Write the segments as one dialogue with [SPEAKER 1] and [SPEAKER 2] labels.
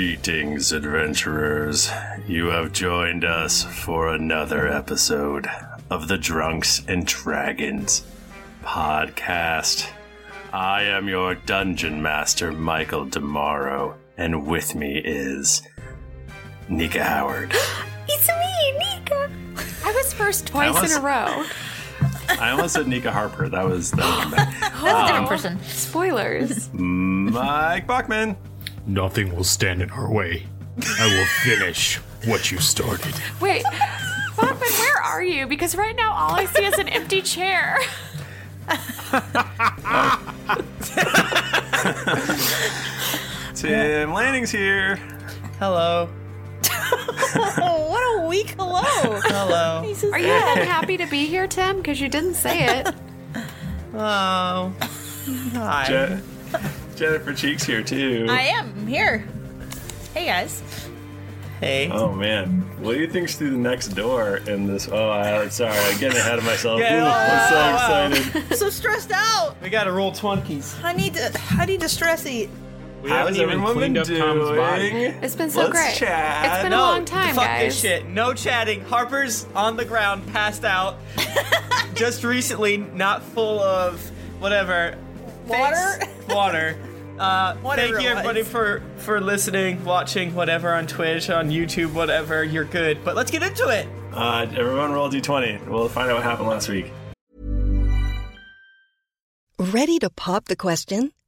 [SPEAKER 1] Greetings, adventurers. You have joined us for another episode of the Drunks and Dragons podcast. I am your dungeon master, Michael Demaro, and with me is Nika Howard.
[SPEAKER 2] It's me, Nika.
[SPEAKER 3] I was first twice
[SPEAKER 1] was-
[SPEAKER 3] in a row.
[SPEAKER 1] I almost said Nika Harper. That was that was bad.
[SPEAKER 2] That's a different person.
[SPEAKER 3] Spoilers.
[SPEAKER 1] Mike Bachman.
[SPEAKER 4] Nothing will stand in our way. I will finish what you started.
[SPEAKER 3] Wait, Bachman, where are you? Because right now all I see is an empty chair.
[SPEAKER 1] Tim Lanning's here.
[SPEAKER 5] Hello.
[SPEAKER 2] Oh, what a weak hello.
[SPEAKER 5] Hello.
[SPEAKER 3] Are you unhappy to be here, Tim? Because you didn't say it.
[SPEAKER 5] Oh. Hi.
[SPEAKER 1] Je- Jennifer Cheeks here too.
[SPEAKER 2] I am here. Hey guys.
[SPEAKER 5] hey.
[SPEAKER 1] Oh man, what do you think's through the next door in this? Oh, I, sorry, I'm getting ahead of myself.
[SPEAKER 5] Yeah,
[SPEAKER 1] Ooh, I'm so excited.
[SPEAKER 2] I'm so stressed out.
[SPEAKER 5] We gotta roll twinkies.
[SPEAKER 2] I need to I need to stress eat.
[SPEAKER 4] We
[SPEAKER 1] How's everyone been doing?
[SPEAKER 3] It's been so
[SPEAKER 1] Let's
[SPEAKER 3] great.
[SPEAKER 1] chat.
[SPEAKER 3] It's been
[SPEAKER 5] no,
[SPEAKER 3] a long time,
[SPEAKER 5] fuck
[SPEAKER 3] guys.
[SPEAKER 5] this shit. No chatting. Harper's on the ground, passed out. Just recently, not full of whatever.
[SPEAKER 2] Water?
[SPEAKER 5] Thanks- Water. Uh,
[SPEAKER 2] Whatever
[SPEAKER 5] thank you
[SPEAKER 2] it was.
[SPEAKER 5] everybody for for listening, watching, whatever on Twitch, on YouTube, whatever. You're good. But let's get into it.
[SPEAKER 1] Uh, everyone, roll d20. We'll find out what happened last week.
[SPEAKER 6] Ready to pop the question?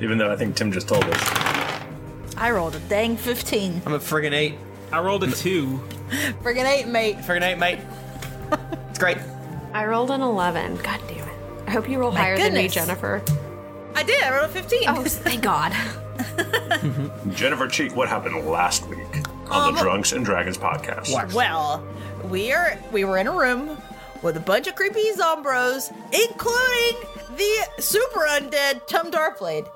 [SPEAKER 1] Even though I think Tim just told us.
[SPEAKER 2] I rolled a dang 15.
[SPEAKER 5] I'm a friggin' eight.
[SPEAKER 4] I rolled a two.
[SPEAKER 2] Friggin' eight, mate.
[SPEAKER 5] Friggin' eight, mate. It's great.
[SPEAKER 3] I rolled an 11. God damn it. I hope you roll higher than me,
[SPEAKER 2] goodness.
[SPEAKER 3] Jennifer.
[SPEAKER 2] I did. I rolled a 15.
[SPEAKER 3] Oh, thank God.
[SPEAKER 1] Jennifer Cheek, what happened last week on
[SPEAKER 5] Um,
[SPEAKER 1] the Drunks and Dragons podcast?
[SPEAKER 2] Well, we are we were in a room with a bunch of creepy zombros, including the super undead Tum Darblade.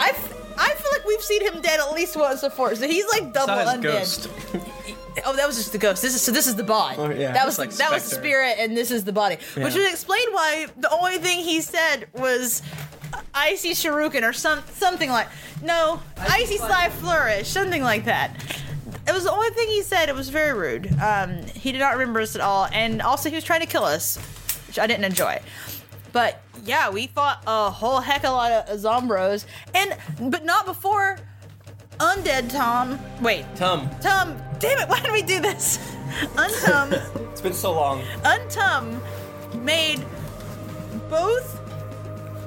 [SPEAKER 2] I, f- I feel like we've seen him dead at least once before, so he's like double
[SPEAKER 5] Saw his
[SPEAKER 2] undead.
[SPEAKER 5] ghost.
[SPEAKER 2] Oh, that was just the ghost. This is so. This is the body.
[SPEAKER 5] Oh, yeah.
[SPEAKER 2] that
[SPEAKER 5] It's
[SPEAKER 2] was
[SPEAKER 5] like
[SPEAKER 2] that was the
[SPEAKER 5] Spectre.
[SPEAKER 2] spirit, and this is the body, which
[SPEAKER 5] Yeah.
[SPEAKER 2] would explain why the only thing he said was uh, icy shuriken or some something like no icy sly flourish, something like that. It was the only thing he said. It was very rude. Um, he did not remember us at all, and also he was trying to kill us, which I didn't enjoy. But yeah, we fought a whole heck of a lot of zombros, and but not before undead Tom. Wait,
[SPEAKER 5] Tum.
[SPEAKER 2] Tum, damn it, why did we do this? Untum,
[SPEAKER 5] It's been so long.
[SPEAKER 2] Untum made both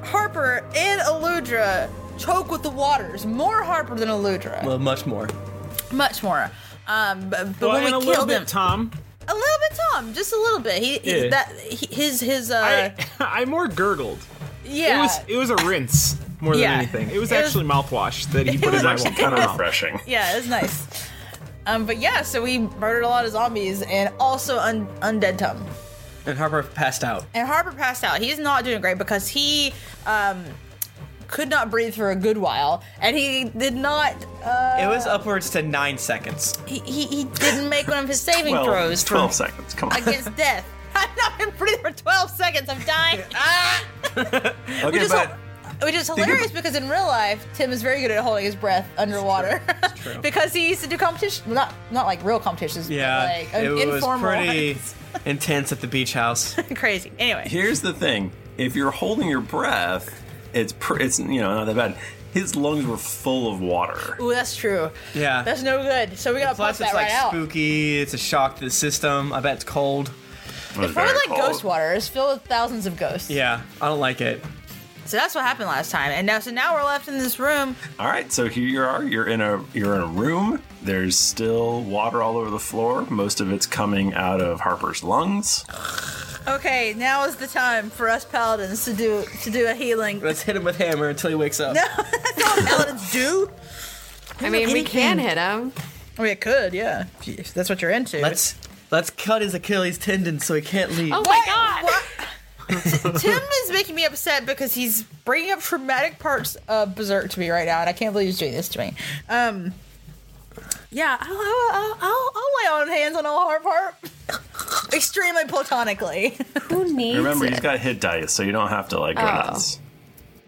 [SPEAKER 2] Harper and Eludra choke with the waters. More Harper than Eludra.
[SPEAKER 5] Well, much more.
[SPEAKER 2] Much more. Um, but, but
[SPEAKER 5] Well,
[SPEAKER 2] when we
[SPEAKER 5] and a
[SPEAKER 2] killed
[SPEAKER 5] little bit
[SPEAKER 2] him,
[SPEAKER 5] Tom.
[SPEAKER 2] a little bit Tom, just a little bit. He, he
[SPEAKER 5] Yeah.
[SPEAKER 2] that he, his his uh
[SPEAKER 5] I more gurgled.
[SPEAKER 2] yeah.
[SPEAKER 5] It was it was a rinse more than
[SPEAKER 2] Yeah.
[SPEAKER 5] anything. It was
[SPEAKER 2] It was-
[SPEAKER 5] actually mouthwash that he
[SPEAKER 2] It
[SPEAKER 5] put
[SPEAKER 2] was
[SPEAKER 5] in my
[SPEAKER 2] actually-
[SPEAKER 5] mouth.
[SPEAKER 2] it was- Yeah, it was nice. Um, but yeah, so we murdered a lot of zombies and also un- undead Tom.
[SPEAKER 5] And Harper passed out.
[SPEAKER 2] And Harper passed out. He's not doing great because he um, could not breathe for a good while, and he did not. Uh,
[SPEAKER 5] It was upwards to nine seconds.
[SPEAKER 2] He, he, he didn't make one of his saving
[SPEAKER 5] Twelve-
[SPEAKER 2] throws. for-
[SPEAKER 5] 12 seconds, come on.
[SPEAKER 2] Against death. I've not been breathing for 12 seconds. I'm dying. Ah!
[SPEAKER 1] Okay,
[SPEAKER 2] just
[SPEAKER 1] but
[SPEAKER 2] Which is hilarious because in real life, Tim is very good at holding his breath underwater. because he used to do competition, well, not not like real competitions,
[SPEAKER 5] Yeah,
[SPEAKER 2] but like
[SPEAKER 5] it
[SPEAKER 2] an
[SPEAKER 5] was
[SPEAKER 2] informal.
[SPEAKER 5] pretty intense at the beach house.
[SPEAKER 2] Crazy. Anyway.
[SPEAKER 1] Here's the thing: if you're holding your breath, it's pr- it's you know not that bad. His lungs were full of water.
[SPEAKER 2] Ooh, that's true.
[SPEAKER 5] Yeah.
[SPEAKER 2] That's no good. So we gotta pop
[SPEAKER 5] Plus,
[SPEAKER 2] that
[SPEAKER 5] it's
[SPEAKER 2] right
[SPEAKER 5] like
[SPEAKER 2] out.
[SPEAKER 5] spooky. It's a shock to the system. I bet it's cold.
[SPEAKER 2] It's probably like ghost water. It's filled with thousands of ghosts.
[SPEAKER 5] Yeah, I don't like it.
[SPEAKER 2] So that's what happened last time, and now so now we're left in this room.
[SPEAKER 1] All right, so here you are. You're in a you're in a room. There's still water all over the floor. Most of it's coming out of Harper's lungs.
[SPEAKER 2] Okay, now is the time for us paladins to do to do a healing.
[SPEAKER 5] Let's hit him with hammer until he wakes up.
[SPEAKER 2] No, that's not what paladins do.
[SPEAKER 7] I mean, we can hit him.
[SPEAKER 2] We could, yeah. If that's what you're into.
[SPEAKER 5] Let's let's cut his Achilles tendon so he can't leave.
[SPEAKER 2] Oh my god! Tim is making me upset because he's bringing up traumatic parts of Berserk to me right now, and I can't believe he's doing this to me. Um, yeah, I'll, I'll, I'll, I'll lay on hands on all Harp Harp. Extremely platonically. Who needs
[SPEAKER 1] Remember, he's got hit dice, so you don't have to like go
[SPEAKER 2] Oh.
[SPEAKER 1] nuts.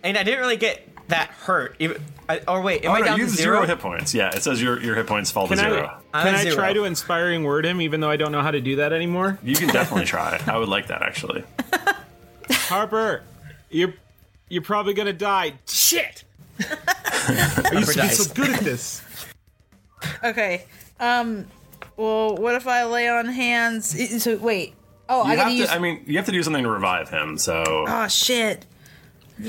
[SPEAKER 5] And I didn't really get that hurt. Even, I, or wait, am
[SPEAKER 1] oh
[SPEAKER 5] I
[SPEAKER 1] no,
[SPEAKER 5] down
[SPEAKER 1] you
[SPEAKER 5] to
[SPEAKER 1] have
[SPEAKER 5] zero?
[SPEAKER 1] hit points. Yeah, it says your your hit points fall
[SPEAKER 5] Can
[SPEAKER 1] to
[SPEAKER 5] I-
[SPEAKER 1] zero.
[SPEAKER 5] I'm
[SPEAKER 1] Can
[SPEAKER 5] at
[SPEAKER 1] I
[SPEAKER 5] zero.
[SPEAKER 1] try
[SPEAKER 5] to inspiring word him, even though I don't know how to do that anymore?
[SPEAKER 1] You can definitely try. I would like that actually.
[SPEAKER 8] Harper, you're you're probably gonna die. Shit! I used to be so good at this.
[SPEAKER 2] Okay. Um, well, what if I lay on hands? So, wait.
[SPEAKER 1] you
[SPEAKER 2] Oh, I
[SPEAKER 1] have
[SPEAKER 2] gotta
[SPEAKER 1] to.
[SPEAKER 2] use.
[SPEAKER 1] I mean, you have to do something to revive him. So,
[SPEAKER 2] oh, shit.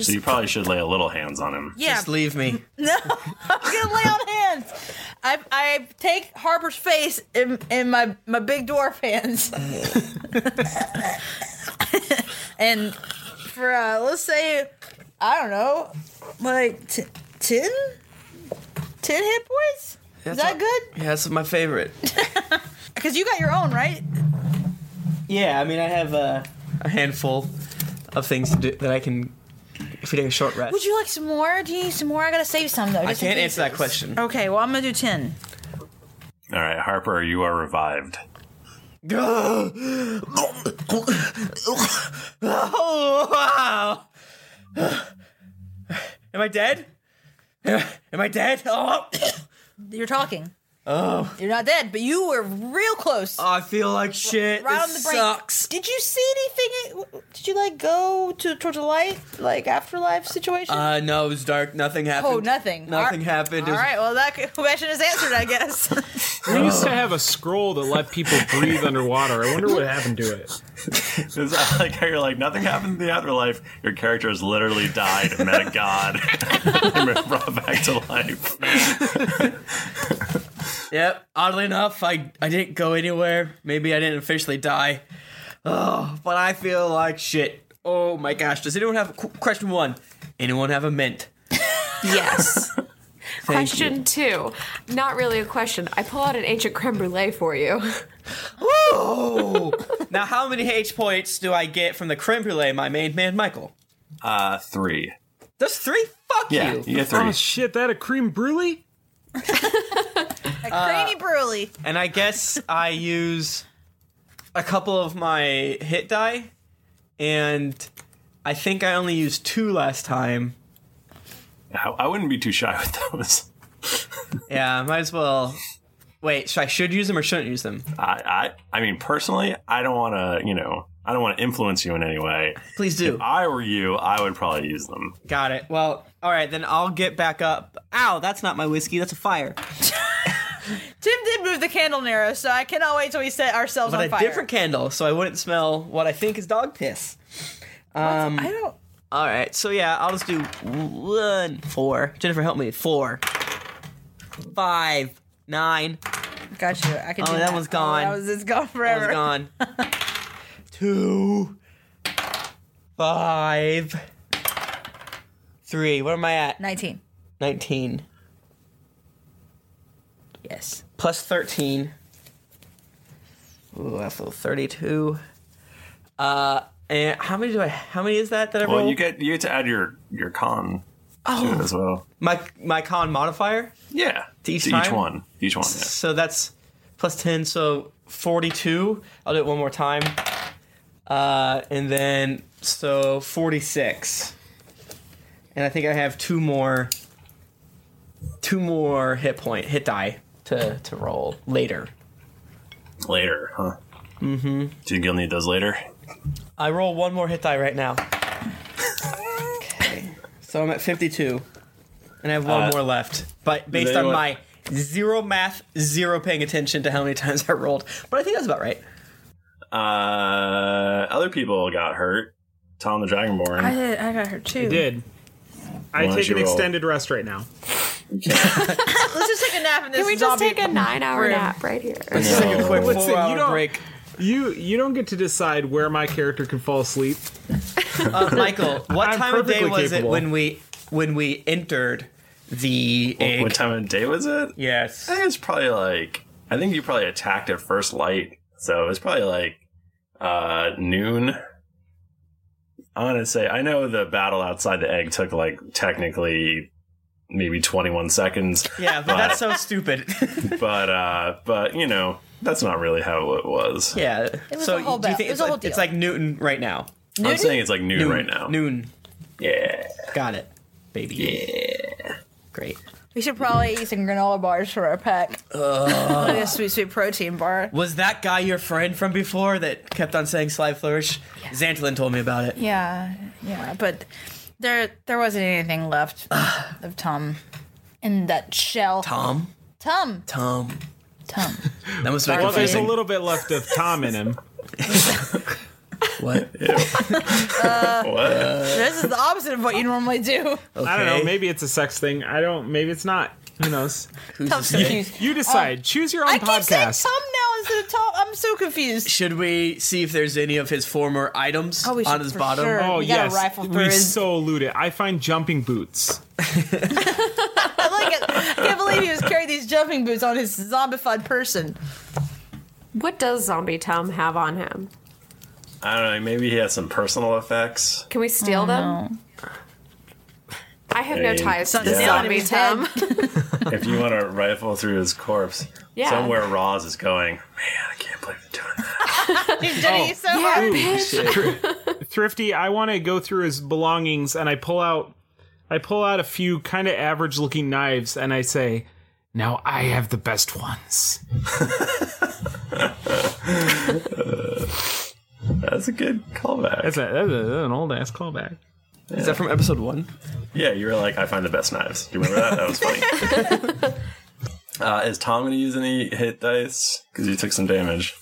[SPEAKER 1] so you probably should lay a little hands on him.
[SPEAKER 2] Yeah. Just
[SPEAKER 5] leave me.
[SPEAKER 2] No, I'm gonna lay on hands. I, I take Harper's face in, in my, my big dwarf hands, and for uh, let's say I don't know, like t- ten, ten hit points. Is
[SPEAKER 5] That's
[SPEAKER 2] that
[SPEAKER 5] all-
[SPEAKER 2] good?
[SPEAKER 5] Yeah, that's my favorite.
[SPEAKER 2] Because you got your own, right?
[SPEAKER 5] Yeah, I mean, I have uh, a handful of things to do that I can if we take a short rest.
[SPEAKER 2] Would you like some more? Do you need some more? I gotta save some though.
[SPEAKER 5] I
[SPEAKER 2] just in
[SPEAKER 5] can't
[SPEAKER 2] case.
[SPEAKER 5] answer that question.
[SPEAKER 2] Okay, well I'm gonna do ten.
[SPEAKER 1] All right, Harper, you are revived.
[SPEAKER 5] Oh wow! Am I dead? Am I dead? Oh,
[SPEAKER 2] You're talking.
[SPEAKER 5] oh.
[SPEAKER 2] You're not dead, but you were real close.
[SPEAKER 5] I feel like shit.
[SPEAKER 2] right on
[SPEAKER 5] this
[SPEAKER 2] the brink.
[SPEAKER 5] sucks.
[SPEAKER 2] Did you see anything? Did you like go to towards the light, like afterlife situation?
[SPEAKER 5] Uh, no, it was dark. Nothing happened.
[SPEAKER 2] Oh, nothing.
[SPEAKER 5] Nothing
[SPEAKER 2] Ar-
[SPEAKER 5] happened. It
[SPEAKER 2] All
[SPEAKER 5] was- Uh.
[SPEAKER 2] right, well that question is answered, I guess.
[SPEAKER 8] We used
[SPEAKER 1] Uh,
[SPEAKER 8] to have a scroll that let people breathe underwater. I wonder what happened to it.
[SPEAKER 1] It's not like how you're like nothing happened in the afterlife. Your character has literally died, met a god, and been brought back to life.
[SPEAKER 5] Yep. Oddly enough, I I didn't go anywhere. Maybe I didn't officially die. Oh, but I feel like shit. Oh my gosh. Does anyone have qu- question one? Anyone have a mint?
[SPEAKER 7] Yes.
[SPEAKER 5] Thank
[SPEAKER 7] question two. Not really a question. I pull out an ancient creme brulee for you.
[SPEAKER 5] Oh. now, how many H points do I get from the creme brulee, my main man, Michael?
[SPEAKER 1] Uh, three.
[SPEAKER 5] That's three. Fuck
[SPEAKER 1] Yeah,
[SPEAKER 5] you.
[SPEAKER 1] you get three. Oh,
[SPEAKER 5] shit, that a cream brulee?
[SPEAKER 2] a creamy brulee.
[SPEAKER 5] Uh, And I guess I use a couple of my hit die, and I think I only used two last time.
[SPEAKER 1] I I wouldn't be too shy with those.
[SPEAKER 5] yeah, might as well. Wait, so I should use them or shouldn't use them?
[SPEAKER 1] I, I, I mean, personally, I don't want to, you know, I don't want to influence you in any way.
[SPEAKER 5] Please do.
[SPEAKER 1] If I were you, I would probably use them.
[SPEAKER 5] Got it. Well, all right, then I'll get back up. Ow, that's not my whiskey. That's a fire.
[SPEAKER 2] Tim did move the candle near us, so I cannot wait till we set ourselves
[SPEAKER 5] But
[SPEAKER 2] on
[SPEAKER 5] a
[SPEAKER 2] fire.
[SPEAKER 5] different candle, so I wouldn't smell what I think is dog piss. Um,
[SPEAKER 2] I don't.
[SPEAKER 5] All right, so yeah, I'll just do one, four. Jennifer, help me. Four, five, nine.
[SPEAKER 2] Got you. I can.
[SPEAKER 5] Oh,
[SPEAKER 2] do
[SPEAKER 5] that one's gone.
[SPEAKER 2] Oh, that was it's gone
[SPEAKER 5] That
[SPEAKER 2] forever.
[SPEAKER 5] was gone. Two, five, three. Where am I at?
[SPEAKER 2] Nineteen.
[SPEAKER 5] Nineteen.
[SPEAKER 2] Yes.
[SPEAKER 5] Plus thirteen. Ooh, I feel thirty-two. Uh, and how many do I? How many is that that I
[SPEAKER 1] Well,
[SPEAKER 5] roll?
[SPEAKER 1] you get you get to add your your con to it
[SPEAKER 5] Oh.
[SPEAKER 1] as well.
[SPEAKER 5] my my con modifier.
[SPEAKER 1] Yeah,
[SPEAKER 5] To each,
[SPEAKER 1] to
[SPEAKER 5] time?
[SPEAKER 1] each one, each one. Yeah.
[SPEAKER 5] So that's plus ten, so forty-two. I'll do it one more time, uh, and then so forty-six. And I think I have two more, two more hit point hit die to to roll later.
[SPEAKER 1] Later, huh?
[SPEAKER 5] Mm-hmm.
[SPEAKER 1] Do you think you'll need those later?
[SPEAKER 5] I roll one more hit die right now. Okay, so I'm at fifty-two, and I have one
[SPEAKER 1] Uh,
[SPEAKER 5] more left. But
[SPEAKER 1] does
[SPEAKER 5] based on
[SPEAKER 1] anyone-
[SPEAKER 5] my zero math, zero paying attention to how many times I rolled, but I think that's about right.
[SPEAKER 1] Uh, other people got hurt. Tom the Dragonborn.
[SPEAKER 2] I did. I got her too.
[SPEAKER 1] You did.
[SPEAKER 8] I
[SPEAKER 1] Why don't
[SPEAKER 8] take
[SPEAKER 1] you
[SPEAKER 8] an
[SPEAKER 1] roll?
[SPEAKER 8] extended rest right now.
[SPEAKER 2] Let's just take a nap in this.
[SPEAKER 7] Can we just
[SPEAKER 2] zombie
[SPEAKER 7] take a nine-hour
[SPEAKER 2] room.
[SPEAKER 7] nap right here?
[SPEAKER 8] Let's take a quick
[SPEAKER 5] Listen, four-hour you don't- break.
[SPEAKER 8] You you don't get to decide where my character can fall asleep.
[SPEAKER 5] Uh, Michael, what
[SPEAKER 8] I'm
[SPEAKER 5] time of day
[SPEAKER 8] perfectly
[SPEAKER 5] was
[SPEAKER 8] capable.
[SPEAKER 5] it when we when we entered the
[SPEAKER 1] What-
[SPEAKER 5] egg?
[SPEAKER 1] What time of day was it?
[SPEAKER 5] Yes.
[SPEAKER 1] I think it's probably like I think you probably attacked at first light, so it's probably like uh noon. I'm gonna say I know the battle outside the egg took like technically maybe 21 seconds.
[SPEAKER 5] Yeah, but that's so stupid.
[SPEAKER 1] but uh but you know that's not really how it was.
[SPEAKER 5] Yeah.
[SPEAKER 2] It was
[SPEAKER 5] so
[SPEAKER 2] a whole
[SPEAKER 5] do you
[SPEAKER 2] ba-
[SPEAKER 5] think
[SPEAKER 2] it
[SPEAKER 5] it's,
[SPEAKER 2] was a
[SPEAKER 5] like,
[SPEAKER 2] whole deal.
[SPEAKER 5] it's like Newton right now?
[SPEAKER 1] I'm saying it's like noon, right now.
[SPEAKER 5] Noon.
[SPEAKER 1] Yeah.
[SPEAKER 5] Got it, baby.
[SPEAKER 1] Yeah.
[SPEAKER 5] Great.
[SPEAKER 2] We should probably eat some granola bars for our pack. like a sweet, sweet protein bar.
[SPEAKER 5] Was that guy your friend from before that kept on saying "slide flourish"? Xantalin told me about it.
[SPEAKER 2] Yeah, yeah, but there there wasn't anything left of Tom in that shell.
[SPEAKER 5] Tom.
[SPEAKER 2] Tom.
[SPEAKER 5] Tom.
[SPEAKER 2] Tom.
[SPEAKER 5] That must have been
[SPEAKER 8] well, there's a
[SPEAKER 5] confusing.
[SPEAKER 8] little bit left of Tom in him.
[SPEAKER 5] what?
[SPEAKER 2] Uh, this is the opposite of what you normally do.
[SPEAKER 8] I don't know.
[SPEAKER 2] Okay.
[SPEAKER 8] Maybe it's a sex thing. I don't. Maybe it's not. Who knows?
[SPEAKER 2] Tom's to say?
[SPEAKER 8] you,
[SPEAKER 2] confused.
[SPEAKER 8] you decide.
[SPEAKER 2] Um,
[SPEAKER 8] Choose your own
[SPEAKER 2] I keep saying
[SPEAKER 8] podcast.
[SPEAKER 2] Tom now instead of Tom. I'm so confused.
[SPEAKER 5] Should we see if there's any of his former items
[SPEAKER 2] Oh, we should
[SPEAKER 5] on his
[SPEAKER 2] for
[SPEAKER 5] bottom?
[SPEAKER 2] sure.
[SPEAKER 8] Oh
[SPEAKER 2] We gotta
[SPEAKER 8] yes,
[SPEAKER 2] rifle
[SPEAKER 8] we
[SPEAKER 2] through his-
[SPEAKER 8] so loot it. I find jumping boots.
[SPEAKER 2] I like it. I can't believe he was carrying these jumping boots on his zombified person.
[SPEAKER 7] What does Zombie Tom have on him?
[SPEAKER 1] I don't know. Maybe he has some personal effects.
[SPEAKER 7] Can we steal
[SPEAKER 1] Oh,
[SPEAKER 7] them? I have
[SPEAKER 1] I
[SPEAKER 7] no
[SPEAKER 1] mean,
[SPEAKER 7] ties to
[SPEAKER 1] yeah.
[SPEAKER 7] the Zombie
[SPEAKER 1] Somebody's
[SPEAKER 7] Tom.
[SPEAKER 1] if you want to rifle through his corpse,
[SPEAKER 7] Yeah.
[SPEAKER 1] somewhere Roz is going.
[SPEAKER 2] You've done it
[SPEAKER 5] Oh.
[SPEAKER 2] so hard.
[SPEAKER 8] Thr- Thrifty, I want to go through his belongings, and I pull out, I pull out a few kind of average-looking knives, and I say, "Now I have the best ones."
[SPEAKER 1] that's a good callback.
[SPEAKER 8] That's, a, that's, a- that's an old ass callback.
[SPEAKER 5] Is that from episode one?
[SPEAKER 1] Yeah, you were like, I find the best knives. Do you remember that? That was funny. uh, is Tom going to use any hit dice? Because you took some damage.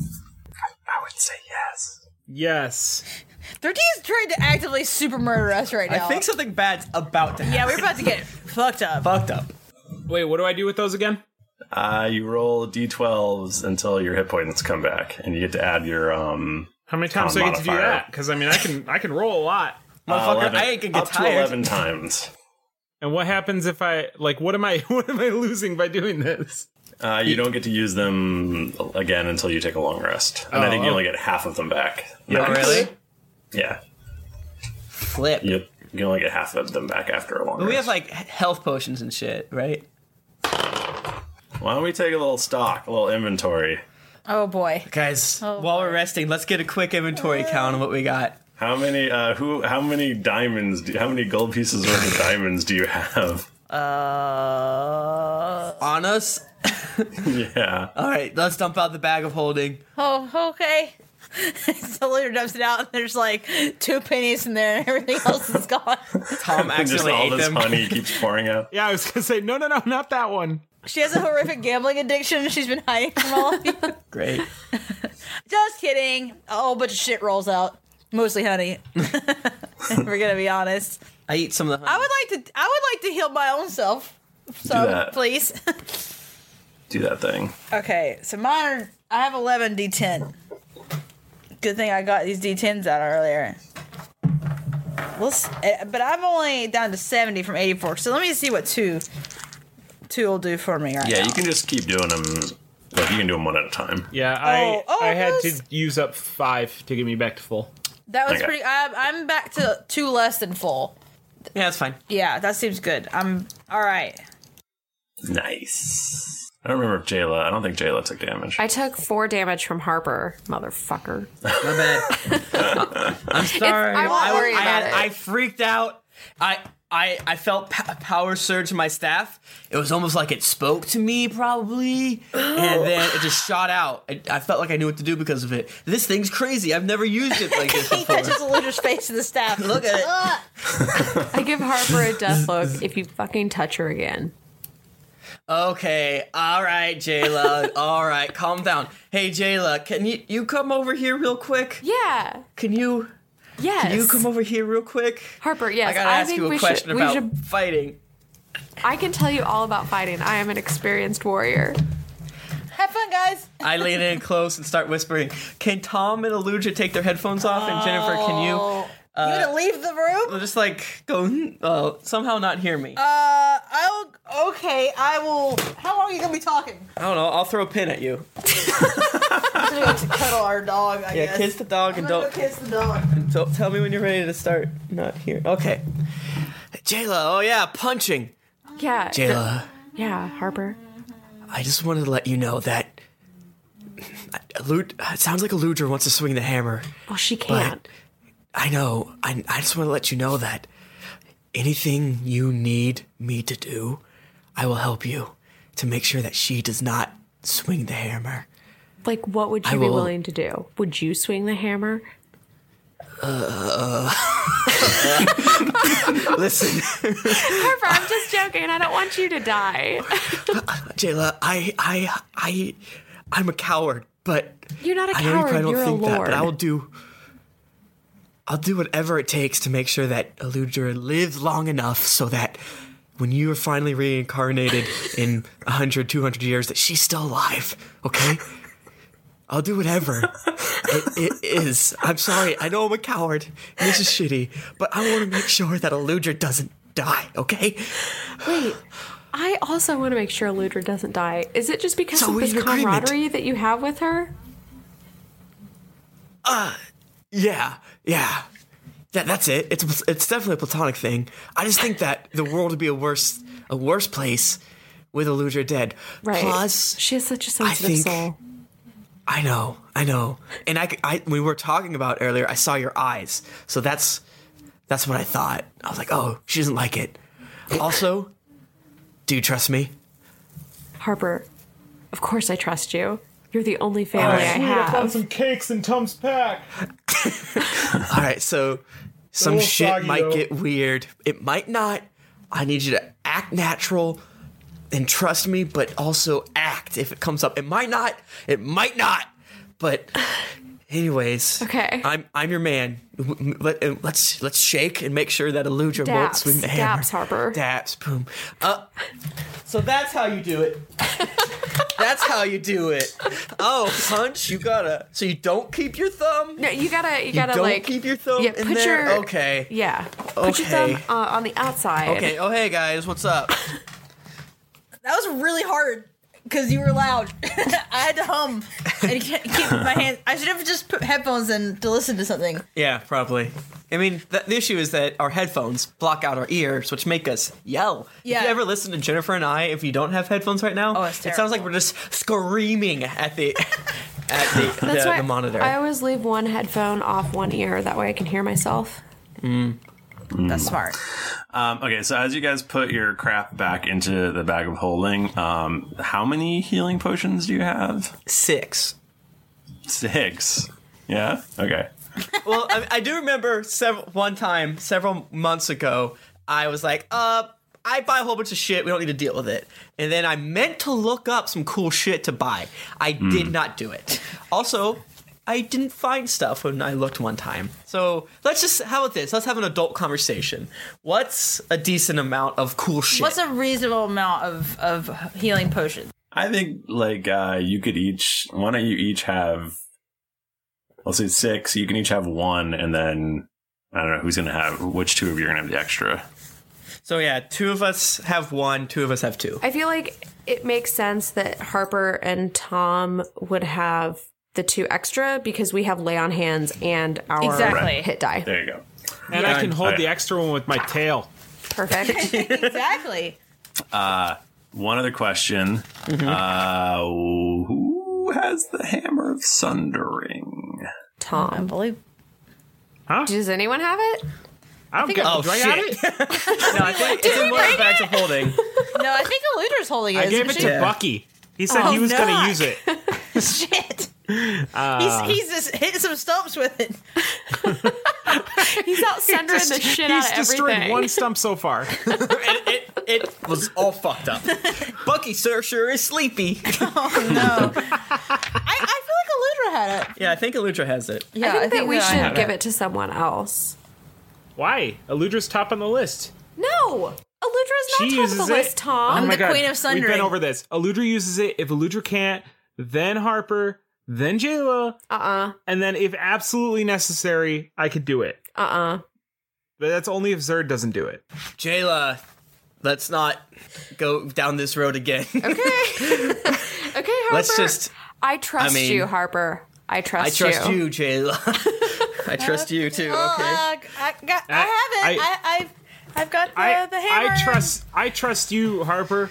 [SPEAKER 1] I would say yes.
[SPEAKER 8] Yes.
[SPEAKER 2] They're just trying to actively super murder us right now.
[SPEAKER 5] I think something bad's about to happen.
[SPEAKER 2] Yeah, we're about to get fucked up.
[SPEAKER 5] Fucked up.
[SPEAKER 8] Wait, what do I do with those again?
[SPEAKER 1] Uh, you roll d12s until your hit points come back, and you get to add your. um
[SPEAKER 8] How many times do I get to do that? Because I mean, I can, I can roll a lot,
[SPEAKER 1] Uh, up to 11 times.
[SPEAKER 8] And what happens if I like? What am I? What am I losing by doing this?
[SPEAKER 1] Uh, you don't get to use them again until you take a long rest. And I
[SPEAKER 8] Oh,
[SPEAKER 1] think you
[SPEAKER 8] oh.
[SPEAKER 1] only get half of them back.
[SPEAKER 8] Yeah,
[SPEAKER 1] Max.
[SPEAKER 8] really?
[SPEAKER 1] Yeah.
[SPEAKER 5] Flip. Oh,
[SPEAKER 1] You, you only get half of them back after a long
[SPEAKER 5] But
[SPEAKER 1] rest.
[SPEAKER 5] we have like h- health potions and shit, right?
[SPEAKER 1] Why don't we take a little stock, a little inventory?
[SPEAKER 2] Oh boy. Oh, Uh,
[SPEAKER 5] Guys, while we're resting, let's get a quick inventory count on what we got.
[SPEAKER 1] How many? Uh, who? How many diamonds? Do, how many gold pieces worth of diamonds do you have?
[SPEAKER 5] Uh, on us.
[SPEAKER 1] yeah.
[SPEAKER 5] All right, let's dump out the bag of holding.
[SPEAKER 2] Oh, okay. so later dumps it out and there's like two pennies in there and everything else is gone.
[SPEAKER 5] Tom
[SPEAKER 1] Just
[SPEAKER 5] accidentally
[SPEAKER 1] all
[SPEAKER 5] ate
[SPEAKER 1] this
[SPEAKER 5] them.
[SPEAKER 1] money keeps pouring out.
[SPEAKER 8] Yeah, I was gonna say no, no, no, not that one.
[SPEAKER 2] She has a horrific gambling addiction and she's been hiding from all of you.
[SPEAKER 5] Great.
[SPEAKER 2] Just kidding. A whole bunch of shit rolls out. Mostly honey. if we're gonna be honest.
[SPEAKER 5] I eat some of the honey.
[SPEAKER 2] I would like to. I would like to heal my own self. So
[SPEAKER 1] that.
[SPEAKER 2] please.
[SPEAKER 1] Do that thing.
[SPEAKER 2] okay, so mine. Are, I have eleven d10. Good thing I got these d10s out earlier. Let's. eh, But I'm only down to seventy from eighty-four. So let me see what two, two will do for me. Right
[SPEAKER 1] yeah,
[SPEAKER 2] now.
[SPEAKER 1] you can just keep doing them. Like you can do them one at a time.
[SPEAKER 8] Yeah, I I had to use up five to get me back to full.
[SPEAKER 2] That was
[SPEAKER 1] Okay.
[SPEAKER 2] pretty. I'm, I'm back to two less than full.
[SPEAKER 5] Yeah, that's fine.
[SPEAKER 2] Yeah, that seems good. I'm all right.
[SPEAKER 1] Nice. I don't remember if Jayla. I don't think Jayla took damage.
[SPEAKER 7] I took four damage from Harper, motherfucker.
[SPEAKER 5] I'm sorry.
[SPEAKER 7] I won't worry
[SPEAKER 5] I,
[SPEAKER 7] about
[SPEAKER 5] had-
[SPEAKER 7] it.
[SPEAKER 5] I freaked out. I I I felt pa- power surge in my staff. It was almost like it spoke to me, probably,
[SPEAKER 7] Oh.
[SPEAKER 5] and then it just shot out. I, I felt like I knew what to do because of it. This thing's crazy. I've never used it like this
[SPEAKER 2] He touches
[SPEAKER 5] before.
[SPEAKER 2] the loser's face to the staff. Look
[SPEAKER 5] at
[SPEAKER 2] it.
[SPEAKER 7] I give Harper a death look if you fucking touch her again.
[SPEAKER 5] Okay, all right, Jayla. all right, calm down. Hey, Jayla, can you you come over here real quick?
[SPEAKER 7] Yeah.
[SPEAKER 5] Can you?
[SPEAKER 7] Yes.
[SPEAKER 5] Can you come over here real quick?
[SPEAKER 7] Harper, yes.
[SPEAKER 5] I gotta ask
[SPEAKER 7] think
[SPEAKER 5] you
[SPEAKER 7] we
[SPEAKER 5] a question
[SPEAKER 7] should,
[SPEAKER 5] about
[SPEAKER 7] We should,
[SPEAKER 5] fighting.
[SPEAKER 7] I can tell you all about fighting. I am an experienced warrior.
[SPEAKER 2] Have fun, guys.
[SPEAKER 5] I lean in close and start whispering. Can Tom and Aluja take their headphones off? And Jennifer, can you?
[SPEAKER 2] Oh.
[SPEAKER 5] uh,
[SPEAKER 2] you gonna leave the room?
[SPEAKER 5] Just like go "Hmm," uh, somehow not hear me.
[SPEAKER 2] Uh, I will. Okay, I will. How long are you gonna be talking?
[SPEAKER 5] I don't know. I'll throw a pin at you.
[SPEAKER 2] I'm gonna go to cuddle our dog. I
[SPEAKER 5] yeah,
[SPEAKER 2] guess.
[SPEAKER 5] kiss the dog
[SPEAKER 2] I'm
[SPEAKER 5] and
[SPEAKER 2] gonna
[SPEAKER 5] don't,
[SPEAKER 2] go kiss the dog.
[SPEAKER 5] and don't tell me when you're ready to start. Not here. Okay. Jayla. Oh yeah, punching.
[SPEAKER 7] Yeah.
[SPEAKER 5] Jayla.
[SPEAKER 7] Yeah, Harper.
[SPEAKER 5] I just wanted to let you know that. Alud- it sounds like Aludra wants to swing the hammer.
[SPEAKER 7] Well, she
[SPEAKER 5] but
[SPEAKER 7] can't.
[SPEAKER 5] I know. I, I just want to let you know that anything you need me to do, I will help you to make sure that she does not swing the hammer.
[SPEAKER 7] Like, what would
[SPEAKER 5] I
[SPEAKER 7] you be
[SPEAKER 5] will-
[SPEAKER 7] willing to do? Would you swing the hammer?
[SPEAKER 5] Uh, listen,
[SPEAKER 7] Harper, I'm just joking. I don't want you to die.
[SPEAKER 5] Jayla, I, I, I, I'm a coward, but
[SPEAKER 7] You're not a
[SPEAKER 5] I know you
[SPEAKER 7] coward.
[SPEAKER 5] probably don't
[SPEAKER 7] You're a
[SPEAKER 5] think that,
[SPEAKER 7] lord.
[SPEAKER 5] but I will do. I'll do whatever it takes to make sure that Eludra lives long enough so that when you are finally reincarnated in 100, 200 years, that she's still alive, okay? I'll do whatever it, it is. I'm sorry. I know I'm a coward. And this is shitty, but I want to make sure that Eludra doesn't die, okay?
[SPEAKER 7] Wait, I also want to make sure Ludra doesn't die. Is it just because
[SPEAKER 5] So
[SPEAKER 7] of
[SPEAKER 5] we
[SPEAKER 7] the
[SPEAKER 5] have an agreement.
[SPEAKER 7] camaraderie that you have with her?
[SPEAKER 5] Uh, yeah, yeah. That, that's it. It's a- it's definitely a platonic thing. I just think that the world would be a worse a worse place with Eludra dead.
[SPEAKER 7] Right.
[SPEAKER 5] Plus,
[SPEAKER 7] she has such a
[SPEAKER 5] I
[SPEAKER 7] sensitive
[SPEAKER 5] think
[SPEAKER 7] soul.
[SPEAKER 5] I know, I know. And I, c- I- we were talking about earlier. I saw your eyes, so that's that's what I thought. I was like, oh, she doesn't like it. Also, do you trust me?
[SPEAKER 7] Harper, of course I trust you. You're the only family I have.
[SPEAKER 8] some cakes in Tom's pack.
[SPEAKER 5] All right, so some
[SPEAKER 8] little
[SPEAKER 5] shit
[SPEAKER 8] soggy,
[SPEAKER 5] might
[SPEAKER 8] though.
[SPEAKER 5] get weird. It might not. I need you to act natural and trust me, but also act if it comes up. It might not. It might not. But anyways,
[SPEAKER 7] Okay.
[SPEAKER 5] I'm I'm your man. W- m- Let, uh, let's let's shake and make sure that Eludra won't
[SPEAKER 7] Daps.
[SPEAKER 5] swing the hammer.
[SPEAKER 7] Daps, Harper.
[SPEAKER 5] Daps, boom. Uh, so that's how you do it. that's how you do it. Oh, punch! You gotta. So you don't keep your thumb.
[SPEAKER 7] No, you gotta, you
[SPEAKER 5] You
[SPEAKER 7] gotta
[SPEAKER 5] don't
[SPEAKER 7] like
[SPEAKER 5] keep your thumb
[SPEAKER 7] Yeah,
[SPEAKER 5] in
[SPEAKER 7] put
[SPEAKER 5] there?
[SPEAKER 7] your
[SPEAKER 5] Okay.
[SPEAKER 7] Yeah, put your
[SPEAKER 5] Okay.
[SPEAKER 7] thumb uh, on the outside.
[SPEAKER 5] Okay. Oh, hey guys, what's up?
[SPEAKER 2] That was really hard because you were loud. I had to hum and ke- keep my hands. I should have just put headphones in to listen to something.
[SPEAKER 5] yeah, probably. I mean, th- the issue is that our headphones block out our ears, which make us yell. If
[SPEAKER 2] Yeah.
[SPEAKER 5] you ever listen to Jennifer and I, if you don't have headphones right now, oh, it sounds like we're just screaming at the at the,
[SPEAKER 7] That's
[SPEAKER 5] the,
[SPEAKER 7] why
[SPEAKER 5] the monitor.
[SPEAKER 7] I always leave one headphone off one ear. That way I can hear myself.
[SPEAKER 1] Hmm.
[SPEAKER 2] That's smart.
[SPEAKER 1] Um, okay, so as you guys put your crap back into the bag of holding, um, how many healing potions do you have?
[SPEAKER 5] Six.
[SPEAKER 1] Six. Yeah. Okay.
[SPEAKER 5] well, I, I do remember several one time several months ago, I was like, uh, I buy a whole bunch of shit. We don't need to deal with it. And then I meant to look up some cool shit to buy. I did not do it. Also, I didn't find stuff when I looked one time. So let's just how about this? Let's have an adult conversation. What's a decent amount of cool shit?
[SPEAKER 2] What's a reasonable amount of, of healing potions?
[SPEAKER 1] I think like uh, you could each why don't you each have let's say six, you can each have one and then I don't know who's gonna have which two of you are gonna have the extra.
[SPEAKER 5] so yeah, two of us have one, two of us have two.
[SPEAKER 7] I feel like it makes sense that Harper and Tom would have the two extra because we have lay on hands and our
[SPEAKER 8] Exactly.
[SPEAKER 7] hit die.
[SPEAKER 1] There you go.
[SPEAKER 8] And I can hold the extra one with my tail.
[SPEAKER 7] Perfect.
[SPEAKER 2] exactly.
[SPEAKER 1] Uh one other question. Uh who has the hammer of sundering?
[SPEAKER 7] Tom. I
[SPEAKER 2] believe.
[SPEAKER 7] Does anyone have it?
[SPEAKER 8] I
[SPEAKER 7] think
[SPEAKER 8] get-
[SPEAKER 7] I-
[SPEAKER 8] do I
[SPEAKER 5] Oh,
[SPEAKER 8] have
[SPEAKER 7] it?
[SPEAKER 5] no, I think it's in one back of holding.
[SPEAKER 2] No, I think Eluder's holding it.
[SPEAKER 8] I
[SPEAKER 2] isn't
[SPEAKER 8] gave it
[SPEAKER 2] she?
[SPEAKER 8] to Bucky. He said
[SPEAKER 2] Oh,
[SPEAKER 8] he was going
[SPEAKER 2] no.
[SPEAKER 8] to use it.
[SPEAKER 2] Shit.
[SPEAKER 8] Uh,
[SPEAKER 2] he's, he's just hitting some stumps with it.
[SPEAKER 7] he's out
[SPEAKER 8] sundering the just- shit he's out of destroyed everything. one stump so far.
[SPEAKER 5] it, it, it was all fucked up. Bucky sir sure is sleepy.
[SPEAKER 2] I, I feel like Eludra had it.
[SPEAKER 5] Yeah, I think Elutra has it.
[SPEAKER 7] I think that we should
[SPEAKER 8] have
[SPEAKER 7] give
[SPEAKER 8] it.
[SPEAKER 7] it to someone else.
[SPEAKER 8] Why? Eludra's top on the list.
[SPEAKER 7] No, Eludra's not top
[SPEAKER 8] she
[SPEAKER 7] of
[SPEAKER 8] uses
[SPEAKER 7] the
[SPEAKER 8] it.
[SPEAKER 7] list, Tom.
[SPEAKER 8] Oh my God. We've been over this. Eludra uses it. If Eludra can't, then Harper, then Jayla.
[SPEAKER 7] Uh uh
[SPEAKER 8] And then, if absolutely necessary, I could do it.
[SPEAKER 7] Uh uh
[SPEAKER 8] But that's only if Zerd doesn't do it.
[SPEAKER 5] Jayla, let's not go down this road again.
[SPEAKER 7] Okay, Harper.
[SPEAKER 5] Let's just-
[SPEAKER 7] I trust
[SPEAKER 5] I mean-
[SPEAKER 7] you, Harper. I
[SPEAKER 5] I
[SPEAKER 7] trust you.
[SPEAKER 5] trust you, Jayla. I trust you too. Okay.
[SPEAKER 2] Oh, uh, I, got, I,
[SPEAKER 8] I-
[SPEAKER 2] have it.
[SPEAKER 8] I-
[SPEAKER 2] I, I've, I've got the,
[SPEAKER 8] I,
[SPEAKER 2] the hammer.
[SPEAKER 8] I trust. I trust you, Harper.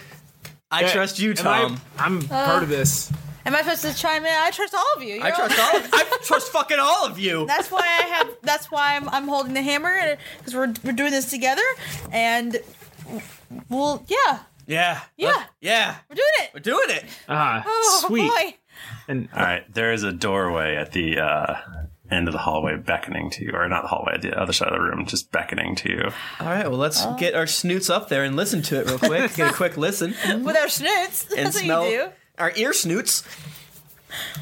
[SPEAKER 5] I
[SPEAKER 8] Yeah,
[SPEAKER 5] trust you,
[SPEAKER 8] and I-
[SPEAKER 5] Tom.
[SPEAKER 8] I'm part of this.
[SPEAKER 2] Am I supposed to chime in? I trust all of you.
[SPEAKER 5] I
[SPEAKER 2] You're
[SPEAKER 5] trust all. Of, I trust fucking all of you.
[SPEAKER 2] That's why I have. That's why I'm, I'm holding the hammer because we're we're doing this together, and well, yeah,
[SPEAKER 5] yeah,
[SPEAKER 2] yeah,
[SPEAKER 5] yeah,
[SPEAKER 2] we're doing it.
[SPEAKER 5] We're doing it.
[SPEAKER 8] Ah,
[SPEAKER 2] Oh boy.
[SPEAKER 8] And
[SPEAKER 1] all right, there is a doorway at the uh, end of the hallway beckoning to you, or not the hallway, the other side of the room, just beckoning to you.
[SPEAKER 5] All right, well,
[SPEAKER 2] Uh-huh.
[SPEAKER 5] let's get our snoots up there and listen to it real quick. Get a quick listen.
[SPEAKER 2] With our snoots, that's
[SPEAKER 5] and
[SPEAKER 2] what
[SPEAKER 5] smell
[SPEAKER 2] you do.
[SPEAKER 5] our ear snoots.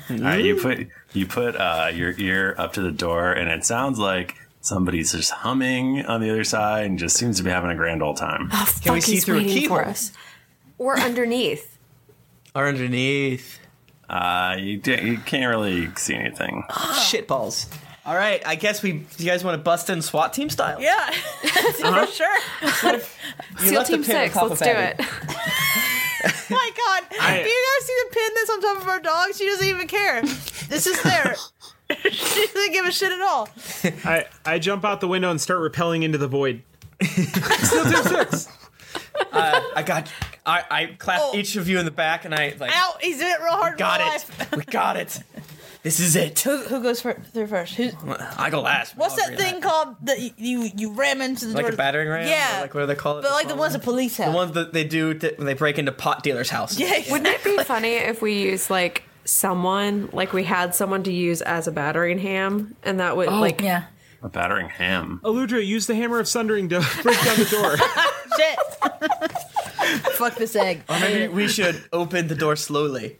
[SPEAKER 1] All right, you put you put uh, your ear up to the door, and it sounds like somebody's just humming on the other side, and just seems to be having a grand old time.
[SPEAKER 5] Can we
[SPEAKER 7] Oh, Fuck,
[SPEAKER 5] see
[SPEAKER 7] he's
[SPEAKER 5] through a
[SPEAKER 7] waiting
[SPEAKER 5] keyhole?
[SPEAKER 7] for us. Or underneath.
[SPEAKER 5] Or underneath.
[SPEAKER 1] Uh, you, d- you can't really see anything.
[SPEAKER 2] Ah.
[SPEAKER 5] Shit balls. All right, I guess we. You guys want to bust in SWAT team style?
[SPEAKER 2] Yeah,
[SPEAKER 5] Uh-huh.
[SPEAKER 2] for sure.
[SPEAKER 5] You Seal left the Team pin on Six, top let's of do Abby.
[SPEAKER 2] my God,
[SPEAKER 5] I-
[SPEAKER 2] do you guys see the pin that's on top of our dog? She doesn't even care. This is there. she doesn't give a shit at all.
[SPEAKER 8] I I jump out the window and start repelling into the void.
[SPEAKER 5] Uh, I got. I, I clap each of you in the back, and I like.
[SPEAKER 2] Oh. Ow, he's doing it real hard. in
[SPEAKER 5] Got
[SPEAKER 2] real
[SPEAKER 5] it.
[SPEAKER 2] life.
[SPEAKER 5] We got it. This is it.
[SPEAKER 2] Who, who goes fir- through first? Who's,
[SPEAKER 5] I go last. We
[SPEAKER 2] what's
[SPEAKER 5] all
[SPEAKER 2] that
[SPEAKER 5] agree on
[SPEAKER 2] thing called that y- you you ram into the
[SPEAKER 5] Like
[SPEAKER 2] door?
[SPEAKER 5] a battering ram?
[SPEAKER 2] Yeah,
[SPEAKER 5] Or like what do they call it?
[SPEAKER 2] but like the ones the police have.
[SPEAKER 5] The ones that they do to, when they break into pot dealers' house.
[SPEAKER 7] Wouldn't it be funny if we used like someone, like we had someone to use as a battering ham, and that would
[SPEAKER 8] Oh,
[SPEAKER 7] like
[SPEAKER 2] yeah.
[SPEAKER 1] A battering ham.
[SPEAKER 5] Oh,
[SPEAKER 8] Aludra, use the hammer of sundering to break down the door.
[SPEAKER 2] Shit. Fuck this egg.
[SPEAKER 5] Or maybe we should open the door slowly.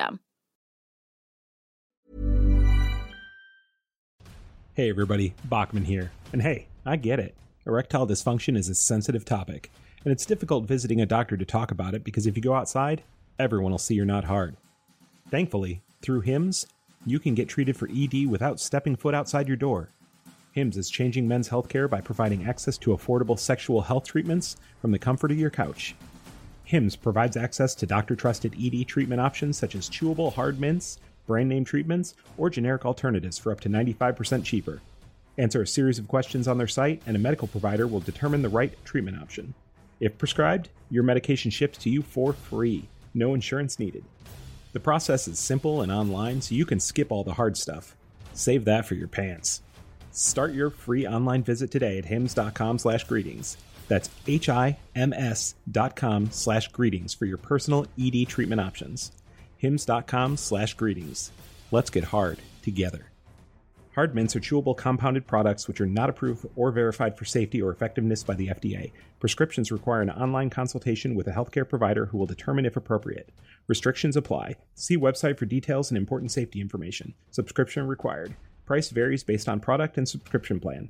[SPEAKER 9] Hey everybody, Bachman here. And hey, I get it. Erectile dysfunction is a sensitive topic, and it's difficult visiting a doctor to talk about it because if you go outside, everyone will see you're not hard. E Thankfully, through HIMS, you can get treated for ED without stepping foot outside your door.
[SPEAKER 8] Hims is changing men's healthcare by providing access to affordable sexual health treatments from the comfort of your couch. Hims provides access to doctor trusted ED treatment options such as chewable hard mints, brand name treatments, or generic alternatives for up to 95% cheaper. Answer a series of questions on their site, and a medical provider will determine the right treatment option. If prescribed, your medication ships to you for free, no insurance needed. The process is simple and online, so you can skip all the hard stuff. Save that for your pants. Start your free online visit today at hims.com slash greetings. That's H-I-M-S dot com slash greetings for your personal ED treatment options. hims.com slash greetings. Let's get hard together. Hard mints are chewable compounded products which are not approved or verified for safety or effectiveness by the FDA. Prescriptions require an online consultation with a healthcare provider who will determine if appropriate. Restrictions apply. See website for details and important safety information. Subscription required. Price varies based on product and subscription plan.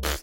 [SPEAKER 5] Pfft,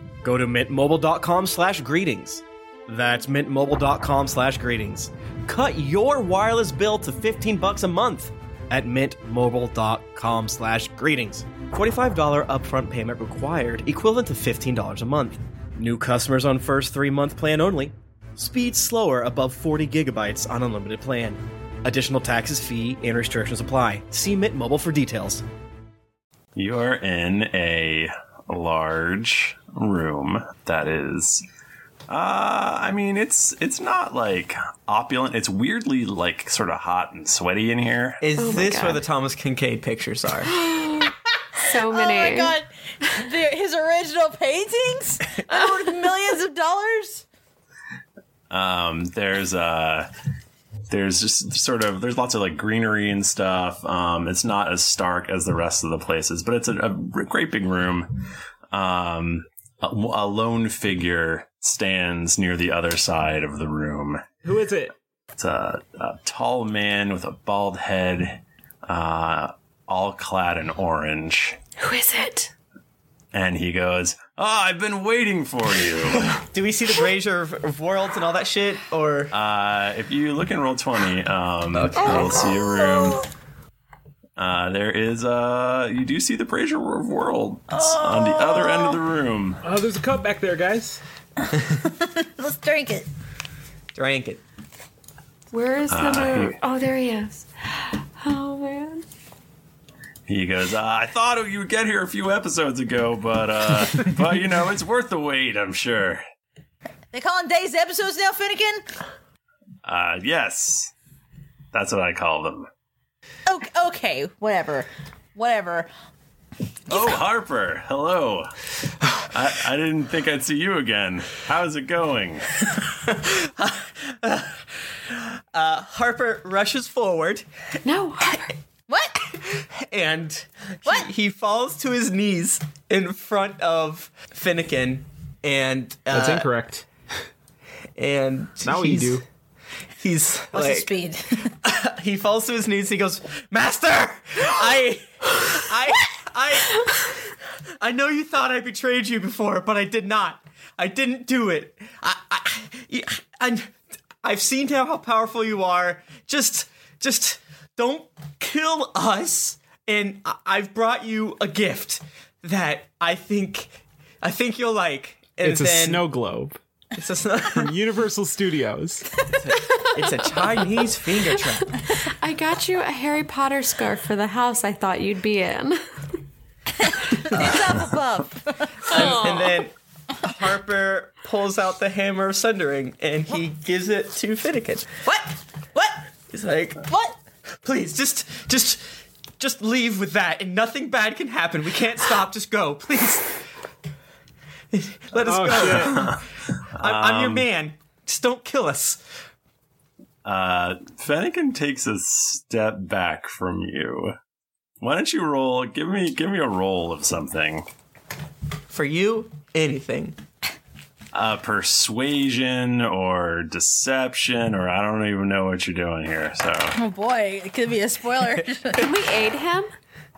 [SPEAKER 5] go to mintmobile.com slash greetings. That's mintmobile.com slash greetings. Cut your wireless bill to 15 bucks a month at mintmobile.com slash greetings. $45 upfront payment required, equivalent to $15 a month. New customers on first three-month plan only. Speed slower above 40 gigabytes on unlimited plan. Additional taxes, fee, and restrictions apply. See Mint Mobile for details.
[SPEAKER 1] You're in a large room that is uh I mean it's it's not like opulent. It's weirdly like sort of hot and sweaty in here.
[SPEAKER 10] Is this where the Thomas Kincaid pictures are?
[SPEAKER 7] so
[SPEAKER 2] Oh my god, the, his original paintings that were worth millions of dollars.
[SPEAKER 1] Um, there's uh there's just sort of there's lots of like greenery and stuff. Um, it's not as stark as the rest of the places, but it's a, a great big room. Um, a, a lone figure stands near the other side of the room.
[SPEAKER 11] Who is it?
[SPEAKER 1] It's a, a tall man with a bald head, uh, all clad in orange,
[SPEAKER 7] Who is it?
[SPEAKER 1] and he goes, Oh, I've been waiting for you.
[SPEAKER 5] Do we see the brazier of, of worlds and all that shit, or
[SPEAKER 1] Uh, if you look in roll 20, um, you'll see a room. Uh, there is, uh, you do see the Brazier of World. It's on the other end of the room.
[SPEAKER 8] Oh, there's a cup back there, guys.
[SPEAKER 2] Let's drink it.
[SPEAKER 5] drank it?
[SPEAKER 12] Where is
[SPEAKER 1] Uh,
[SPEAKER 12] number?
[SPEAKER 1] here.
[SPEAKER 12] Oh, there he is. Oh man.
[SPEAKER 1] He goes, uh, I thought you would get here a few episodes ago, but, uh, but you know, it's worth the wait, I'm sure.
[SPEAKER 2] They calling days episodes now, Finnegan?
[SPEAKER 1] Uh, yes. That's what I call them.
[SPEAKER 2] Okay, okay, whatever. Whatever.
[SPEAKER 1] Oh, Harper, hello. I, I didn't think I'd see you again. How's it going?
[SPEAKER 5] Uh, Harper rushes forward.
[SPEAKER 12] No.
[SPEAKER 2] what?
[SPEAKER 5] And what? He, he falls to his knees in front of Finnegan, and uh,
[SPEAKER 8] That's incorrect.
[SPEAKER 5] And
[SPEAKER 8] Now what do you
[SPEAKER 5] he's-
[SPEAKER 8] do?
[SPEAKER 5] He's
[SPEAKER 8] What's
[SPEAKER 5] like
[SPEAKER 8] his
[SPEAKER 2] speed.
[SPEAKER 5] he falls to his knees. He goes, "Master, I, I, I, I know you thought I betrayed you before, but I did not. I didn't do it. I, I, I I've seen how, how powerful you are. Just, just don't kill us. And I, I've brought you a gift that I think, I think you'll like. And
[SPEAKER 8] it's
[SPEAKER 5] then
[SPEAKER 8] a snow globe.
[SPEAKER 5] It's a snow
[SPEAKER 8] from Universal Studios.
[SPEAKER 5] it's a Chinese finger trap.
[SPEAKER 12] I got you a Harry Potter scarf for the house I thought you'd be in.
[SPEAKER 2] up above.
[SPEAKER 5] and, and then Harper pulls out the hammer of sundering and he gives it to Finnegan.
[SPEAKER 2] What? What?
[SPEAKER 5] He's like,
[SPEAKER 2] What?
[SPEAKER 5] Please, just, just, just leave with that, and nothing bad can happen. We can't stop. Just go, please. Let us
[SPEAKER 1] Oh,
[SPEAKER 5] go. I'm, I'm your
[SPEAKER 1] Um,
[SPEAKER 5] man. Just don't kill us.
[SPEAKER 1] Uh, Fennekin takes a step back from you. Why don't you roll? Give me, give me a roll of something.
[SPEAKER 5] For you, anything.
[SPEAKER 1] Uh, persuasion or deception, or I don't even know what you're doing here. So
[SPEAKER 12] Oh
[SPEAKER 2] boy, it could be a spoiler.
[SPEAKER 12] Can we aid him?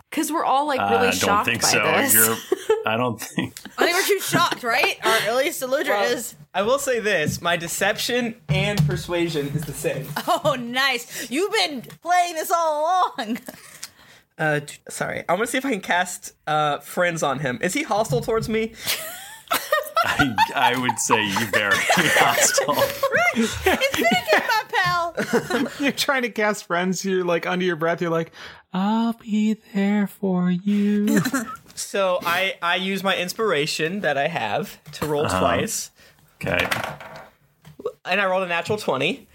[SPEAKER 12] Because we're all like
[SPEAKER 1] Uh,
[SPEAKER 12] really
[SPEAKER 1] I don't
[SPEAKER 12] shocked
[SPEAKER 1] think
[SPEAKER 12] by
[SPEAKER 1] so.
[SPEAKER 12] this.
[SPEAKER 1] You're, I don't think.
[SPEAKER 2] I think we're too shocked, right? Or at least Eludra is.
[SPEAKER 5] I will say this: my deception and persuasion is the same.
[SPEAKER 2] Oh, nice. You've been playing this all along.
[SPEAKER 5] Uh, t- sorry. I'm gonna see if I can cast uh friends on him. Is he hostile towards me?
[SPEAKER 1] I, I would say you very hostile.
[SPEAKER 2] It's Finnegan, my pal.
[SPEAKER 8] you're trying to cast friends. You're like under your breath. You're like, I'll be there for you.
[SPEAKER 5] So I I use my inspiration that I have to roll
[SPEAKER 8] Uh-huh.
[SPEAKER 5] twice,
[SPEAKER 1] Okay.
[SPEAKER 5] and I rolled a natural twenty.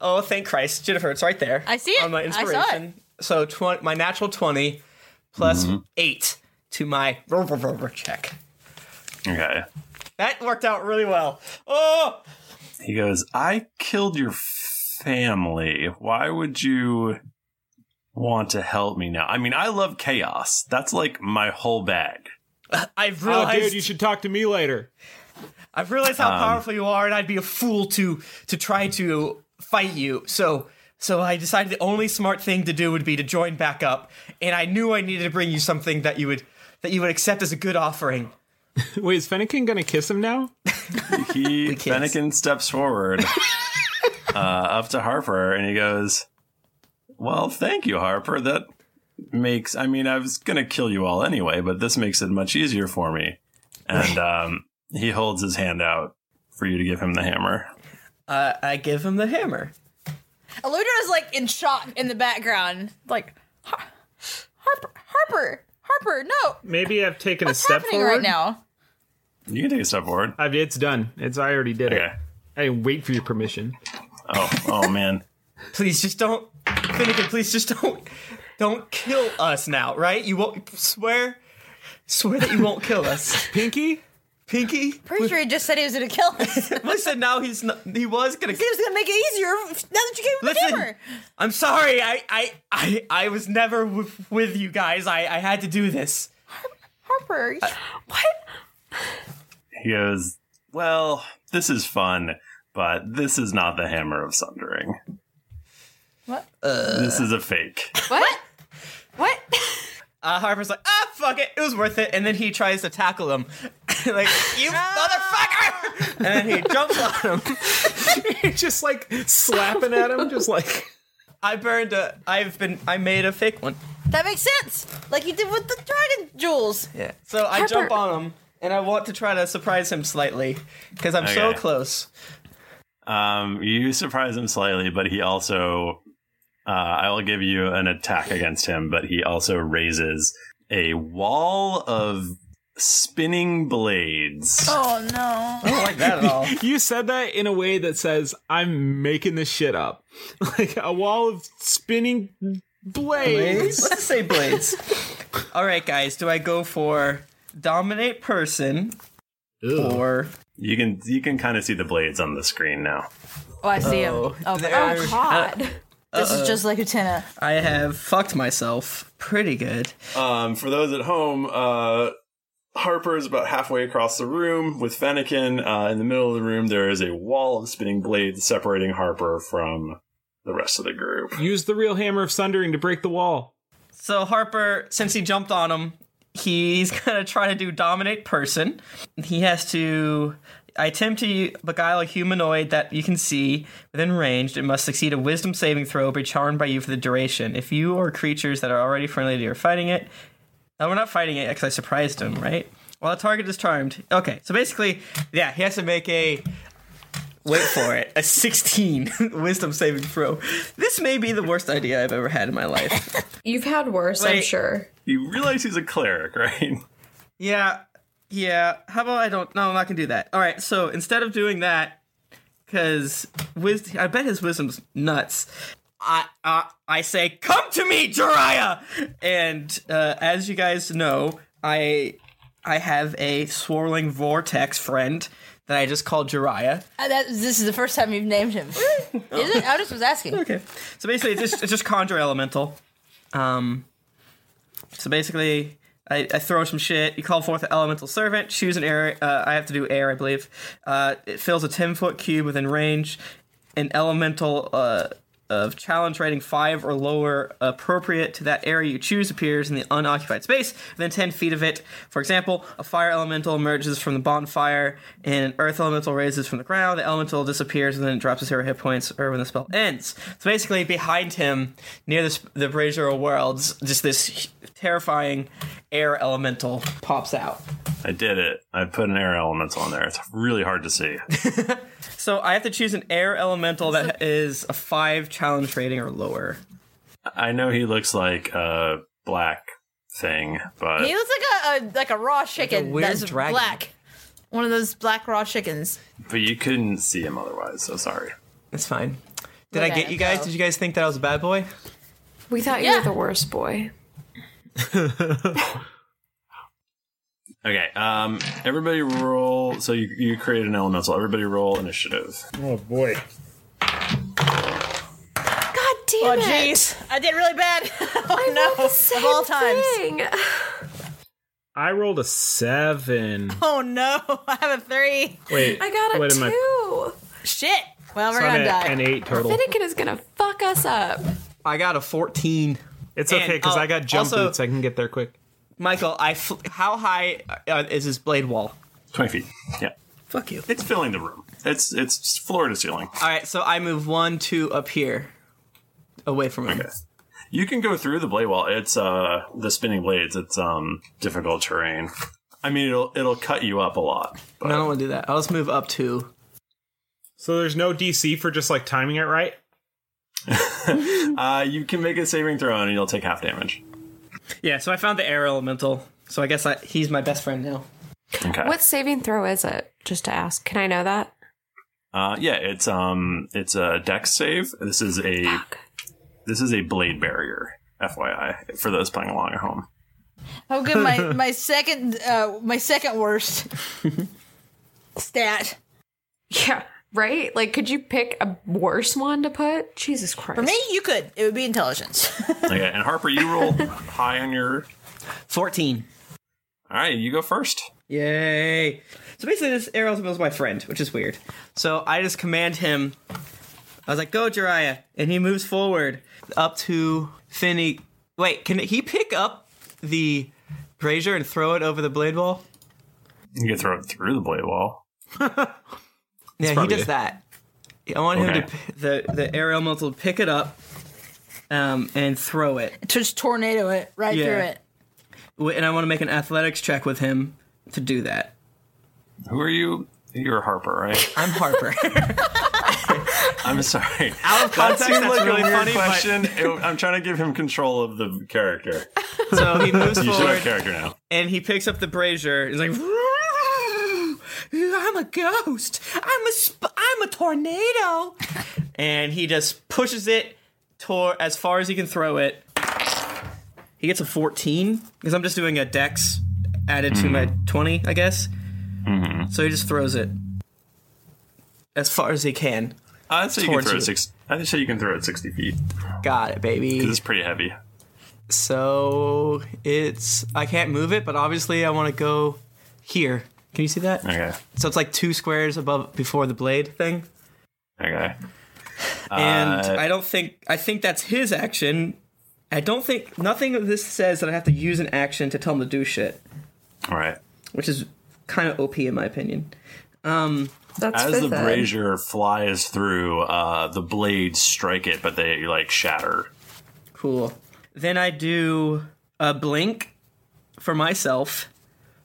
[SPEAKER 5] Oh, thank Christ, Jennifer! It's right there.
[SPEAKER 2] I see it.
[SPEAKER 5] on my
[SPEAKER 2] I saw it.
[SPEAKER 5] inspiration. So tw- my natural twenty plus
[SPEAKER 1] Mm-hmm.
[SPEAKER 5] eight to my roll, roll, roll, roll check.
[SPEAKER 1] Okay.
[SPEAKER 5] That worked out really well. Oh,
[SPEAKER 1] He goes, I killed your family. Why would you want to help me now? I mean, I love chaos. That's like my whole bag.
[SPEAKER 5] I've
[SPEAKER 8] Oh,
[SPEAKER 5] realized
[SPEAKER 8] dude, you should talk to me later.
[SPEAKER 5] I've realized how
[SPEAKER 1] Um,
[SPEAKER 5] powerful you are, and I'd be a fool to to try to fight you. So so I decided the only smart thing to do would be to join back up, and I knew I needed to bring you something that you would that you would accept as a good offering.
[SPEAKER 8] Wait, is Fennekin gonna kiss him now?
[SPEAKER 1] He Fennekin steps forward uh, up to Harper and he goes, Well, thank you, Harper. That makes I mean, I was gonna kill you all anyway, but this makes it much easier for me. And um, he holds his hand out for you to give him the hammer.
[SPEAKER 5] Uh, I give him the hammer.
[SPEAKER 2] Eludra is like in shock in the background. Like, "Har- Harper, Harper, Harper, no.
[SPEAKER 8] Maybe I've taken
[SPEAKER 2] What's
[SPEAKER 8] a step
[SPEAKER 2] happening
[SPEAKER 8] forward
[SPEAKER 2] right now?
[SPEAKER 1] You can take a step forward.
[SPEAKER 8] I've, it's done. It's I already did it. I didn't wait for your permission.
[SPEAKER 1] Oh, oh man.
[SPEAKER 5] Please just don't, Finnegan. Please just don't don't kill us now, right? You won't swear swear that you won't kill us,
[SPEAKER 8] Pinky.
[SPEAKER 5] Pinky.
[SPEAKER 2] Pretty sure he just said he was gonna kill us.
[SPEAKER 5] Listen, now he's not, he was gonna.
[SPEAKER 2] He was gonna make it easier now that you gave him
[SPEAKER 5] Listen,
[SPEAKER 2] the hammer.
[SPEAKER 5] I'm sorry. I I I, I was never w- with you guys. I, I had to do this. Uh,
[SPEAKER 2] Harper,
[SPEAKER 1] He goes, Well, this is fun, but this is not the hammer of sundering.
[SPEAKER 2] What?
[SPEAKER 1] this is a fake.
[SPEAKER 12] What?
[SPEAKER 5] Uh, Harper's like, ah, fuck it. It was worth it. And then he tries to tackle him. like you motherfucker, and then he jumps on him,
[SPEAKER 8] just like slapping at him, just like.
[SPEAKER 5] I burned a. I've been. I made a fake one.
[SPEAKER 2] That makes sense. Like you did with the dragon jewels.
[SPEAKER 5] Yeah. So I
[SPEAKER 2] Harper-
[SPEAKER 5] jump on him, and I want to try to surprise him slightly because I'm so
[SPEAKER 1] Okay.
[SPEAKER 5] close.
[SPEAKER 1] Um, you surprise him slightly, but he also. Uh, I will give you an attack against him, but he also raises a wall of spinning blades.
[SPEAKER 2] Oh no.
[SPEAKER 5] I don't like that at all.
[SPEAKER 8] you said that in a way that says, I'm making this shit up. Like a wall of spinning blades.
[SPEAKER 5] Blades? Let's say blades. All right, guys. Do I go for dominate person or
[SPEAKER 1] You can you can kind of see the blades on the screen now.
[SPEAKER 2] Oh, I see him.
[SPEAKER 5] Oh,
[SPEAKER 2] Oh,
[SPEAKER 5] there-
[SPEAKER 2] God. this
[SPEAKER 5] Uh-oh.
[SPEAKER 2] is just like Utena.
[SPEAKER 5] I have fucked myself pretty good.
[SPEAKER 13] Um, for those at home, uh, Harper is about halfway across the room with Fennekin. Uh, in the middle of the room, there is a wall of spinning blades separating Harper from the rest of the group.
[SPEAKER 8] Use the real hammer of sundering to break the wall.
[SPEAKER 5] So Harper, since he jumped on him, he's gonna try to do dominate person. He has to. I attempt to beguile a humanoid that you can see within range and must succeed a wisdom saving throw or be charmed by you for the duration. If you or creatures that are already friendly to you are fighting it, no, we're not fighting it because I surprised him, right? Well, the target is charmed. Okay, so basically, yeah, he has to make a wait for it a 16 wisdom saving throw. This may be the worst idea I've ever had in my life.
[SPEAKER 3] You've had worse, I'm
[SPEAKER 5] Wait.
[SPEAKER 3] sure.
[SPEAKER 1] You realize he's a cleric, right?
[SPEAKER 5] Yeah, yeah. How about I don't? No, I'm not gonna do that. All right. So instead of doing that, because wis- I bet his wisdom's nuts. I, I I say, come to me, Jiraiya. And uh, as you guys know, I I have a swirling vortex friend that I just call Jiraiya.
[SPEAKER 2] Uh, that, this is the first time you've named him. Really? Is it? I just was asking.
[SPEAKER 5] Okay. So basically, it's just, it's just conjure elemental. Um, so basically, I, I throw some shit. You call forth an elemental servant. Choose an air. Uh, I have to do air, I believe. Uh, it fills a ten foot cube within range. An elemental uh, of challenge rating five or lower appropriate to that area you choose appears in the unoccupied space within ten feet of it. For example, a fire elemental emerges from the bonfire, and an earth elemental raises from the ground. The elemental disappears and then it drops to zero hit points or when the spell ends. So basically, behind him, near this, the Brazier Worlds, just this terrifying air elemental pops out.
[SPEAKER 1] I did it. I put an air element on there. It's really hard to see.
[SPEAKER 5] So I have to choose an air elemental that is a five challenge rating or lower.
[SPEAKER 1] I know he looks like a black thing, but
[SPEAKER 2] he looks like a, a like a raw chicken
[SPEAKER 1] weird
[SPEAKER 2] that's
[SPEAKER 1] dragon.
[SPEAKER 2] black. One of those black raw chickens.
[SPEAKER 1] but you couldn't see him otherwise. So sorry.
[SPEAKER 5] That's fine. Did
[SPEAKER 2] Look
[SPEAKER 5] I
[SPEAKER 2] at
[SPEAKER 5] get
[SPEAKER 2] it,
[SPEAKER 5] you guys?
[SPEAKER 2] though.
[SPEAKER 5] Did you guys think that I was a bad boy?
[SPEAKER 3] We thought you were the worst boy.
[SPEAKER 1] Okay. Um. Everybody roll. So you you create an elemental. Everybody roll initiative.
[SPEAKER 14] Oh boy.
[SPEAKER 2] God damn oh,
[SPEAKER 3] it.
[SPEAKER 2] jeez. I did really bad. Oh no. of all times.
[SPEAKER 8] I rolled a seven.
[SPEAKER 2] Oh no. I have a three.
[SPEAKER 8] Wait, I got a what am I-
[SPEAKER 2] Shit. Well, we're
[SPEAKER 8] So I'm
[SPEAKER 2] gonna
[SPEAKER 8] at
[SPEAKER 2] die.
[SPEAKER 8] an eight total.
[SPEAKER 3] Finnegan is gonna fuck us up.
[SPEAKER 5] I got a 14.
[SPEAKER 8] It's okay because I got jump boots. I can get there quick.
[SPEAKER 5] uh, Michael, I fl- how high uh, is this blade wall?
[SPEAKER 1] Twenty feet. Yeah.
[SPEAKER 5] Fuck you.
[SPEAKER 1] It's filling the room. It's it's floor to ceiling.
[SPEAKER 5] All right, so I move one, two up here, away from him.
[SPEAKER 1] You can go through the blade wall. It's uh the spinning blades. It's um difficult terrain. I mean, it'll it'll cut you up a lot.
[SPEAKER 5] No, I don't want to do that. I'll just move up two.
[SPEAKER 8] So there's no DC for just like timing it right.
[SPEAKER 1] uh, you can make a saving throw and you'll take half damage.
[SPEAKER 5] Yeah, so I found the air elemental. So I guess I, he's my best friend now.
[SPEAKER 1] Okay.
[SPEAKER 3] What saving throw is it? Just to ask. Can I know that?
[SPEAKER 1] Uh, yeah, it's um, it's a dex save. This is a this is a blade barrier. FYI, for those playing along at home.
[SPEAKER 2] Oh good, my my second uh my second worst stat.
[SPEAKER 3] Yeah. Right? Like, could you pick a worse one to put? Jesus Christ.
[SPEAKER 2] For me, you could. It would be intelligence.
[SPEAKER 1] Okay, and Harper, you roll high on your
[SPEAKER 5] fourteen.
[SPEAKER 1] All right, you go first.
[SPEAKER 5] Yay! So basically, this air elemental is my friend, which is weird. So I just command him. I was like, "Go, Jiraiya," and he moves forward up to Finny. Wait, can he pick up the brazier and throw it over the blade wall?
[SPEAKER 1] You could throw it through the blade wall.
[SPEAKER 5] Yeah, he
[SPEAKER 1] probably
[SPEAKER 5] does
[SPEAKER 1] it.
[SPEAKER 5] that. I want him to
[SPEAKER 1] Okay.
[SPEAKER 5] p- the the aerial multiple to pick it up, um, and throw it.
[SPEAKER 2] Just tornado it right
[SPEAKER 5] Yeah.
[SPEAKER 2] through it.
[SPEAKER 5] Wh- And I want to make an athletics check with him to do that.
[SPEAKER 1] Who are you? You're Harper, right?
[SPEAKER 5] I'm Harper.
[SPEAKER 1] I'm sorry.
[SPEAKER 5] Out
[SPEAKER 1] That
[SPEAKER 5] of context,
[SPEAKER 1] seemed
[SPEAKER 5] that's
[SPEAKER 1] like
[SPEAKER 5] really
[SPEAKER 1] a weird
[SPEAKER 5] funny, but-
[SPEAKER 1] question. It- I'm trying to give him control of the character.
[SPEAKER 5] So he moves
[SPEAKER 1] you should
[SPEAKER 5] forward.
[SPEAKER 1] have character now.
[SPEAKER 5] And he picks up the brazier. He's like, I'm a ghost. I'm a sp- I'm a tornado. and he just pushes it tor- as far as he can throw it. He gets a 14 because I'm just doing a dex added to my
[SPEAKER 1] Mm.
[SPEAKER 5] 20, I guess.
[SPEAKER 8] Hmm.
[SPEAKER 5] So he just throws it as far as he can.
[SPEAKER 1] I say you can
[SPEAKER 5] Towards
[SPEAKER 1] throw
[SPEAKER 5] you.
[SPEAKER 1] it six. I say you can throw it sixty feet.
[SPEAKER 5] Got it, baby.
[SPEAKER 1] 'Cause it's pretty heavy.
[SPEAKER 5] So it's I can't move it, but obviously I want to go here. Can you see that?
[SPEAKER 1] Okay.
[SPEAKER 5] So it's like two squares above before the blade thing.
[SPEAKER 1] Okay.
[SPEAKER 5] And
[SPEAKER 1] Uh,
[SPEAKER 5] I don't think I think that's his action. I don't think nothing of this says that I have to use an action to tell him to do shit,
[SPEAKER 1] All right.
[SPEAKER 5] which is kind of OP in my opinion. Um,
[SPEAKER 1] As the brazier flies through, uh, the blades strike it, but they like shatter.
[SPEAKER 5] Cool. Then I do a blink for myself.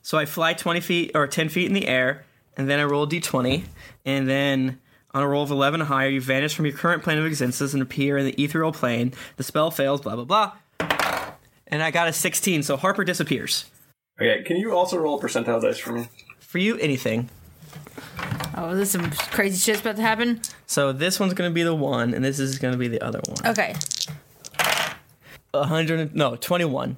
[SPEAKER 5] So I fly 20 feet or 10 feet in the air, and then I roll a d20. And then on a roll of 11 or higher, you vanish from your current plane of existence and appear in the ethereal plane. The spell fails, blah, blah, blah. And I got a 16, so Harper disappears.
[SPEAKER 1] Okay, can you also roll percentile dice for me?
[SPEAKER 5] For you, anything.
[SPEAKER 2] Oh, this some crazy shit's about to happen.
[SPEAKER 5] So this one's going to be the one, and this is going to be the other one.
[SPEAKER 2] Okay.
[SPEAKER 5] 100, no, 21.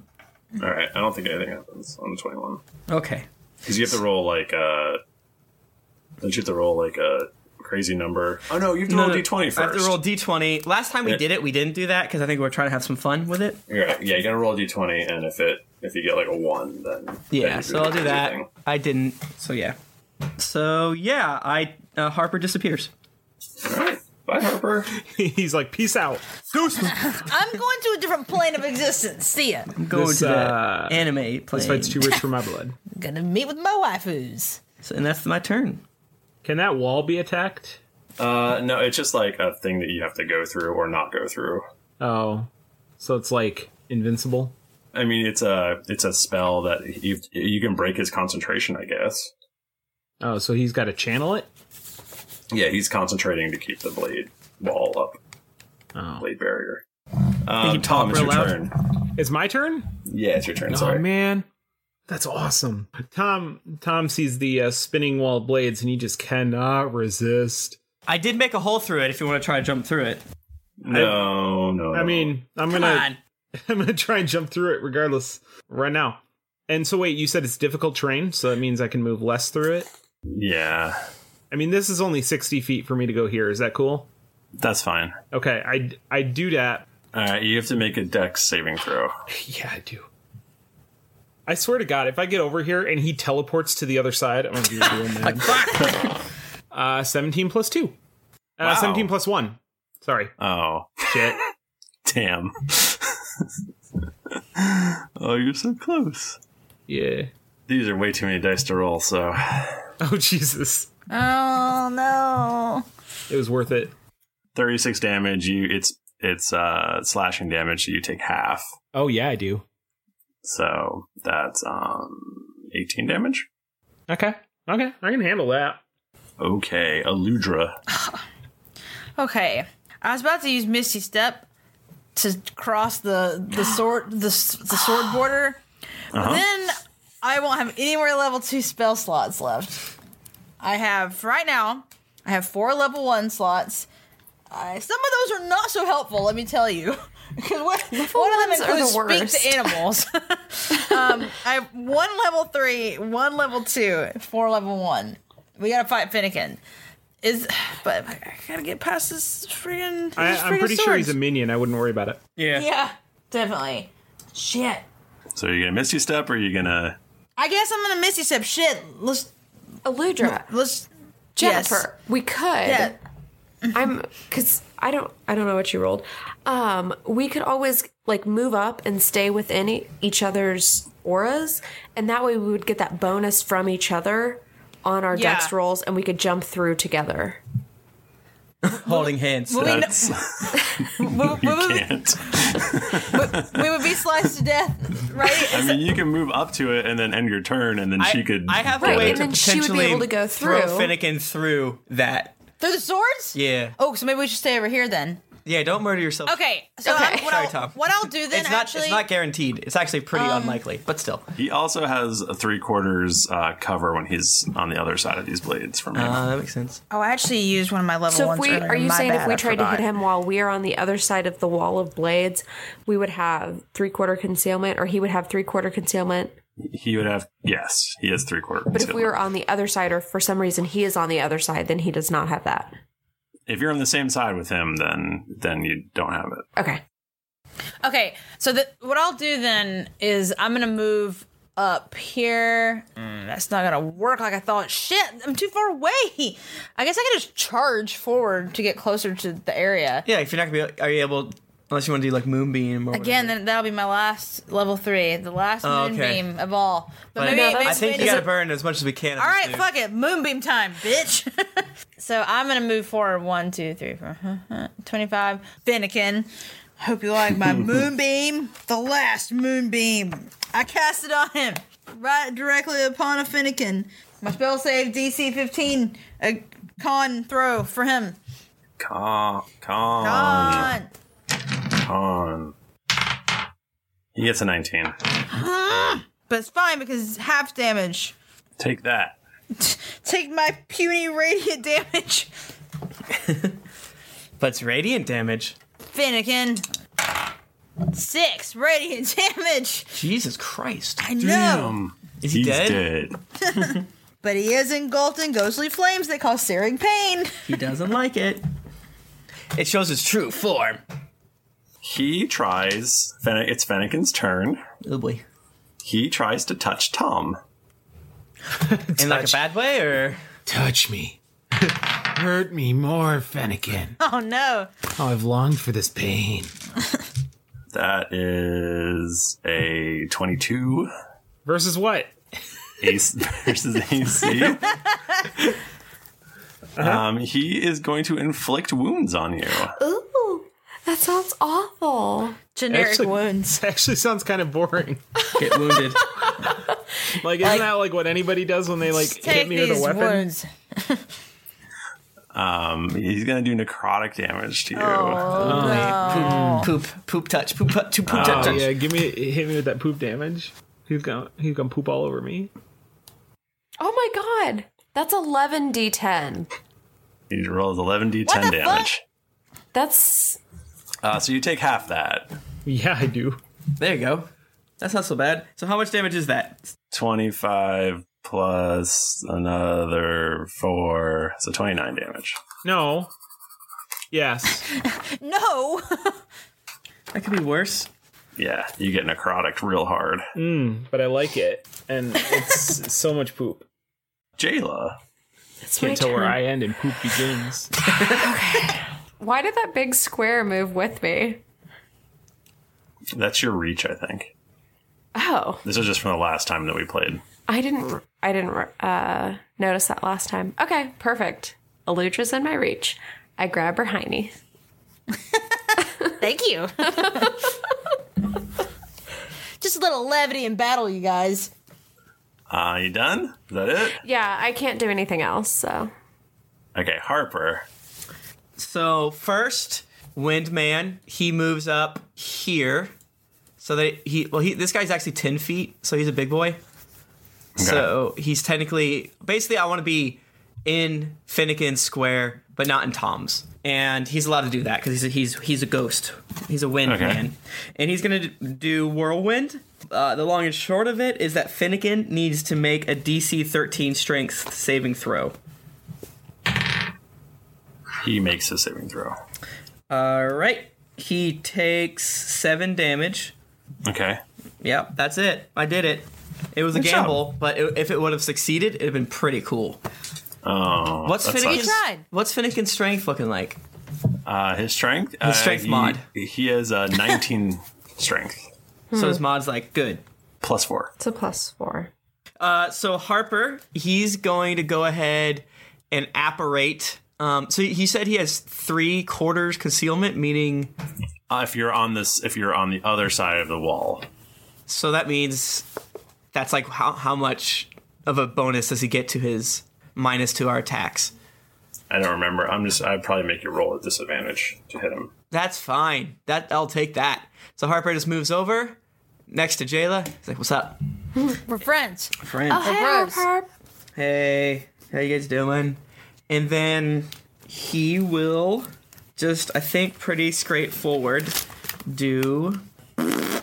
[SPEAKER 1] All right. I don't think anything happens on the twenty-one
[SPEAKER 5] Okay.
[SPEAKER 1] because you have to roll like uh Don't you have to roll like a crazy number? Oh no, you have to roll
[SPEAKER 5] no,
[SPEAKER 1] d20 first.
[SPEAKER 5] I have to roll d20. Last time we
[SPEAKER 1] Yeah.
[SPEAKER 5] did it, we didn't do that because I think we were trying to have some fun with it.
[SPEAKER 1] Yeah, yeah, you gotta roll a d20, and if it if you get like a one, then then
[SPEAKER 5] Yeah,
[SPEAKER 1] you
[SPEAKER 5] so I'll do
[SPEAKER 1] the
[SPEAKER 5] that.
[SPEAKER 1] thing.
[SPEAKER 5] I didn't. So yeah. So yeah, I uh, Harper disappears.
[SPEAKER 1] Bye, Harper.
[SPEAKER 5] He's like, peace out.
[SPEAKER 2] I'm going to a different plane of existence. See ya.
[SPEAKER 5] I'm going
[SPEAKER 8] This,
[SPEAKER 5] to
[SPEAKER 8] uh,
[SPEAKER 5] the anime plane.
[SPEAKER 8] This fight's too rich for my blood.
[SPEAKER 2] Gonna meet with my waifus.
[SPEAKER 5] So, and that's my turn.
[SPEAKER 8] Can that wall be attacked?
[SPEAKER 1] Uh, no, it's just like a thing that you have to go through or not go through.
[SPEAKER 8] Oh, so it's like invincible.
[SPEAKER 1] I mean, it's a it's a spell that you you can break his concentration, I guess.
[SPEAKER 8] Oh, so he's got to channel it.
[SPEAKER 1] Yeah, he's concentrating to keep the blade wall up,
[SPEAKER 5] Oh.
[SPEAKER 1] blade barrier.
[SPEAKER 8] Think
[SPEAKER 1] Um,
[SPEAKER 8] you
[SPEAKER 1] Tom,
[SPEAKER 8] talk
[SPEAKER 1] it's your
[SPEAKER 8] real loud?
[SPEAKER 1] turn.
[SPEAKER 8] It's my turn.
[SPEAKER 1] Yeah, it's your turn.
[SPEAKER 8] Oh
[SPEAKER 1] sorry.
[SPEAKER 8] man, that's awesome. Tom Tom sees the uh, spinning wall of blades and he just cannot resist.
[SPEAKER 5] I did make a hole through it. If you want to try to jump through it.
[SPEAKER 1] No, no.
[SPEAKER 8] I mean, I'm
[SPEAKER 5] Come
[SPEAKER 8] gonna
[SPEAKER 5] on.
[SPEAKER 8] I'm gonna try and jump through it regardless right now. And so wait, you said it's difficult terrain, so that means I can move less through it.
[SPEAKER 1] Yeah,
[SPEAKER 8] I mean, this is only 60 feet for me to go here. Is that cool?
[SPEAKER 1] that's fine.
[SPEAKER 8] Okay, I I do that.
[SPEAKER 1] All right, you have to make a Dex saving throw.
[SPEAKER 8] Yeah, I do. I swear to God, if I get over here and he teleports to the other side, I'm gonna be a real man. uh, 17 plus two. Uh,
[SPEAKER 1] Wow.
[SPEAKER 8] 17 plus one. Sorry.
[SPEAKER 1] Oh
[SPEAKER 8] shit!
[SPEAKER 1] Damn. oh, you're so close.
[SPEAKER 8] Yeah.
[SPEAKER 1] These are way too many dice to roll. So.
[SPEAKER 8] Oh Jesus!
[SPEAKER 2] Oh no.
[SPEAKER 8] It was worth it.
[SPEAKER 1] Thirty-six damage. You it's it's uh slashing damage. So you take half.
[SPEAKER 8] Oh yeah, I do.
[SPEAKER 1] So that's um eighteen damage.
[SPEAKER 8] Okay. Okay, I can handle that.
[SPEAKER 1] Okay, Aludra.
[SPEAKER 2] Okay. I was about to use Misty Step to cross the the sword the, s- the sword border, but
[SPEAKER 1] Uh-huh.
[SPEAKER 2] then I won't have any more level two spell slots left. I have right now. I have four level one slots. I, some of those are not so helpful. Let me tell you, because one of them
[SPEAKER 12] ones are the
[SPEAKER 2] includes speak
[SPEAKER 12] worst.
[SPEAKER 2] to animals. um, I have one level three, one level two, four level one. We gotta fight Finnegan. Is but I gotta get past this friggin'.
[SPEAKER 8] I,
[SPEAKER 2] this
[SPEAKER 8] I'm
[SPEAKER 2] friggin'
[SPEAKER 8] pretty sure he's a
[SPEAKER 2] swords.
[SPEAKER 8] minion. I wouldn't worry about it.
[SPEAKER 2] Yeah. definitely. Shit.
[SPEAKER 1] So are you gonna misty step or are you gonna
[SPEAKER 2] I guess I'm gonna Misty Step. Shit. Let's.
[SPEAKER 12] Aludra.
[SPEAKER 2] Let's.
[SPEAKER 12] Jennifer, we could.
[SPEAKER 2] Yeah.
[SPEAKER 12] I'm because I don't I don't know what you rolled. Um, we could always like move up and stay within e- each other's auras, and that way we would get that bonus from each other on our
[SPEAKER 2] Yeah.
[SPEAKER 12] dex rolls, and we could jump through together.
[SPEAKER 5] holding hands.
[SPEAKER 2] Well, we know-
[SPEAKER 1] you can't.
[SPEAKER 2] we would be sliced to death, right?
[SPEAKER 1] I mean, you can move up to it and then end your turn, and then she could.
[SPEAKER 5] I have
[SPEAKER 1] get
[SPEAKER 5] a way
[SPEAKER 1] it.
[SPEAKER 5] to potentially throw Finnegan through that.
[SPEAKER 2] Through the swords?
[SPEAKER 5] Yeah,
[SPEAKER 2] Oh, so maybe we should stay over here then.
[SPEAKER 5] yeah. Don't murder yourself.
[SPEAKER 2] Okay. So I'm, what,
[SPEAKER 5] Sorry,
[SPEAKER 2] I'll,
[SPEAKER 5] Tom.
[SPEAKER 2] what I'll do then
[SPEAKER 5] it's not.
[SPEAKER 2] actually.
[SPEAKER 5] it's not guaranteed. It's actually pretty
[SPEAKER 2] Um,
[SPEAKER 5] unlikely, but still.
[SPEAKER 1] He also has a three quarters uh, cover when he's on the other side of these blades from him.
[SPEAKER 5] Uh, that makes sense.
[SPEAKER 2] oh, I actually used one of my level
[SPEAKER 12] so if
[SPEAKER 2] ones.
[SPEAKER 12] we
[SPEAKER 2] earlier.
[SPEAKER 12] are you
[SPEAKER 2] My
[SPEAKER 12] saying
[SPEAKER 2] bad,
[SPEAKER 12] if we
[SPEAKER 2] I
[SPEAKER 12] tried
[SPEAKER 2] forgot.
[SPEAKER 12] to hit him while we are on the other side of the wall of blades, we would have three quarter concealment, or he would have three quarter concealment.
[SPEAKER 1] He would have yes, he has three quarter.
[SPEAKER 12] But if we were on the other side, or for some reason he is on the other side, then he does not have that.
[SPEAKER 1] if you're on the same side with him, then then you don't have it.
[SPEAKER 12] Okay.
[SPEAKER 2] Okay, so the, what I'll do then is I'm gonna move up here.
[SPEAKER 5] Hmm.
[SPEAKER 2] Mm, that's not gonna work like I thought. Shit, I'm too far away. I guess I can just charge forward to get closer to the area.
[SPEAKER 5] Yeah, if you're not gonna be, are you able? Unless you want to do like moonbeam or
[SPEAKER 2] Again, then that'll be my last level three, the last
[SPEAKER 5] Oh, okay.
[SPEAKER 2] moonbeam of all. But,
[SPEAKER 5] whatever.
[SPEAKER 2] maybe,
[SPEAKER 5] But
[SPEAKER 2] maybe-
[SPEAKER 5] I think
[SPEAKER 2] maybe-
[SPEAKER 5] you gotta burn as much as we can. of
[SPEAKER 2] All
[SPEAKER 5] this
[SPEAKER 2] right,
[SPEAKER 5] dude.
[SPEAKER 2] fuck it, moonbeam time, bitch. so I'm gonna move forward one, two, three, four, twenty-five. Finnegan, hope you like my moonbeam, the last moonbeam. I cast it on him, right directly upon a Finnegan. My spell save DC 15, a con throw for him.
[SPEAKER 1] Con, con,
[SPEAKER 2] Con.
[SPEAKER 1] con. He gets a nineteen.
[SPEAKER 2] but it's fine because it's half damage.
[SPEAKER 1] Take that.
[SPEAKER 2] Take my puny radiant damage.
[SPEAKER 5] But it's radiant damage.
[SPEAKER 2] Finnegan. Six radiant damage.
[SPEAKER 5] Jesus Christ!
[SPEAKER 2] I know. Damn.
[SPEAKER 5] Is he
[SPEAKER 1] He's
[SPEAKER 5] dead?
[SPEAKER 1] dead.
[SPEAKER 2] but he is engulfed in ghostly flames that cause searing pain.
[SPEAKER 5] He doesn't like it. It shows his true form.
[SPEAKER 1] He tries. Fenne- it's Fennekin's turn.
[SPEAKER 5] Oh boy.
[SPEAKER 1] He tries to touch Tom.
[SPEAKER 5] In like a bad way, or
[SPEAKER 8] touch me, hurt me more, Fennekin.
[SPEAKER 2] Oh no.
[SPEAKER 8] Oh, I've longed for this pain.
[SPEAKER 1] That is a twenty-two
[SPEAKER 8] versus what?
[SPEAKER 1] Ace versus AC.
[SPEAKER 5] Uh-huh.
[SPEAKER 1] Um, he is going to inflict wounds on you.
[SPEAKER 12] Ooh, that sounds awful.
[SPEAKER 2] wounds
[SPEAKER 8] actually sounds kind of boring.
[SPEAKER 5] Get wounded.
[SPEAKER 8] like, isn't that like what anybody does when they like hit
[SPEAKER 2] Take
[SPEAKER 8] me with a
[SPEAKER 2] these
[SPEAKER 8] weapon?
[SPEAKER 2] wounds.
[SPEAKER 1] Um, he's gonna do necrotic damage to you.
[SPEAKER 2] Oh,
[SPEAKER 5] no. Poop, poop, poop touch, poop, poop, poop
[SPEAKER 8] Oh,
[SPEAKER 5] touch.
[SPEAKER 8] yeah, give me hit me with that poop damage. He's gonna he's gonna poop all over me.
[SPEAKER 12] Oh my god, that's eleven d10.
[SPEAKER 1] He rolls eleven d10
[SPEAKER 12] What the
[SPEAKER 1] damage.
[SPEAKER 12] That's
[SPEAKER 1] Uh, so you take half that.
[SPEAKER 8] Yeah, I do.
[SPEAKER 5] There you go. That's not so bad. So how much damage is that?
[SPEAKER 1] Twenty-five plus another four, so twenty-nine damage.
[SPEAKER 8] No. Yes.
[SPEAKER 2] no.
[SPEAKER 5] That could be worse.
[SPEAKER 1] Yeah, you get necrotic real hard.
[SPEAKER 8] Mm, but I like it, and it's so much poop.
[SPEAKER 1] Jayla.
[SPEAKER 8] Can't
[SPEAKER 12] my
[SPEAKER 8] tell where
[SPEAKER 12] turn.
[SPEAKER 8] I end and poop begins.
[SPEAKER 12] why did that big square move with me?
[SPEAKER 1] That's your reach, I think.
[SPEAKER 12] Oh,
[SPEAKER 1] This is just from the last time that we played.
[SPEAKER 12] I didn't. I didn't uh, notice that last time. Okay, perfect. Eludra's in my reach. I grab her hiney.
[SPEAKER 2] Thank you. Just a little levity in battle, you guys.
[SPEAKER 1] Uh, you done? Is that it?
[SPEAKER 12] Yeah, I can't do anything else. So
[SPEAKER 1] Okay, Harper.
[SPEAKER 5] So first, Windman, he moves up here. So they he well he this guy's actually ten feet, so he's a big boy. So he's technically basically I want to be in Finnegan's square, but not in Tom's. And he's allowed to do that because he's a, he's he's a ghost. He's a wind
[SPEAKER 15] Okay.
[SPEAKER 5] man, and he's gonna d- do whirlwind. Uh, the long and short of it is that Finnegan needs to make a DC 13 Strength saving throw.
[SPEAKER 1] He makes a saving throw.
[SPEAKER 5] All right. He takes seven damage.
[SPEAKER 1] Okay.
[SPEAKER 5] Yep, that's it. I did it. It was a
[SPEAKER 1] Good job.
[SPEAKER 5] gamble, but it, if it would have succeeded, it'd have been pretty cool.
[SPEAKER 1] Oh,
[SPEAKER 5] What's
[SPEAKER 1] that
[SPEAKER 5] Finnegan's,
[SPEAKER 1] sucks.
[SPEAKER 5] what's Finnegan's strength looking like?
[SPEAKER 1] Uh, his strength.
[SPEAKER 5] His strength
[SPEAKER 1] he,
[SPEAKER 5] mod.
[SPEAKER 1] He has a 19 strength.
[SPEAKER 5] So his mod's like good.
[SPEAKER 1] plus four.
[SPEAKER 12] It's a plus four.
[SPEAKER 5] Uh, so Harper, he's going to go ahead and apparate. Um, so he said he has three quarters concealment, meaning
[SPEAKER 1] Uh, if you're on this, if you're on the other side of the wall,
[SPEAKER 5] so that means that's like how how much of a bonus does he get to his minus to our attacks?
[SPEAKER 1] I don't remember. I'm just. I'd probably make you roll at disadvantage to hit him.
[SPEAKER 5] That's fine. That I'll take that. So Harper just moves over next to Jayla. He's like, "What's up?"
[SPEAKER 2] We're friends.
[SPEAKER 5] Friends.
[SPEAKER 2] Oh, hey, Harp.
[SPEAKER 5] Hey, how you guys doing? And then he will just, I think, pretty straightforward do.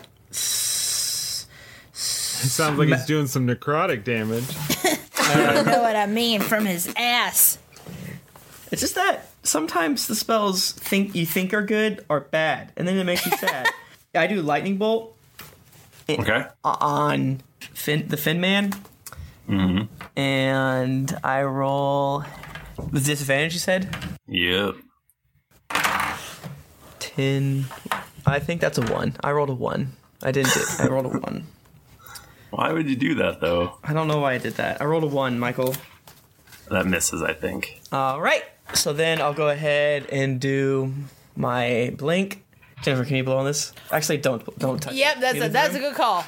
[SPEAKER 8] It sounds like he's doing some necrotic damage.
[SPEAKER 2] you know what I mean from his ass.
[SPEAKER 5] It's just that sometimes the spells think you think are good are bad, and then it makes you sad. I do lightning bolt.
[SPEAKER 1] Okay.
[SPEAKER 5] On fin- the Fin Man,
[SPEAKER 1] Mm-hmm.
[SPEAKER 5] and I roll with disadvantage. You said
[SPEAKER 1] Yep.
[SPEAKER 5] ten. I think that's a one. I rolled a one. I didn't. Do, I rolled a one.
[SPEAKER 1] Why would you do that though?
[SPEAKER 5] I don't know why I did that. I rolled a one, Michael.
[SPEAKER 1] That misses, I think.
[SPEAKER 5] All right. So then I'll go ahead and do my blink. Jennifer, can you blow on this? Actually, don't don't touch.
[SPEAKER 2] Yep, that's a, that's a good call.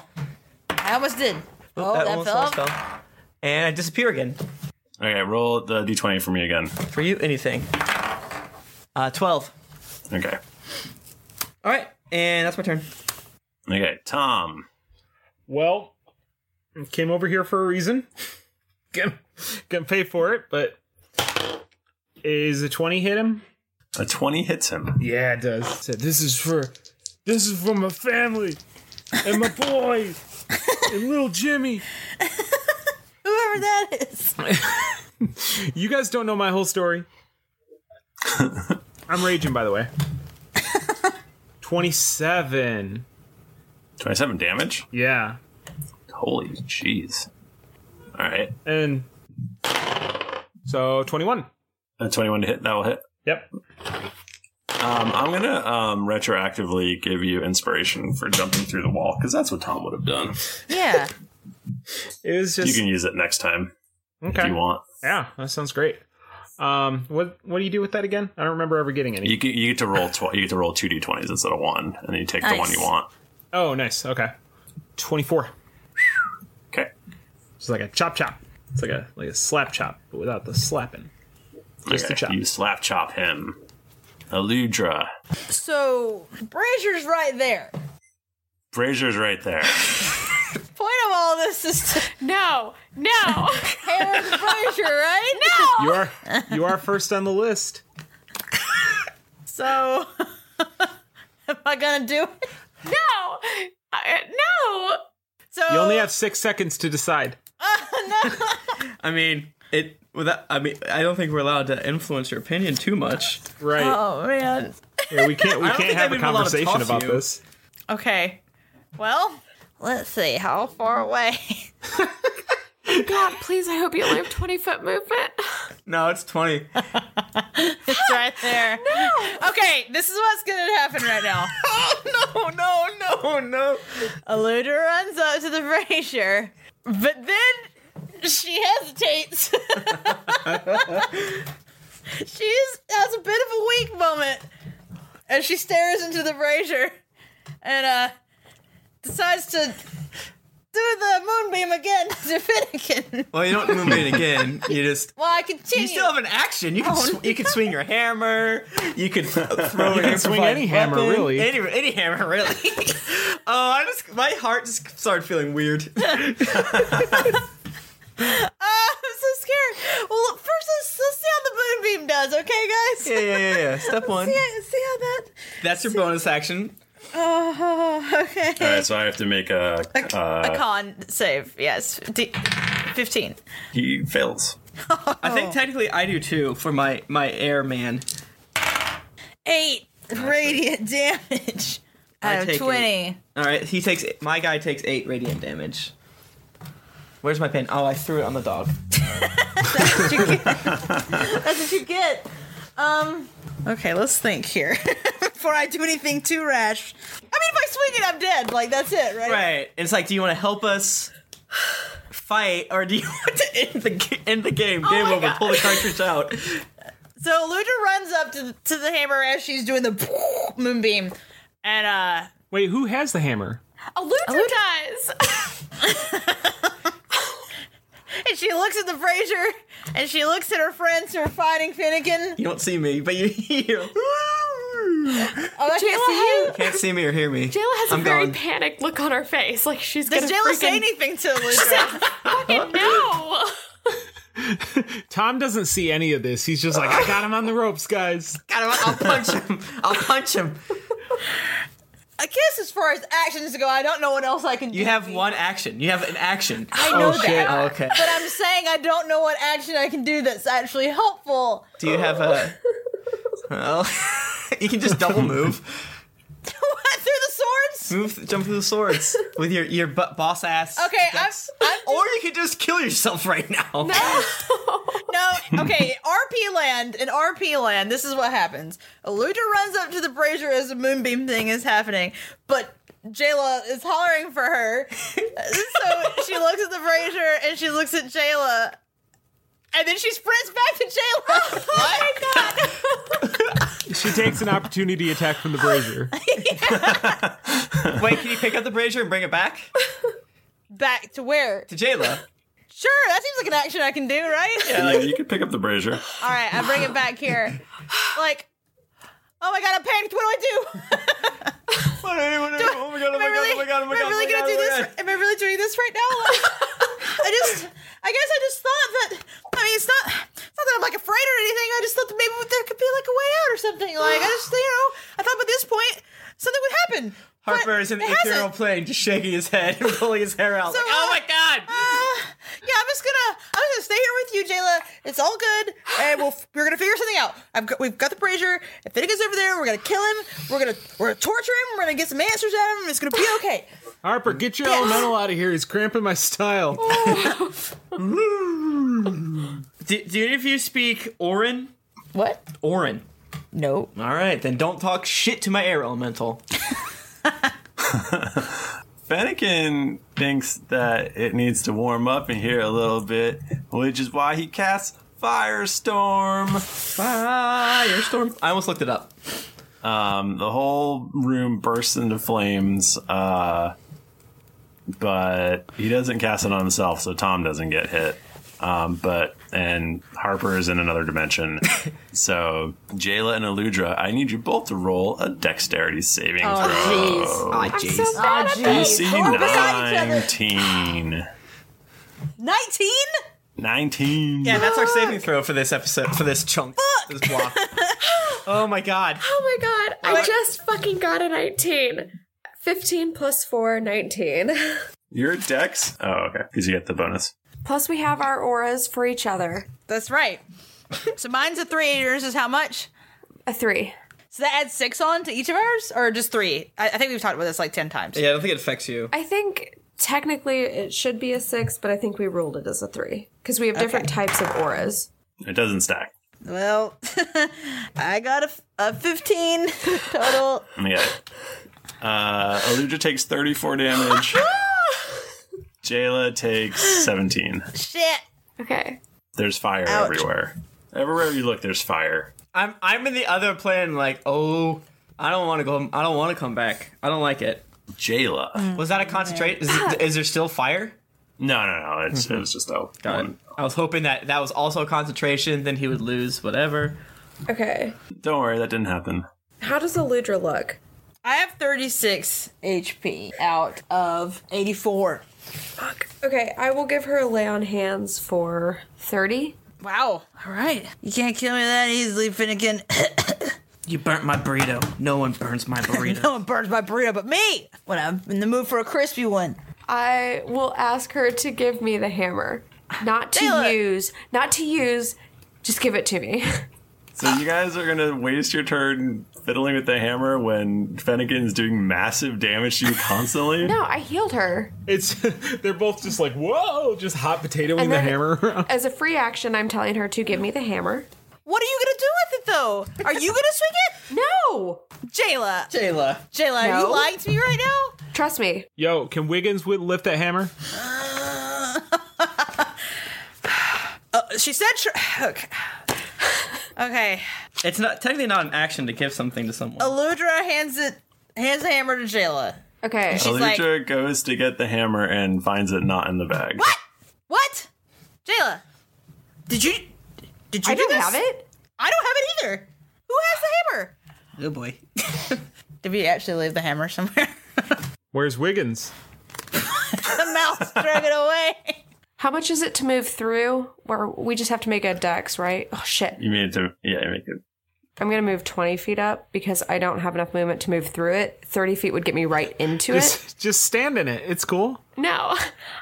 [SPEAKER 2] I almost did. Oh,
[SPEAKER 5] that
[SPEAKER 2] that,
[SPEAKER 5] almost
[SPEAKER 2] fell off.
[SPEAKER 5] fell. And I disappear again.
[SPEAKER 1] Okay, roll the d20 for me again.
[SPEAKER 5] For you, anything. Uh, twelve.
[SPEAKER 1] Okay.
[SPEAKER 5] All right, and that's my turn.
[SPEAKER 1] Okay, Tom.
[SPEAKER 8] Well, came over here for a reason. gonna, gonna pay for it, but is a twenty hit him?
[SPEAKER 1] A twenty hits him.
[SPEAKER 8] Yeah, it does. It said, this is for this is for my family and my boys and little Jimmy.
[SPEAKER 2] Whoever that is.
[SPEAKER 8] You guys don't know my whole story. I'm raging, by the way. 27.
[SPEAKER 1] 27 damage?
[SPEAKER 8] Yeah.
[SPEAKER 1] Holy jeez. All right.
[SPEAKER 8] And so 21.
[SPEAKER 1] A 21 to hit. That will hit.
[SPEAKER 8] Yep.
[SPEAKER 1] Um, I'm going to um, retroactively give you inspiration for jumping through the wall because that's what Tom would have done.
[SPEAKER 2] Yeah.
[SPEAKER 8] It was just.
[SPEAKER 1] you can use it next time
[SPEAKER 8] okay.
[SPEAKER 1] if you want.
[SPEAKER 8] Yeah, that sounds great. Um, what what do you do with that again? I don't remember ever getting any.
[SPEAKER 1] You get, you get to roll tw- you get to roll two d20s instead of one, and then you take the one
[SPEAKER 8] Nice.
[SPEAKER 1] you want.
[SPEAKER 8] Oh, nice. Okay. 24.
[SPEAKER 1] Okay.
[SPEAKER 8] It's like a chop chop. It's like a like a slap chop, but without the slapping. Just
[SPEAKER 1] Okay,
[SPEAKER 8] the chop.
[SPEAKER 1] You slap chop him. Aludra.
[SPEAKER 2] So Brazier's right there.
[SPEAKER 1] Brazier's right there.
[SPEAKER 2] Point of all this is to no, no. Harris Brazier, right? No.
[SPEAKER 8] You are you are first on the list.
[SPEAKER 2] So am I gonna do it? No, no. So
[SPEAKER 8] You only have six seconds to decide.
[SPEAKER 2] Uh,
[SPEAKER 5] I mean, it. Without, I mean, I don't think we're allowed to influence your opinion too much.
[SPEAKER 8] Right.
[SPEAKER 2] Oh man.
[SPEAKER 8] Yeah, we can't we
[SPEAKER 5] I don't
[SPEAKER 8] can't
[SPEAKER 5] think
[SPEAKER 8] have
[SPEAKER 5] I'd
[SPEAKER 8] a
[SPEAKER 5] even allow to
[SPEAKER 8] conversation
[SPEAKER 5] toss
[SPEAKER 8] about
[SPEAKER 5] you.
[SPEAKER 8] this.
[SPEAKER 2] Okay. Well, let's see how far away.
[SPEAKER 12] God, please, I hope you only have 20 foot movement.
[SPEAKER 5] No, it's twenty.
[SPEAKER 2] it's right there. No. Okay, this is what's gonna happen right now.
[SPEAKER 5] oh no, no, no, no.
[SPEAKER 2] Aluda runs up to the brazier, but then she hesitates. she is, has a bit of a weak moment as she stares into the brazier and uh, decides to do the moonbeam again to Finnegan.
[SPEAKER 5] Well, you don't move it again. You just.
[SPEAKER 2] Well, I continue.
[SPEAKER 5] You still have an action. You
[SPEAKER 2] Oh,
[SPEAKER 5] can sw- you can swing your hammer. You could throw
[SPEAKER 8] You
[SPEAKER 5] your
[SPEAKER 8] can swing
[SPEAKER 5] improvised
[SPEAKER 8] any hammer,
[SPEAKER 5] weapon.
[SPEAKER 8] really.
[SPEAKER 5] Any, any hammer, really. oh, I just my heart just started feeling weird.
[SPEAKER 2] Ah, I'm so scared. Well, look, first let's, let's see how the moonbeam does, okay, guys?
[SPEAKER 5] Yeah, yeah, yeah, yeah. Step one.
[SPEAKER 2] See, how- see how that.
[SPEAKER 5] That's your bonus action.
[SPEAKER 2] Oh, okay.
[SPEAKER 1] All right, so I have to make a.
[SPEAKER 2] a
[SPEAKER 1] Uh,
[SPEAKER 2] con save, yes. D- 15.
[SPEAKER 1] he fails.
[SPEAKER 5] I
[SPEAKER 12] Oh.
[SPEAKER 5] think technically I do too for my my air man.
[SPEAKER 2] Eight radiant damage
[SPEAKER 5] I
[SPEAKER 12] Oh,
[SPEAKER 2] out of
[SPEAKER 5] take
[SPEAKER 2] 20.
[SPEAKER 5] All right, he takes my guy takes eight radiant damage. Where's my pin? Oh, I threw it on the dog.
[SPEAKER 2] That's what you get. Um, Okay, let's think here before I do anything too rash. I mean, if I swing it, I'm dead. Like that's it, right?
[SPEAKER 5] Right. It's like, do you want to help us fight, or do you want to end the ga- end the game?
[SPEAKER 12] Oh
[SPEAKER 5] Game over. Pull the cartridge out.
[SPEAKER 2] So Luda runs up to to the hammer as she's doing the moonbeam, and uh,
[SPEAKER 8] Wait, who has the hammer?
[SPEAKER 2] Luda dies. and she looks at the brazier, and she looks at her friends who are fighting Finnegan.
[SPEAKER 5] You don't see me, but you hear.
[SPEAKER 2] Oh, I can't see you.
[SPEAKER 5] Can't see me or hear me.
[SPEAKER 12] Jayla has
[SPEAKER 5] I'm
[SPEAKER 12] a very
[SPEAKER 5] gone.
[SPEAKER 12] panicked look on her face, like she's
[SPEAKER 2] Does
[SPEAKER 12] gonna
[SPEAKER 2] Jayla
[SPEAKER 12] freaking...
[SPEAKER 2] say anything to Luda?
[SPEAKER 12] fucking no.
[SPEAKER 8] Tom doesn't see any of this. He's just like, I got him on the ropes, guys.
[SPEAKER 5] Got him. I'll punch him. I'll punch him.
[SPEAKER 2] I guess as far as actions go, I don't know what else I can
[SPEAKER 5] You
[SPEAKER 2] do.
[SPEAKER 5] have one action. You have an action.
[SPEAKER 2] I know
[SPEAKER 5] oh,
[SPEAKER 2] that.
[SPEAKER 5] Shit. Oh, okay.
[SPEAKER 2] But I'm saying I don't know what action I can do that's actually helpful.
[SPEAKER 5] Do you have a? Well, you can just double move,
[SPEAKER 2] what through the swords?
[SPEAKER 5] move, jump through the swords with your your bu- boss ass.
[SPEAKER 2] Okay, I'm, I'm
[SPEAKER 5] Or you could just kill yourself right now.
[SPEAKER 2] no. oh, Okay, RP land in RP land. This is what happens. Eluder runs up to the brazier as the moonbeam thing is happening, but Jayla is hollering for her. so she looks at the brazier and she looks at Jayla, and then she sprints back to Jayla. oh my god!
[SPEAKER 8] She takes an opportunity attack from the brazier.
[SPEAKER 5] Wait, can you pick up the brazier and bring it back
[SPEAKER 2] Back to where?
[SPEAKER 5] to Jayla?
[SPEAKER 2] Sure, that seems like an action I can do, right?
[SPEAKER 1] Yeah, you could pick up the brazier.
[SPEAKER 2] All right, I bring it back here. Like, oh my god, I'm panicked. What do I do?
[SPEAKER 5] what do I do? Oh my god! Oh
[SPEAKER 2] my god! Oh my god! Oh my god! Am I really gonna do this? Am I really doing this right now? Like, I just, I guess I just thought that. I mean, it's not, it's not that I'm like afraid or anything. I just thought that maybe there could be like a way out or something. Like, I just, you know, I thought by this point something would happen.
[SPEAKER 5] Harper is in the
[SPEAKER 2] it hasn't.
[SPEAKER 5] ethereal plane, just shaking his head and pulling his hair out.
[SPEAKER 2] So,
[SPEAKER 5] like, oh my god!
[SPEAKER 2] Uh, yeah, I'm just gonna, I'm just gonna stay here with you, Jayla. It's all good, and we'll, we're gonna figure something out. I've got, we've got the brazier. If Finnegan's over there, we're gonna kill him. We're gonna, we're gonna torture him. We're gonna get some answers out of him. It's gonna be okay.
[SPEAKER 8] Harper, get your elemental out of here. He's cramping my style.
[SPEAKER 5] Do, do any of you speak Orin?
[SPEAKER 2] What?
[SPEAKER 5] Orin.
[SPEAKER 2] Nope.
[SPEAKER 5] All right, then don't talk shit to my air elemental.
[SPEAKER 1] Fennekin thinks that it needs to warm up in here a little bit, which is why he casts Firestorm.
[SPEAKER 5] Firestorm. I almost looked it up.
[SPEAKER 1] Um, the whole room bursts into flames, uh, but he doesn't cast it on himself, so Tom doesn't get hit. Um, but and Harper is in another dimension, so Jayla and Eludra, I need you both to roll a dexterity saving
[SPEAKER 5] Oh,
[SPEAKER 1] throw.
[SPEAKER 5] jeez. Oh, I'm so jeez. bad at these.
[SPEAKER 1] DC
[SPEAKER 5] We're beside each other.
[SPEAKER 1] nineteen.
[SPEAKER 2] 19?
[SPEAKER 1] 19.
[SPEAKER 5] Yeah, that's our saving throw for this episode, for this chunk, this block. oh my god.
[SPEAKER 12] Oh my god, I just fucking got a 19. 15 plus 4, 19.
[SPEAKER 1] Your dex? Oh, okay. Because you get the bonus.
[SPEAKER 12] Plus, we have our auras for each other.
[SPEAKER 2] That's right. So mine's a three. Yours is how much?
[SPEAKER 12] A three.
[SPEAKER 2] So that adds six on to each of ours, or just three? I, I think we've talked about this like ten times.
[SPEAKER 5] Yeah, I don't think it affects you.
[SPEAKER 12] I think technically it should be a six, but I think we ruled it as a three because we have different types of auras.
[SPEAKER 1] It doesn't stack.
[SPEAKER 2] Well, I got a, f- a fifteen total.
[SPEAKER 1] Yeah. Uh, Aludra takes 34 damage. Jayla takes 17.
[SPEAKER 2] Shit.
[SPEAKER 12] Okay.
[SPEAKER 1] There's fire
[SPEAKER 5] Ouch.
[SPEAKER 1] everywhere. Everywhere you look, there's fire.
[SPEAKER 5] I'm I'm in the other plan. Like, oh, I don't want to go. I don't want to come back. I don't like it.
[SPEAKER 1] Jayla,
[SPEAKER 5] was that a concentrate? Is, is there still fire?
[SPEAKER 1] No, no, no. It's, It was just out.
[SPEAKER 5] I was hoping that that was also concentration. Then he would lose whatever.
[SPEAKER 12] Okay.
[SPEAKER 1] Don't worry, that didn't happen.
[SPEAKER 12] How does Eludra look?
[SPEAKER 2] I have thirty six HP out of eighty four.
[SPEAKER 12] Okay, I will give her a lay on hands for 30.
[SPEAKER 2] Wow. All right. You can't kill me that easily, Finnegan.
[SPEAKER 5] You burnt my burrito. No one burns my burrito.
[SPEAKER 2] no one burns my burrito but me when I'm in the mood for a crispy one.
[SPEAKER 12] I will ask her to give me the hammer. Not to use, not to use, just give it to me.
[SPEAKER 1] So you guys are gonna waste your turn fiddling with the hammer when Fennekin is doing massive damage to you constantly.
[SPEAKER 12] No, I healed her.
[SPEAKER 8] It's they're both just like, whoa, just hot potatoing
[SPEAKER 12] And
[SPEAKER 8] the
[SPEAKER 12] then-
[SPEAKER 8] hammer.
[SPEAKER 12] As a free action, I'm telling her to give me the hammer.
[SPEAKER 2] What are you gonna do with it though? Are you gonna swing it?
[SPEAKER 12] No,
[SPEAKER 2] Jayla.
[SPEAKER 5] Jayla.
[SPEAKER 2] Jayla, are
[SPEAKER 12] No.
[SPEAKER 2] you lying to me right now?
[SPEAKER 12] Trust me.
[SPEAKER 8] Yo, can Wiggins wi- lift that hammer?
[SPEAKER 2] Uh, she said. Tr- okay. okay.
[SPEAKER 5] It's not technically not an action to give something to someone.
[SPEAKER 2] Eludra hands it, hands the hammer to Jayla.
[SPEAKER 12] Okay.
[SPEAKER 2] She's like,
[SPEAKER 1] Elytra goes to get the hammer and finds it not in the bag. What?
[SPEAKER 2] what? Jayla, did you? Did you?
[SPEAKER 12] I
[SPEAKER 2] do
[SPEAKER 12] don't
[SPEAKER 2] this?
[SPEAKER 12] have it.
[SPEAKER 2] I don't have it either. Who has the hammer?
[SPEAKER 5] Oh boy.
[SPEAKER 2] Did we actually leave the hammer somewhere?
[SPEAKER 8] Where's Wiggins?
[SPEAKER 2] the mouse drug it away.
[SPEAKER 12] How much is it to move through? Where we just have to make a dex, right? Oh shit!
[SPEAKER 1] You mean to? Yeah, you make it.
[SPEAKER 12] I'm gonna move 20 feet up because I don't have enough movement to move through it. 30 feet would get me right into it.
[SPEAKER 8] Just, just stand in it. It's cool.
[SPEAKER 12] No,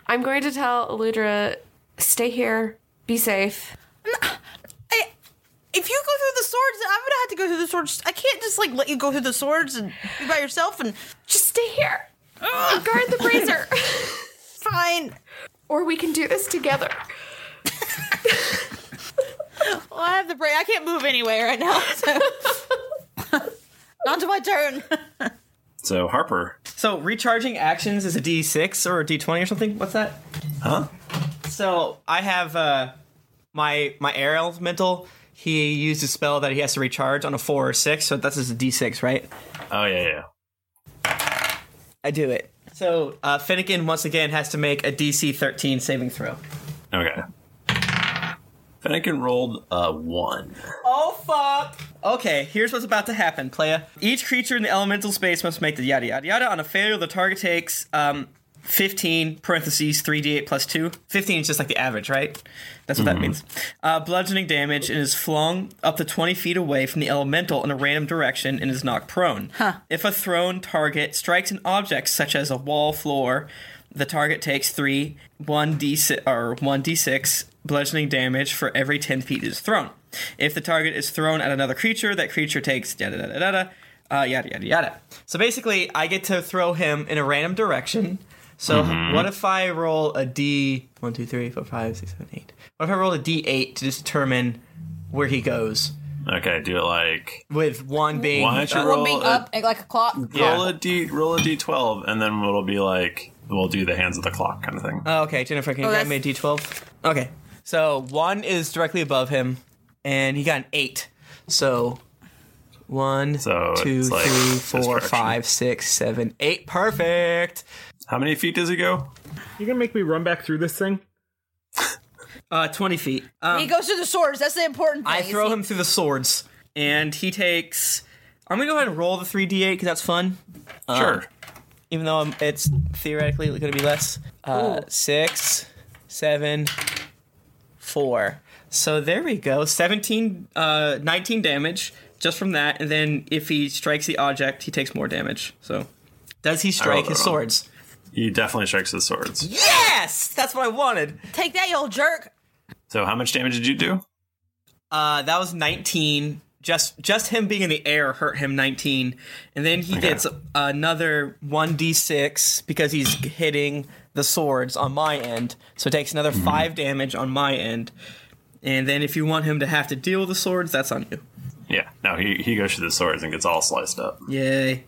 [SPEAKER 12] I'm going to tell Eludra, stay here, be safe.
[SPEAKER 2] If you go through the swords, I'm gonna have to go through the swords. I can't just like let you go through the swords and be by yourself and
[SPEAKER 12] just stay here. Guard the freezer.
[SPEAKER 2] Fine.
[SPEAKER 12] Or we can do this together.
[SPEAKER 2] Well, I have the brain. I can't move anyway right now. So. Not to my turn.
[SPEAKER 1] So Harper.
[SPEAKER 5] So recharging actions is a D6 or a D20 or something. What's that?
[SPEAKER 1] Huh?
[SPEAKER 5] So I have uh, my my air elemental. He used a spell that he has to recharge on a four or six, so that's just a D6, right?
[SPEAKER 1] Oh yeah, yeah.
[SPEAKER 5] I do it. So uh, Finnegan once again has to make a DC 13 saving throw.
[SPEAKER 1] Okay. Fennekin rolled a one.
[SPEAKER 5] Oh fuck! Okay, here's what's about to happen, playa. Each creature in the elemental space must make the yada yada yada. On a failure, the target takes um, 15 parentheses 3d8 plus 2. 15 is just like the average, right? That's what that means. Uh, bludgeoning damage and is flung up to 20 feet away from the elemental in a random direction and is knocked prone. If a thrown target strikes an object such as a wall, floor, the target takes three one d or one d six bludgeoning damage for every ten feet it is thrown. If the target is thrown at another creature, that creature takes yada yada yada uh, yada yada yada. So basically, I get to throw him in a random direction. So
[SPEAKER 1] Mm-hmm.
[SPEAKER 15] Mhm.
[SPEAKER 5] what if I roll a d one two three four five six seven eight? What if I roll a d eight to just determine where he goes?
[SPEAKER 1] Okay, do it like
[SPEAKER 5] with one being
[SPEAKER 1] Why don't you roll, a,
[SPEAKER 2] like a clock.
[SPEAKER 1] roll a d roll a d twelve and then it'll be like we'll do the hands of the clock kind of thing.
[SPEAKER 5] Oh, okay, Jennifer, can you
[SPEAKER 1] Oh,
[SPEAKER 5] grab me a d12? Okay, so one is directly above him, and he got an eight. So one, two,
[SPEAKER 1] it's like
[SPEAKER 5] three,
[SPEAKER 1] this
[SPEAKER 5] four,
[SPEAKER 1] direction.
[SPEAKER 5] five, six, seven, eight. Perfect.
[SPEAKER 1] How many feet does he go?
[SPEAKER 8] You gonna make me run back through this thing?
[SPEAKER 5] Uh, twenty feet.
[SPEAKER 2] he goes through the swords. That's the important thing.
[SPEAKER 5] I
[SPEAKER 2] you
[SPEAKER 5] throw
[SPEAKER 2] see.
[SPEAKER 5] him through the swords, and he takes. I'm gonna go ahead and roll the three d8 because that's fun. Uh,
[SPEAKER 1] Sure.
[SPEAKER 5] even though I'm, it's theoretically gonna be less. Uh, six, seven, four. So there we go. 17, uh, 19 damage just from that, and then if he strikes the object, he takes more damage. So, does he
[SPEAKER 1] I
[SPEAKER 5] strike
[SPEAKER 1] rolled it
[SPEAKER 5] his
[SPEAKER 1] wrong.
[SPEAKER 5] swords?
[SPEAKER 1] He definitely strikes his swords.
[SPEAKER 5] Yes, that's what I wanted.
[SPEAKER 2] Take that, you old jerk.
[SPEAKER 1] So how much damage did you do?
[SPEAKER 5] Uh, that was 19. Just just him being in the air hurt him 19, and then he gets another 1d6 because he's hitting the swords on my end. So it takes another
[SPEAKER 1] Mm-hmm.
[SPEAKER 5] five damage on my end, and then if you want him to have to deal with the swords, that's on you.
[SPEAKER 1] Yeah. No, he he goes through the swords and gets all sliced up.
[SPEAKER 5] Yay.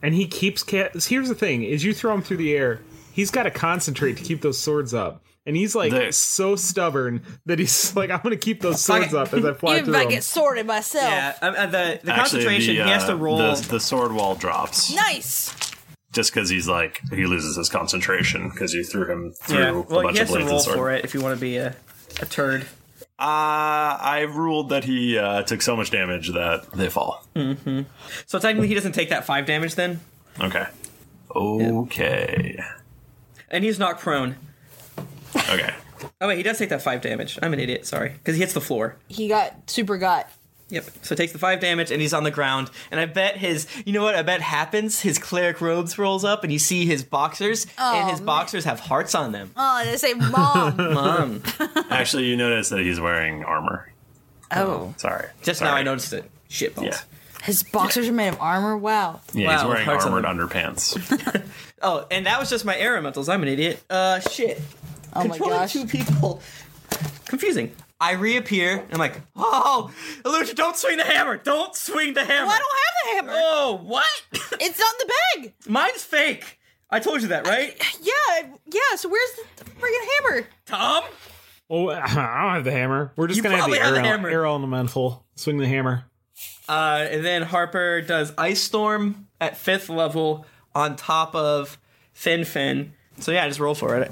[SPEAKER 8] And he keeps cat. Here's the thing: is you throw him through the air, he's got to concentrate to keep those swords up, and he's like so stubborn that he's like, "I'm gonna keep those swords up as I fly
[SPEAKER 2] Even
[SPEAKER 8] through
[SPEAKER 2] if I
[SPEAKER 8] them."
[SPEAKER 2] get sorted myself.
[SPEAKER 5] Yeah, um, uh, the, the
[SPEAKER 1] Actually,
[SPEAKER 5] concentration,
[SPEAKER 1] the,
[SPEAKER 5] he has to
[SPEAKER 1] uh,
[SPEAKER 5] roll.
[SPEAKER 1] The, the sword wall drops.
[SPEAKER 2] Nice.
[SPEAKER 1] just because he's like he loses his concentration because you threw him through
[SPEAKER 5] yeah,
[SPEAKER 1] a
[SPEAKER 5] well,
[SPEAKER 1] bunch
[SPEAKER 5] he
[SPEAKER 1] of
[SPEAKER 5] has to
[SPEAKER 1] blades
[SPEAKER 5] roll
[SPEAKER 1] and sword.
[SPEAKER 5] for it if you want to be a, a turd.
[SPEAKER 1] Uh, I ruled that he uh, took so much damage that they fall.
[SPEAKER 5] Mm-hmm. So technically, he doesn't take that five damage then,
[SPEAKER 1] Okay. Okay.
[SPEAKER 5] and he's not prone.
[SPEAKER 1] Okay.
[SPEAKER 5] Oh wait, he does take that five damage. I'm an idiot. Sorry, because he hits the floor.
[SPEAKER 2] He got super got.
[SPEAKER 5] Yep. So it takes the five damage, and he's on the ground. And I bet his, you know what? I bet happens. His cleric robes rolls up, and you see his boxers, and
[SPEAKER 2] Oh,
[SPEAKER 5] his boxers have hearts on them.
[SPEAKER 2] Oh, they say mom.
[SPEAKER 5] Mom.
[SPEAKER 1] Actually, you notice that he's wearing armor.
[SPEAKER 2] Oh.
[SPEAKER 1] Sorry.
[SPEAKER 5] Just now I noticed it. Shit balls.
[SPEAKER 1] Yeah,
[SPEAKER 2] His boxers are made of armor. Wow.
[SPEAKER 1] yeah he's
[SPEAKER 5] Wow,
[SPEAKER 1] wearing
[SPEAKER 5] hearts on
[SPEAKER 1] armored underpants.
[SPEAKER 5] Oh, and that was just my air elementals. I'm an idiot. Uh, shit.
[SPEAKER 2] Oh my
[SPEAKER 5] Controlling
[SPEAKER 2] gosh.
[SPEAKER 5] two people. Confusing. I reappear and I'm like, oh, Illusion, don't swing the hammer. Don't swing the hammer.
[SPEAKER 2] Well, I don't have the hammer.
[SPEAKER 5] Oh, what?
[SPEAKER 2] it's not in the bag.
[SPEAKER 5] Mine's fake. I told you that, right?
[SPEAKER 2] Yeah, yeah. So where's the friggin' hammer?
[SPEAKER 5] Tom?
[SPEAKER 8] Oh, I don't have the hammer. We're just
[SPEAKER 5] You
[SPEAKER 8] gonna have
[SPEAKER 5] probably
[SPEAKER 8] the,
[SPEAKER 5] have
[SPEAKER 8] air,
[SPEAKER 5] the
[SPEAKER 8] ele-
[SPEAKER 5] hammer.
[SPEAKER 8] air elemental. Swing the hammer.
[SPEAKER 5] Uh, and then Harper does Ice Storm at fifth level on top of Fin Fin. So yeah, just roll for it.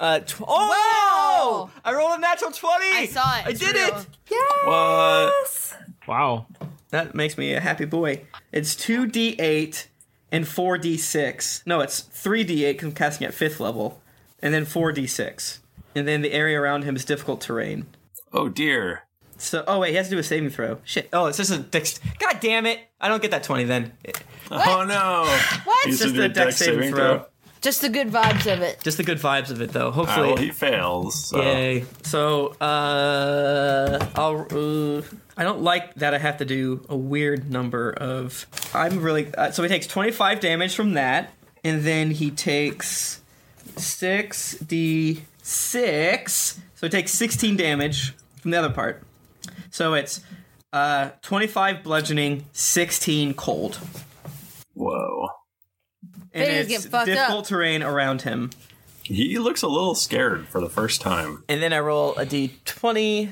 [SPEAKER 5] Uh, tw- oh! I rolled a natural 20! I saw it. I did it! Yes!
[SPEAKER 8] Wow.
[SPEAKER 5] uh, That makes me a happy boy. It's 2d8 and 4d6. No, it's 3d8 because I'm casting at fifth level, and then 4d6. And then the area around him is difficult terrain.
[SPEAKER 1] Oh dear.
[SPEAKER 5] So, oh wait, he has to do a saving throw. Shit. Oh, it's just a dex. God damn it! I don't get that twenty then.
[SPEAKER 1] Oh no!
[SPEAKER 2] What?
[SPEAKER 5] It's just a dex saving throw.
[SPEAKER 2] Just the good vibes of it.
[SPEAKER 5] Just the good vibes of it, though.
[SPEAKER 1] Hopefully
[SPEAKER 5] Hopefully,
[SPEAKER 1] he fails. So.
[SPEAKER 5] Yay! So, uh, I'll. Uh, I don't like that I have to do a weird number of. I'm really. Uh, so he takes 25 damage from that, and then he takes 6d6. So he takes 16 damage from the other part. So it's uh 25 bludgeoning, 16 cold.
[SPEAKER 1] Whoa.
[SPEAKER 5] And
[SPEAKER 2] Things
[SPEAKER 5] it's
[SPEAKER 2] get fucked up.
[SPEAKER 5] difficult terrain around him.
[SPEAKER 1] He looks a little scared for the first time.
[SPEAKER 5] And then I roll a d20,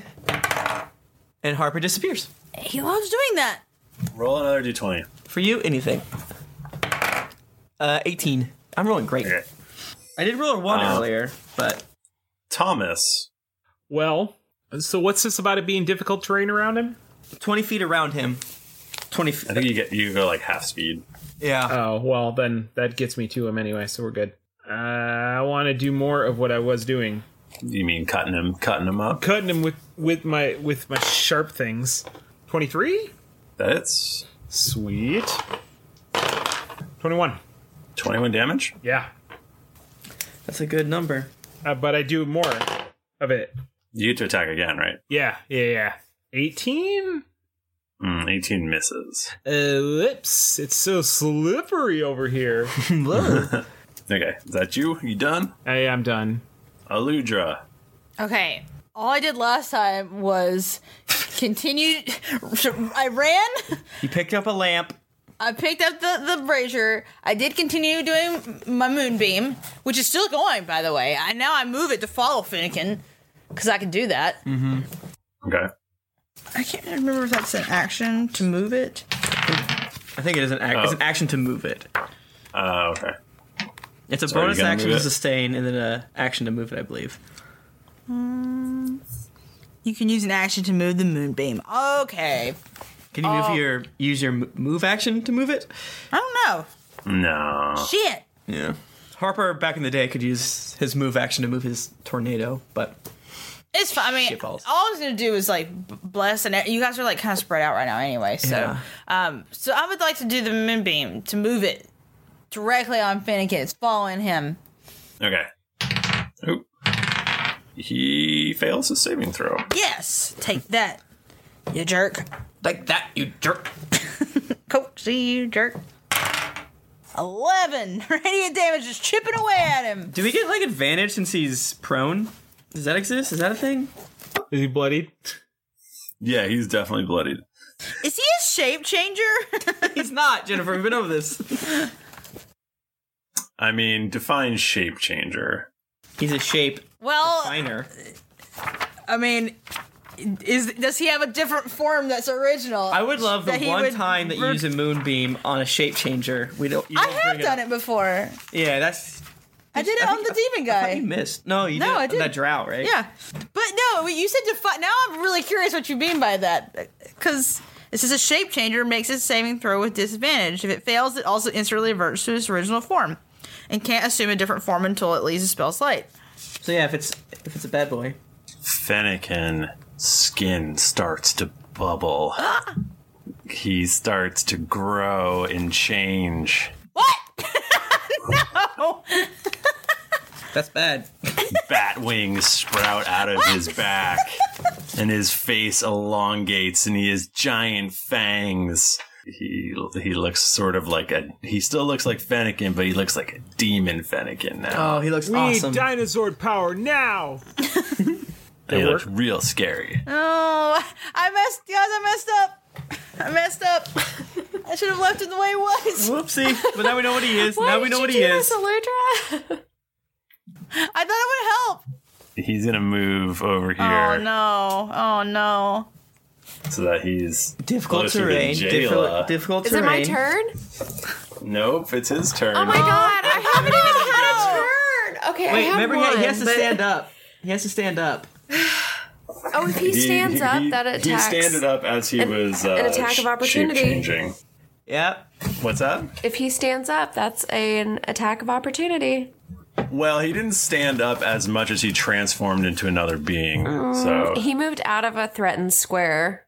[SPEAKER 5] and Harper disappears.
[SPEAKER 2] He loves doing that.
[SPEAKER 1] Roll another d20.
[SPEAKER 5] For you, anything. Uh, 18. I'm rolling great. I did roll a one
[SPEAKER 1] Uh,
[SPEAKER 5] earlier, but
[SPEAKER 1] Thomas.
[SPEAKER 8] Well, so what's this about it being difficult terrain around him?
[SPEAKER 5] Twenty feet around him. Twenty.
[SPEAKER 1] I think you get you go like half speed.
[SPEAKER 5] Yeah.
[SPEAKER 8] Oh well, then that gets me to him anyway, so we're good. Uh, I want to do more of what I was doing.
[SPEAKER 1] You mean cutting him, cutting him up?
[SPEAKER 8] Cutting him with with my with my sharp things. Twenty three.
[SPEAKER 1] That's
[SPEAKER 8] sweet. Twenty one.
[SPEAKER 1] Twenty one damage.
[SPEAKER 8] Yeah.
[SPEAKER 5] That's a good number.
[SPEAKER 8] Uh, but I do more of it.
[SPEAKER 1] You get to attack again, right?
[SPEAKER 8] Yeah, yeah, yeah. Eighteen.
[SPEAKER 1] Mm, Eighteen misses.
[SPEAKER 8] Ellipse. Uh, It's so slippery over here.
[SPEAKER 1] Okay, is that you? You done?
[SPEAKER 8] I am done.
[SPEAKER 1] Aludra.
[SPEAKER 2] Okay. All I did last time was continue. I ran.
[SPEAKER 5] You picked up a lamp.
[SPEAKER 2] I picked up the, the brazier. I did continue doing my moonbeam, which is still going, by the way. I now I move it to follow Finnegan because I can do that.
[SPEAKER 1] Mm-hmm. Okay.
[SPEAKER 2] I can't remember if that's an action to move it.
[SPEAKER 5] I think it is an, ac- it's an action to move it.
[SPEAKER 1] Oh, okay.
[SPEAKER 5] It's a
[SPEAKER 1] So are you
[SPEAKER 5] bonus
[SPEAKER 1] gonna
[SPEAKER 5] action
[SPEAKER 1] move
[SPEAKER 5] to
[SPEAKER 1] it?
[SPEAKER 5] sustain, and then an action to move it, I believe.
[SPEAKER 2] Mm, you can use an action to move the moonbeam. Okay.
[SPEAKER 5] Can you move
[SPEAKER 2] Oh.
[SPEAKER 5] your use your m- move action to move it?
[SPEAKER 2] I don't
[SPEAKER 1] No.
[SPEAKER 5] Uh.
[SPEAKER 2] know. Shit.
[SPEAKER 5] Yeah. Harper back in the day could use his move action to move his tornado, but
[SPEAKER 2] It's fine. I mean,
[SPEAKER 5] Shit
[SPEAKER 2] all
[SPEAKER 5] balls.
[SPEAKER 2] I was gonna do is like b- bless, and e-, you guys are like kind of spread out right now, anyway. So,
[SPEAKER 5] Yeah.
[SPEAKER 2] um, so I would like to do the moonbeam to move it directly on Finnegan. It's following him.
[SPEAKER 1] Okay. Oop. He fails his saving throw.
[SPEAKER 2] Yes, take that, you jerk.
[SPEAKER 5] Take that, you jerk.
[SPEAKER 2] Coach, see you jerk. Eleven radiant damage is chipping away at him.
[SPEAKER 5] do we get like advantage since he's prone? Does that exist? Is that a thing?
[SPEAKER 8] Is he bloodied?
[SPEAKER 1] Yeah, he's definitely bloodied.
[SPEAKER 2] Is he a shape changer?
[SPEAKER 5] he's not, Jennifer. We've been over this.
[SPEAKER 1] I mean, define shape changer.
[SPEAKER 5] He's a shape
[SPEAKER 2] Well,
[SPEAKER 5] definer.
[SPEAKER 2] I mean, is does he have a different form that's original?
[SPEAKER 5] I would love the
[SPEAKER 2] that he
[SPEAKER 5] one
[SPEAKER 2] would
[SPEAKER 5] time that you
[SPEAKER 2] re-
[SPEAKER 5] use a moonbeam on a shape changer. We don't. You
[SPEAKER 2] I
[SPEAKER 5] don't
[SPEAKER 2] have
[SPEAKER 5] bring
[SPEAKER 2] done
[SPEAKER 5] up.
[SPEAKER 2] it before.
[SPEAKER 5] Yeah, that's
[SPEAKER 2] I did it on the demon guy.
[SPEAKER 5] you missed. No, you
[SPEAKER 2] No,
[SPEAKER 5] did, it
[SPEAKER 2] I
[SPEAKER 5] on
[SPEAKER 2] did.
[SPEAKER 5] that drought, right?
[SPEAKER 2] Yeah, but no, you said defy. Now I'm really curious what you mean by that, because this is a shape changer makes its saving throw with disadvantage. If it fails, it also instantly reverts to its original form, and can't assume a different form until it leaves the spell's light.
[SPEAKER 5] So yeah, if it's if it's a bad boy,
[SPEAKER 1] Fennekin skin starts to bubble. he starts to grow and change.
[SPEAKER 2] no,
[SPEAKER 5] that's bad.
[SPEAKER 1] Bat wings sprout out of his back, and his face elongates, and he has giant fangs. He he looks sort of like a he still looks like Fennekin, but he looks like a demon Fennekin now.
[SPEAKER 5] Oh, he looks
[SPEAKER 8] we
[SPEAKER 1] awesome.
[SPEAKER 8] dinosaur power now.
[SPEAKER 1] They looked real scary.
[SPEAKER 2] Oh, I messed, guys, I messed up. I messed up. I should have left it the way it was.
[SPEAKER 5] Whoopsie. But now we know what he is. now we know what he is.
[SPEAKER 2] I thought it would help.
[SPEAKER 1] He's gonna move over here
[SPEAKER 2] Oh no! Oh no!
[SPEAKER 1] so that he's
[SPEAKER 5] Difficult
[SPEAKER 1] closer
[SPEAKER 5] terrain,
[SPEAKER 1] To
[SPEAKER 5] difficult-
[SPEAKER 1] Jayla.
[SPEAKER 5] difficult
[SPEAKER 12] Is it my turn?
[SPEAKER 1] Nope, it's his turn.
[SPEAKER 12] Oh my god, I haven't even had a turn. Okay, I
[SPEAKER 5] Wait,
[SPEAKER 12] have
[SPEAKER 5] remember,
[SPEAKER 12] one.
[SPEAKER 5] he, he has to
[SPEAKER 12] but-
[SPEAKER 5] stand up. He has to stand up.
[SPEAKER 12] Oh, if he stands up,
[SPEAKER 1] he-
[SPEAKER 12] that
[SPEAKER 1] He
[SPEAKER 12] attacks.
[SPEAKER 1] standed up as he
[SPEAKER 12] An-
[SPEAKER 1] was uh,
[SPEAKER 12] an attack
[SPEAKER 1] sh-
[SPEAKER 12] of opportunity.
[SPEAKER 1] shape-changing.
[SPEAKER 5] Yep.
[SPEAKER 1] What's that?
[SPEAKER 12] If he stands up, that's an attack of opportunity.
[SPEAKER 1] Well, he didn't stand up as much as he transformed into another being. So
[SPEAKER 12] Mm, He moved out of a threatened square.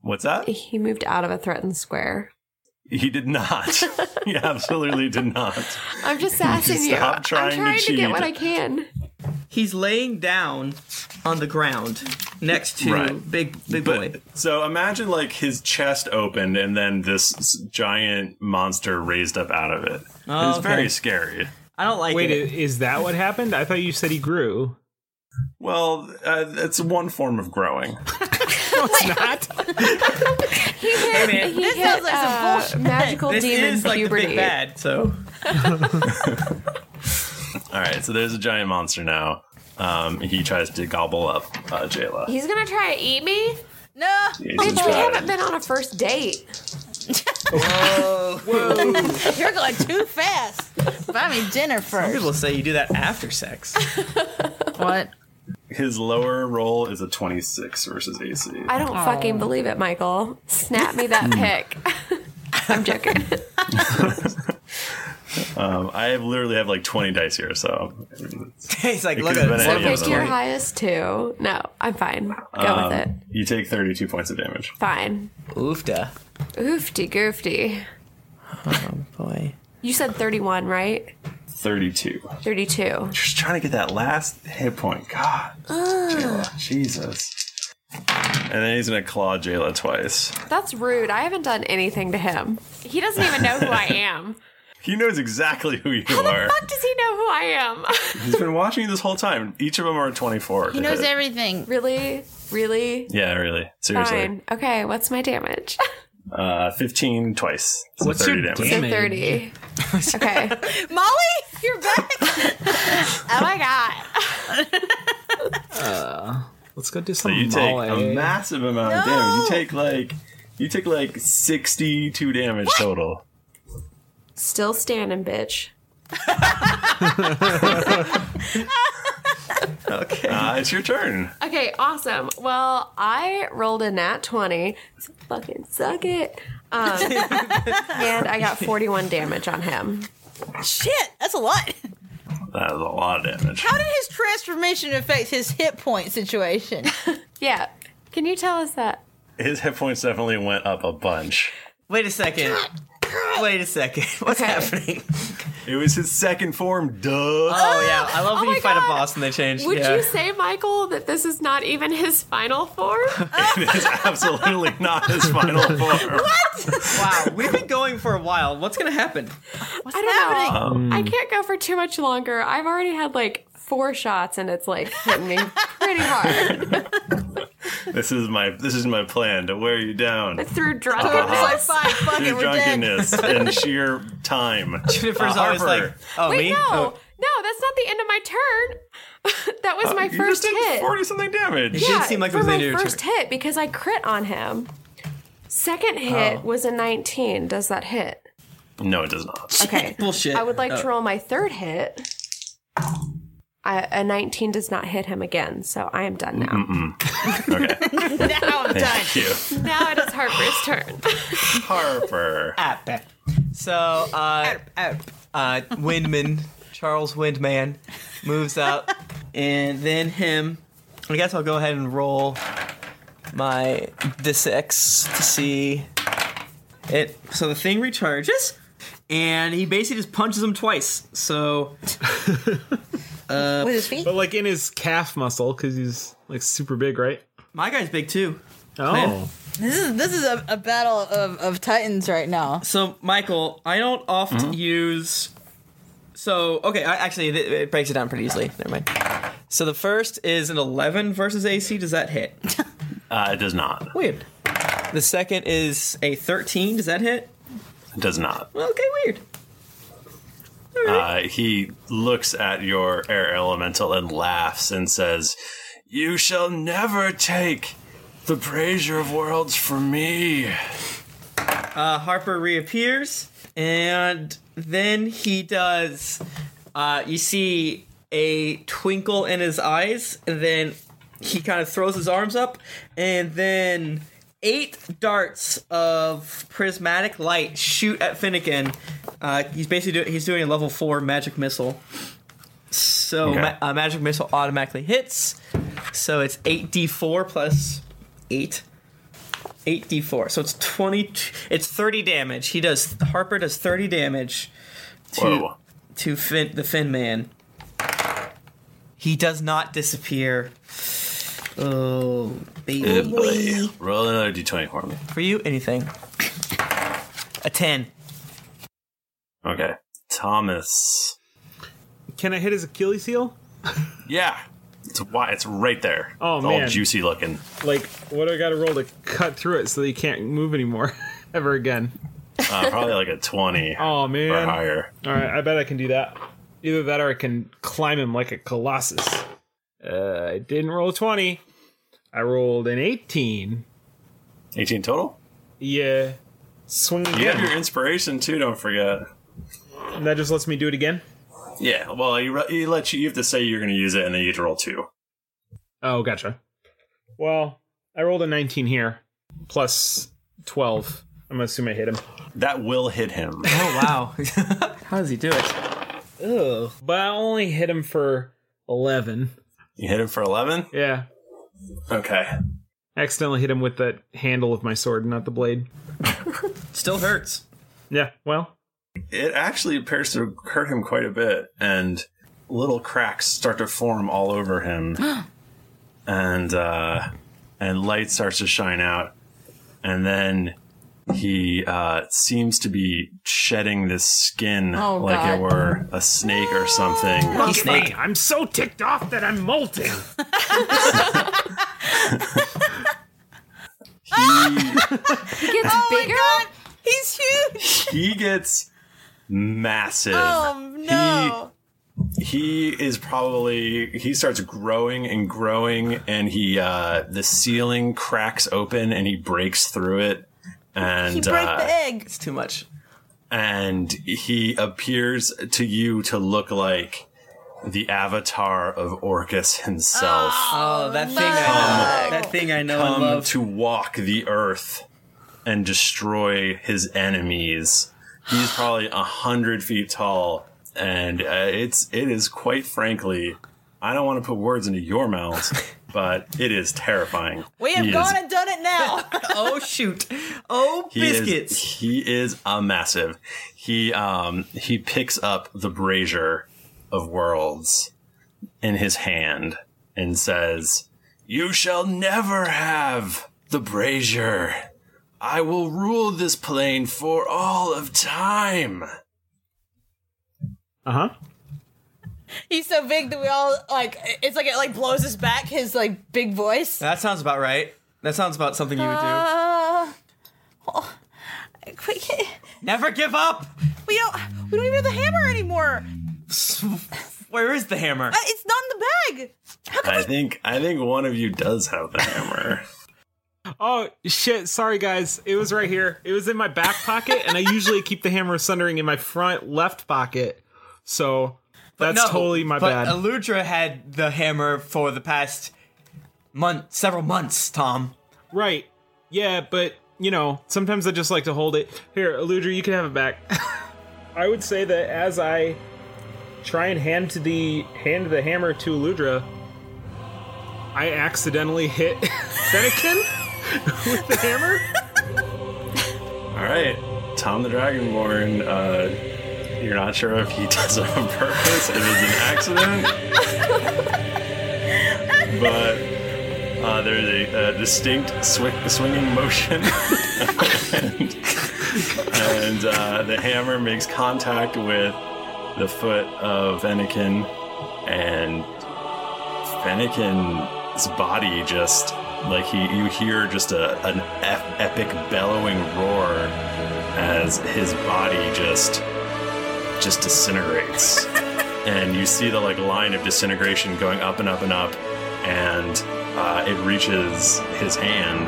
[SPEAKER 1] what's that?
[SPEAKER 12] He moved out of a threatened square.
[SPEAKER 1] He did not. he absolutely did not.
[SPEAKER 12] I'm just asking you.
[SPEAKER 1] Stop trying
[SPEAKER 12] I'm
[SPEAKER 1] to
[SPEAKER 12] trying to, get
[SPEAKER 1] cheat.
[SPEAKER 12] what I can.
[SPEAKER 5] He's laying down on the ground next to
[SPEAKER 1] Right.
[SPEAKER 5] Big Big
[SPEAKER 1] But-
[SPEAKER 5] Boy.
[SPEAKER 1] So imagine like his chest opened and then this s- giant monster raised up out of it.
[SPEAKER 8] Oh,
[SPEAKER 1] it's very
[SPEAKER 8] okay.
[SPEAKER 1] scary.
[SPEAKER 5] I don't like
[SPEAKER 8] Wait,
[SPEAKER 5] it.
[SPEAKER 8] i- is that what happened? I thought you said he grew.
[SPEAKER 1] Well, uh, it's one form of growing.
[SPEAKER 12] He hit,
[SPEAKER 5] man.
[SPEAKER 12] He
[SPEAKER 5] This
[SPEAKER 12] hit,
[SPEAKER 5] sounds like some bullshit.
[SPEAKER 12] uh, magical
[SPEAKER 5] this
[SPEAKER 12] demon
[SPEAKER 5] is like
[SPEAKER 12] puberty.
[SPEAKER 5] the big bad. So
[SPEAKER 1] All right, so there's a giant monster now. Um, he tries to gobble up uh, Jayla.
[SPEAKER 12] He's gonna try to eat me.
[SPEAKER 2] No,
[SPEAKER 1] Jesus
[SPEAKER 12] bitch, we
[SPEAKER 1] Christ.
[SPEAKER 12] haven't been on a first date.
[SPEAKER 2] You're going too fast. Buy me dinner
[SPEAKER 5] some
[SPEAKER 2] first.
[SPEAKER 5] people say you do that after sex.
[SPEAKER 2] What?
[SPEAKER 1] His lower roll is a 26 versus AC.
[SPEAKER 12] I don't
[SPEAKER 5] Oh.
[SPEAKER 12] fucking believe it, Michael. Snap me
[SPEAKER 1] Hmm.
[SPEAKER 12] that pic. I'm joking.
[SPEAKER 1] Um, I have literally have like 20 dice here, so
[SPEAKER 5] he's like,
[SPEAKER 1] look
[SPEAKER 12] So pick your highest two. No, I'm fine. Go with it.
[SPEAKER 1] um, You take 32 points of damage.
[SPEAKER 12] Fine.
[SPEAKER 5] Oofda.
[SPEAKER 12] Oofty goofty.
[SPEAKER 5] Oh boy.
[SPEAKER 12] You said 31, right?
[SPEAKER 1] 32.
[SPEAKER 12] 32.
[SPEAKER 1] Just trying to get that last hit point. God,
[SPEAKER 12] Ugh,
[SPEAKER 1] Jesus. And then he's gonna claw Jayla twice.
[SPEAKER 12] that's rude. I haven't done anything to him. He doesn't even know who I am.
[SPEAKER 1] He knows exactly who you are.
[SPEAKER 12] Fuck, does he know who I am?
[SPEAKER 1] He's been watching you this whole time. Each of them are 24. to hit.
[SPEAKER 12] everything. Really? Really?
[SPEAKER 1] Yeah, really. Seriously.
[SPEAKER 12] Fine. Okay, what's my damage?
[SPEAKER 1] Uh, 15 twice. So
[SPEAKER 12] What's
[SPEAKER 1] 30
[SPEAKER 12] your
[SPEAKER 1] damage.
[SPEAKER 12] So 30. okay.
[SPEAKER 2] Molly, you're back.
[SPEAKER 12] oh my god.
[SPEAKER 1] Uh,
[SPEAKER 8] let's go do
[SPEAKER 1] so
[SPEAKER 8] some
[SPEAKER 1] you take
[SPEAKER 8] Molly.
[SPEAKER 1] a massive amount of damage. You take like you take like 62 damage total.
[SPEAKER 12] Still standing, bitch.
[SPEAKER 1] okay. Uh, it's your turn.
[SPEAKER 12] Okay, awesome. Well, I rolled a nat 20. So fucking suck it. Um, and I got 41 damage on him.
[SPEAKER 2] Shit, that's a lot.
[SPEAKER 1] That was a lot of damage.
[SPEAKER 2] How did his transformation affect his hit point situation?
[SPEAKER 12] yeah. Can you tell us that?
[SPEAKER 1] His hit points definitely went up a bunch.
[SPEAKER 5] Wait a second. Wait a second. What's happening?
[SPEAKER 1] It was his second form, duh.
[SPEAKER 5] Oh yeah, I love
[SPEAKER 12] Oh
[SPEAKER 5] when
[SPEAKER 12] my
[SPEAKER 5] you fight
[SPEAKER 12] God.
[SPEAKER 5] a boss and they change.
[SPEAKER 12] Would
[SPEAKER 5] yeah.
[SPEAKER 12] you say, Michael, that this is not even his final form?
[SPEAKER 1] it is absolutely not his final form.
[SPEAKER 5] wow, we've been going for a while. What's gonna happen?
[SPEAKER 12] I don't
[SPEAKER 1] happening?
[SPEAKER 12] know. I can't go for too much longer. I've already had like four shots and it's like hitting me pretty hard
[SPEAKER 1] This is my this is my plan to wear you down.
[SPEAKER 12] through
[SPEAKER 1] Uh-huh.
[SPEAKER 12] drunkenness.
[SPEAKER 1] Like,
[SPEAKER 2] fine, fuck
[SPEAKER 1] Through drunkenness and sheer time. Uh,
[SPEAKER 5] Jennifer's always
[SPEAKER 1] Harper,
[SPEAKER 5] like, "Oh,
[SPEAKER 12] Wait,
[SPEAKER 5] me?
[SPEAKER 12] no,
[SPEAKER 5] Oh.
[SPEAKER 12] no, that's not the end of my turn. that was
[SPEAKER 1] Uh,
[SPEAKER 12] my
[SPEAKER 1] you just
[SPEAKER 12] first
[SPEAKER 1] did
[SPEAKER 12] hit.
[SPEAKER 1] 40 something damage. It
[SPEAKER 12] yeah,
[SPEAKER 1] didn't seem like it
[SPEAKER 12] for
[SPEAKER 1] was
[SPEAKER 12] my
[SPEAKER 1] any of your
[SPEAKER 12] first hit because I crit on him. Second
[SPEAKER 1] Oh.
[SPEAKER 12] hit was a 19. Does that hit?
[SPEAKER 1] No, it does not.
[SPEAKER 12] Okay. I would like
[SPEAKER 1] Uh.
[SPEAKER 12] to roll my third hit. I, a 19 does not hit him again, so I am done now.
[SPEAKER 1] Mm. Mm-mm. Okay.
[SPEAKER 12] now I'm done.
[SPEAKER 1] Thank you.
[SPEAKER 12] Now it is Harper's turn.
[SPEAKER 1] Harper.
[SPEAKER 5] So, uh, uh, Windman, Charles Windman, moves up, and then him. I guess I'll go ahead and roll my d6 to see it. So the thing recharges, and he basically just punches him twice. So, uh,
[SPEAKER 8] With his feet? But like in his calf muscle, because he's like super big, right?
[SPEAKER 5] My guy's big too.
[SPEAKER 8] Oh.
[SPEAKER 5] Man.
[SPEAKER 2] This is this is a, a battle of, of titans right now.
[SPEAKER 5] So, Michael, I don't often use. So, okay, I, actually, th- it breaks it down pretty easily. Never mind. So the first is an 11 versus AC. Does that hit?
[SPEAKER 1] Uh, it does not.
[SPEAKER 5] Weird. The second is a 13. Does that hit?
[SPEAKER 1] It does not.
[SPEAKER 5] Well, okay, weird.
[SPEAKER 1] Uh, he looks at your air elemental and laughs and says, You shall never take the brazier of worlds from me.
[SPEAKER 5] Uh, Harper reappears, and then he does. Uh, you see a twinkle in his eyes, and then he kind of throws his arms up, and then eight darts of prismatic light shoot at Finnegan. Uh, he's basically do- he's doing a level four magic missile. So
[SPEAKER 15] Okay.
[SPEAKER 5] ma- uh, magic missile automatically hits. So it's eight d four plus eight. 8d4. So it's 20 it's 30 damage. He does Harper does 30 damage to
[SPEAKER 1] Whoa.
[SPEAKER 5] to Fin, the Fin man. He does not disappear. Oh, baby.
[SPEAKER 1] Italy. Roll another d20 for me.
[SPEAKER 5] For you anything. A 10.
[SPEAKER 1] Okay. Thomas.
[SPEAKER 8] Can I hit his Achilles heel?
[SPEAKER 1] Yeah. It's why it's right there.
[SPEAKER 8] Oh,
[SPEAKER 1] it's all
[SPEAKER 8] man.
[SPEAKER 1] juicy looking.
[SPEAKER 8] Like, what do I got to roll to cut through it so that he can't move anymore ever again?
[SPEAKER 1] Uh, probably like a 20.
[SPEAKER 8] Oh man,
[SPEAKER 1] Or higher.
[SPEAKER 8] All right, I bet I can do that. Either that or I can climb him like a colossus. Uh, I didn't roll a twenty. I rolled an eighteen.
[SPEAKER 1] Eighteen total.
[SPEAKER 8] Yeah, swing
[SPEAKER 1] You have
[SPEAKER 8] again.
[SPEAKER 1] your inspiration too, don't forget.
[SPEAKER 8] And that just lets me do it again.
[SPEAKER 1] Yeah, well, you, re- you let you, you have to say you're going to use it and then you have to roll two.
[SPEAKER 8] Oh, gotcha. Well, I rolled a nineteen here, plus twelve. I'm gonna assume I hit him.
[SPEAKER 1] That will hit him.
[SPEAKER 5] Oh wow! How does he do it? Ugh.
[SPEAKER 8] But I only hit him for eleven.
[SPEAKER 1] You hit him for eleven?
[SPEAKER 8] Yeah.
[SPEAKER 1] Okay.
[SPEAKER 8] I accidentally hit him with the handle of my sword, not the blade.
[SPEAKER 5] Still hurts.
[SPEAKER 8] Yeah. Well,
[SPEAKER 1] It actually appears to hurt him quite a bit, and little cracks start to form all over him, and uh, and light starts to shine out, and then he uh, seems to be shedding this skin
[SPEAKER 8] Oh,
[SPEAKER 1] like it
[SPEAKER 8] God.
[SPEAKER 1] were a snake or something.
[SPEAKER 8] Look at me. I'm so ticked off that I'm molting.
[SPEAKER 12] He gets bigger.
[SPEAKER 2] He's huge.
[SPEAKER 1] he gets massive.
[SPEAKER 2] Oh, no.
[SPEAKER 1] He, he is probably he starts growing and growing, and he uh, the ceiling cracks open, and he breaks through it, and
[SPEAKER 2] He broke
[SPEAKER 1] uh,
[SPEAKER 2] the egg.
[SPEAKER 5] It's too much.
[SPEAKER 1] and he appears to you to look like the avatar of Orcus himself.
[SPEAKER 2] Ah.
[SPEAKER 5] Oh, that thing! I, that thing I know
[SPEAKER 1] come
[SPEAKER 5] and love.
[SPEAKER 1] to walk the earth and destroy his enemies. He's probably a hundred feet tall, and uh, it's it is quite frankly, I don't want to put words into your mouths, but it is terrifying.
[SPEAKER 2] We have
[SPEAKER 1] He is-
[SPEAKER 2] gone and done it now.
[SPEAKER 5] oh shoot! Oh
[SPEAKER 1] he Is, he is a massive. He um he picks up the brazier of worlds in his hand and says, "You shall never have the brazier. I will rule this plane for all of time."
[SPEAKER 8] Uh huh.
[SPEAKER 2] He's so big that we all like. It's like it like blows his back. His like big voice.
[SPEAKER 5] That sounds about right. That sounds about something you would do.
[SPEAKER 2] Uh, oh, we, can't-
[SPEAKER 5] Never give up.
[SPEAKER 2] we don't. We don't even have the hammer anymore.
[SPEAKER 5] Where is the hammer?
[SPEAKER 2] Uh, it's not in the bag.
[SPEAKER 1] I think I think one of you does have the hammer.
[SPEAKER 8] Oh shit! Sorry guys, it was right here. It was in my back pocket, and I usually keep the hammer of sundering in my front left pocket. So
[SPEAKER 5] But
[SPEAKER 8] that's
[SPEAKER 5] no,
[SPEAKER 8] totally my
[SPEAKER 5] but
[SPEAKER 8] bad.
[SPEAKER 5] Eludra had the hammer for the past month, several months. Tom.
[SPEAKER 8] right? Yeah, but you know, sometimes I just like to hold it. Here, Eludra, you can have it back. I would say that as I try and hand to the hand the hammer to Eludra, I accidentally hit Fennekin with the hammer.
[SPEAKER 1] All right, Tom the Dragonborn. Uh, you're not sure if he does it on purpose, if it's an accident, but uh, there's a, a distinct swi- swinging motion, and, and, uh, the hammer makes contact with the foot of Anakin and Fennekin's body just like he you hear just a, an ep- epic bellowing roar as his body just just disintegrates and you see the like line of disintegration going up and up and up and uh, it reaches his hand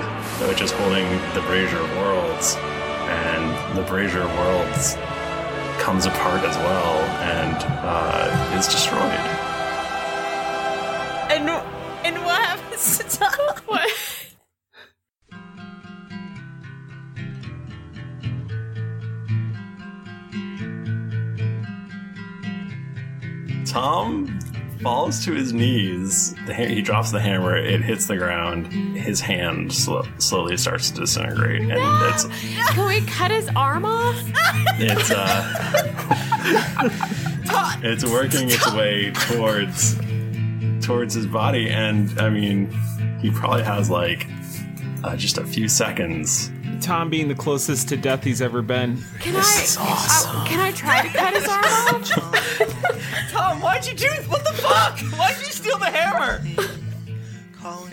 [SPEAKER 1] which is holding the brazier of worlds and the brazier of worlds comes apart as well and uh, is destroyed
[SPEAKER 2] And and what happens to Tom? What?
[SPEAKER 1] Tom falls to his knees. The ha- he drops the hammer. It hits the ground. His hand sl- slowly starts to disintegrate, and it's
[SPEAKER 3] Can we cut his arm off?
[SPEAKER 1] it's uh,
[SPEAKER 3] Ta-
[SPEAKER 1] it's working its way towards towards his body, and I mean, he probably has like uh, just a few seconds.
[SPEAKER 8] Tom being the closest to death he's ever been.
[SPEAKER 3] Can I? uh, can I try to cut his arm off?
[SPEAKER 5] Tom, why'd you do? What the fuck? Why'd you steal the hammer?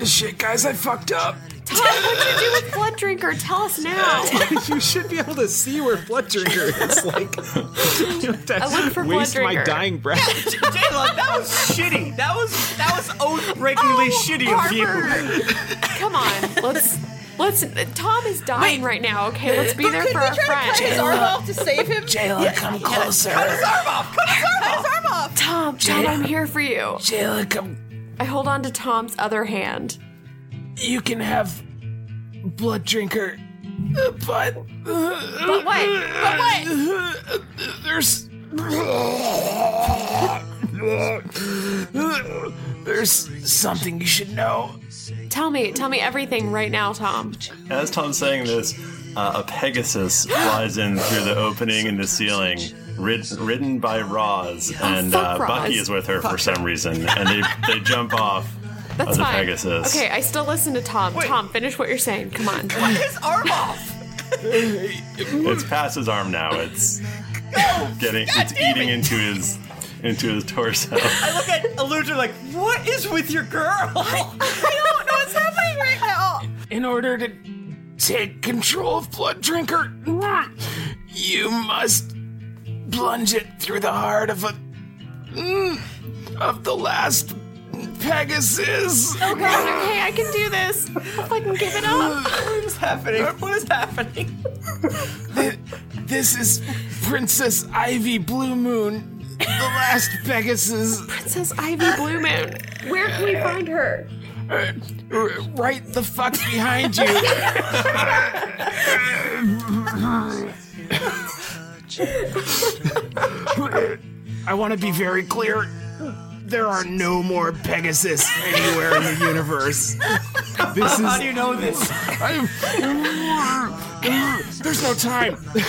[SPEAKER 4] Shit, guys, I fucked up.
[SPEAKER 3] Tom, what'd you do with Blood Drinker? Tell us now.
[SPEAKER 8] you should be able to see where Blood Drinker is. Like, you have to
[SPEAKER 3] I look for Blood
[SPEAKER 8] waste my
[SPEAKER 3] Drinker.
[SPEAKER 8] dying breath.
[SPEAKER 5] Jayla, that was shitty. That was that was oath-breakingly shitty of you.
[SPEAKER 3] Harper. Come on, let's let's. Tom is dying right now. Okay, let's be
[SPEAKER 2] But
[SPEAKER 3] there
[SPEAKER 2] could
[SPEAKER 3] for
[SPEAKER 2] we
[SPEAKER 3] our
[SPEAKER 2] try to
[SPEAKER 3] friend.
[SPEAKER 2] cut his arm off to save him?
[SPEAKER 3] Jayla, come closer.
[SPEAKER 2] Cut his arm off. Cut his arm off.
[SPEAKER 3] Cut his arm off. Tom, Tom,
[SPEAKER 4] Jayla-
[SPEAKER 3] I'm here for you.
[SPEAKER 4] Jayla, come-
[SPEAKER 3] I hold on to Tom's other hand.
[SPEAKER 4] You can have blood drinker, uh, but
[SPEAKER 3] But what? But what?
[SPEAKER 4] there's there's something you should know.
[SPEAKER 3] Tell me, tell me everything right now, Tom.
[SPEAKER 1] As Tom's saying this, uh, a Pegasus flies in through the opening in the ceiling, rid- ridden by Roz, and uh,
[SPEAKER 3] fuck Roz.
[SPEAKER 1] Bucky is with her for
[SPEAKER 3] Fuck
[SPEAKER 1] some reason, and they, they jump off
[SPEAKER 3] That's
[SPEAKER 1] of the
[SPEAKER 3] fine.
[SPEAKER 1] Pegasus.
[SPEAKER 3] Okay, I still listen to Tom. Tom, finish what you're saying. Come on.
[SPEAKER 5] Cut his arm off.
[SPEAKER 1] It's past his arm now. It's getting,
[SPEAKER 5] God
[SPEAKER 1] it's
[SPEAKER 5] damn
[SPEAKER 1] eating into his into his torso.
[SPEAKER 5] I look at Eludra like, what is with your girl?
[SPEAKER 4] I don't know what's happening right now. In order to take control of blood drinker, you must plunge it through the heart of a of the last Pegasus.
[SPEAKER 3] Oh god, okay, I can do this. If I can give it up.
[SPEAKER 5] What is happening? What is happening?
[SPEAKER 4] This is Princess Ivy Blue Moon, the last Pegasus.
[SPEAKER 3] Princess Ivy Blue Moon. Where can we find her?
[SPEAKER 4] Uh, right the fuck behind you. I want to be very clear. There are no more Pegasus anywhere in the universe. This is.
[SPEAKER 5] How do you know this?
[SPEAKER 4] I'm, there's no time.
[SPEAKER 5] what,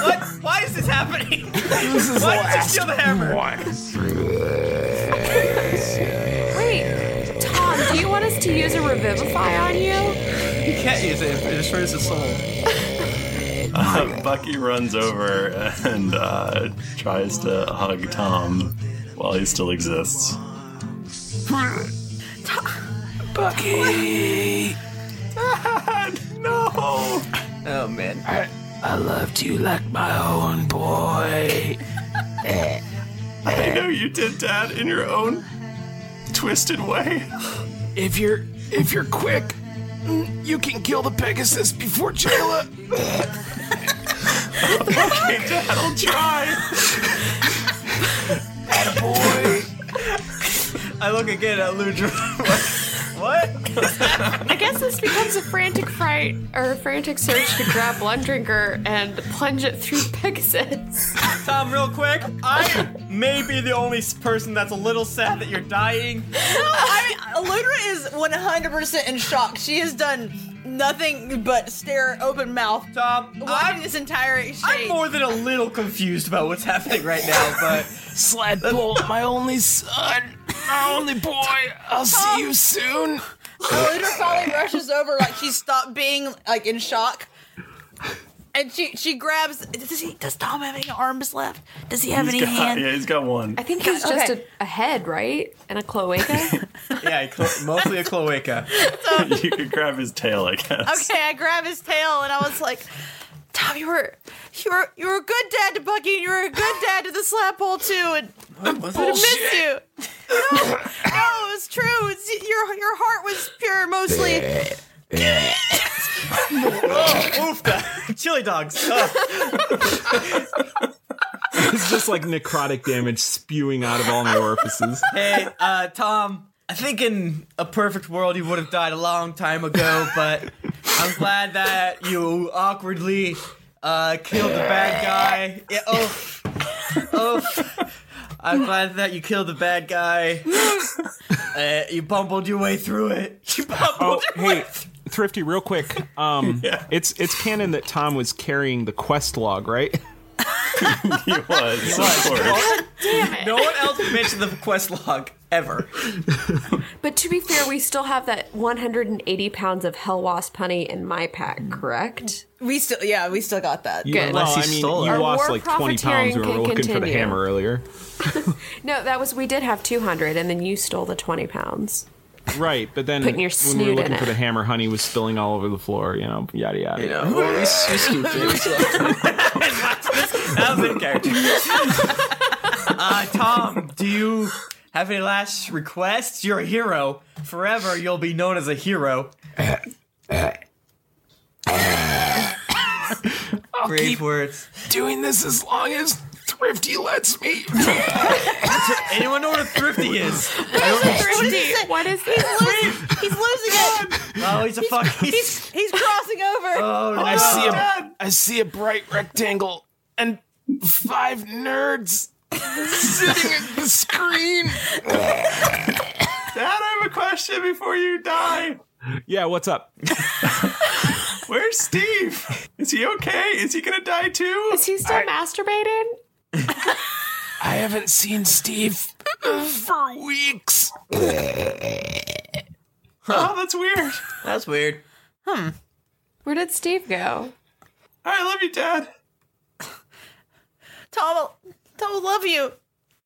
[SPEAKER 5] what, why is this happening?
[SPEAKER 4] This is
[SPEAKER 5] why
[SPEAKER 4] the
[SPEAKER 5] did you steal the hammer?
[SPEAKER 3] Wait, Tom, do you want us to use a revivify on you?
[SPEAKER 5] You can't use it. It destroys the soul.
[SPEAKER 1] Uh, Bucky runs over and uh, tries to hug Tom while he still exists.
[SPEAKER 4] Bucky! no!
[SPEAKER 5] Oh man.
[SPEAKER 4] I, I loved you like my own boy. Eh,
[SPEAKER 1] I know you did, Dad, in your own twisted way.
[SPEAKER 4] If you're if you're quick, mm, you can kill the Pegasus before Jayla. okay, Dad, I'll try.
[SPEAKER 5] I look again at Ludra. what?
[SPEAKER 3] I guess this becomes a frantic fright or a frantic search to grab Blood Drinker and plunge it through Pegasus.
[SPEAKER 5] Tom, real quick, I may be the only s- person that's a little sad that you're dying.
[SPEAKER 2] I mean, Ludra is 100% in shock. She has done nothing but stare open mouth.
[SPEAKER 5] Tom,
[SPEAKER 2] watching this entire exchange.
[SPEAKER 5] I'm more than a little confused about what's happening right now, but
[SPEAKER 4] Sladbolt, my only son, my only boy. I'll see you soon.
[SPEAKER 2] Ludra finally rushes over like she stopped being like in shock. And she she grabs. Does he? Does Tom have any arms left? Does he have
[SPEAKER 1] He's
[SPEAKER 2] any
[SPEAKER 1] got-
[SPEAKER 2] hands?
[SPEAKER 1] Yeah, he's got one.
[SPEAKER 12] I think it's
[SPEAKER 2] Okay.
[SPEAKER 12] just a, a head, right? And a cloaca.
[SPEAKER 5] yeah, clo- mostly a cloaca.
[SPEAKER 1] you could grab his tail, I guess.
[SPEAKER 2] Okay, I grab his tail and I was like, Tom, you were you were you were a good dad to Bucky and you were a good dad to the slap hole too and
[SPEAKER 4] was
[SPEAKER 2] I miss
[SPEAKER 4] bullshit.
[SPEAKER 2] you. No, no, it was true. It's, your your heart was pure mostly.
[SPEAKER 5] oh, oof, the chili dogs.
[SPEAKER 8] it's just like necrotic damage spewing out of all my orifices.
[SPEAKER 5] Hey, uh, Tom, I think in a perfect world you would have died a long time ago, but I'm glad that you awkwardly uh, killed the bad guy. Yeah, oh, oh. I'm glad that you killed the bad guy. Uh, you bumbled your way through it. You bumbled your way
[SPEAKER 8] Oh, Hey, Thrifty, real quick. Um, It's it's canon that Tom was carrying the quest log, right?
[SPEAKER 1] he was.
[SPEAKER 12] Damn it.
[SPEAKER 5] No one else mentioned the quest log ever.
[SPEAKER 12] But to be fair, we still have that 180 pounds of hell wasp honey in my pack, correct?
[SPEAKER 2] Mm. We still, yeah, we still got that.
[SPEAKER 8] You, Well, I mean, you lost like 20 pounds. We were looking for the hammer earlier.
[SPEAKER 12] No, that was we did have 200, and then you stole the 20 pounds.
[SPEAKER 8] Right, but then
[SPEAKER 12] Putting your
[SPEAKER 8] when we
[SPEAKER 12] snoot
[SPEAKER 8] were
[SPEAKER 12] in
[SPEAKER 8] looking for
[SPEAKER 12] it.
[SPEAKER 8] the hammer, honey was spilling all over the floor. You know, yada yada.
[SPEAKER 5] You know, well, this is That was in character. Uh, Tom, do you have any last requests? You're a hero. Forever, you'll be known as a hero. Brave words.
[SPEAKER 4] Doing this as long as Thrifty lets me.
[SPEAKER 5] Anyone know what a thrifty is?
[SPEAKER 2] Thrifty, what is this? He's losing, he's losing it.
[SPEAKER 5] Oh, he's a fuck. He's,
[SPEAKER 2] he's crossing over.
[SPEAKER 5] Oh,
[SPEAKER 4] I see a, I see a bright rectangle and five nerds sitting at the screen.
[SPEAKER 1] Dad, I have a question before you die.
[SPEAKER 8] Yeah, what's up? Oh
[SPEAKER 1] Where's Steve? Is he okay? Is he gonna die too?
[SPEAKER 3] Is he still masturbating?
[SPEAKER 4] I haven't seen Steve for weeks.
[SPEAKER 1] Oh, that's weird.
[SPEAKER 5] That's weird.
[SPEAKER 3] Hmm. Where did Steve go?
[SPEAKER 1] I love you, Dad.
[SPEAKER 2] Tom, Tom, will love you.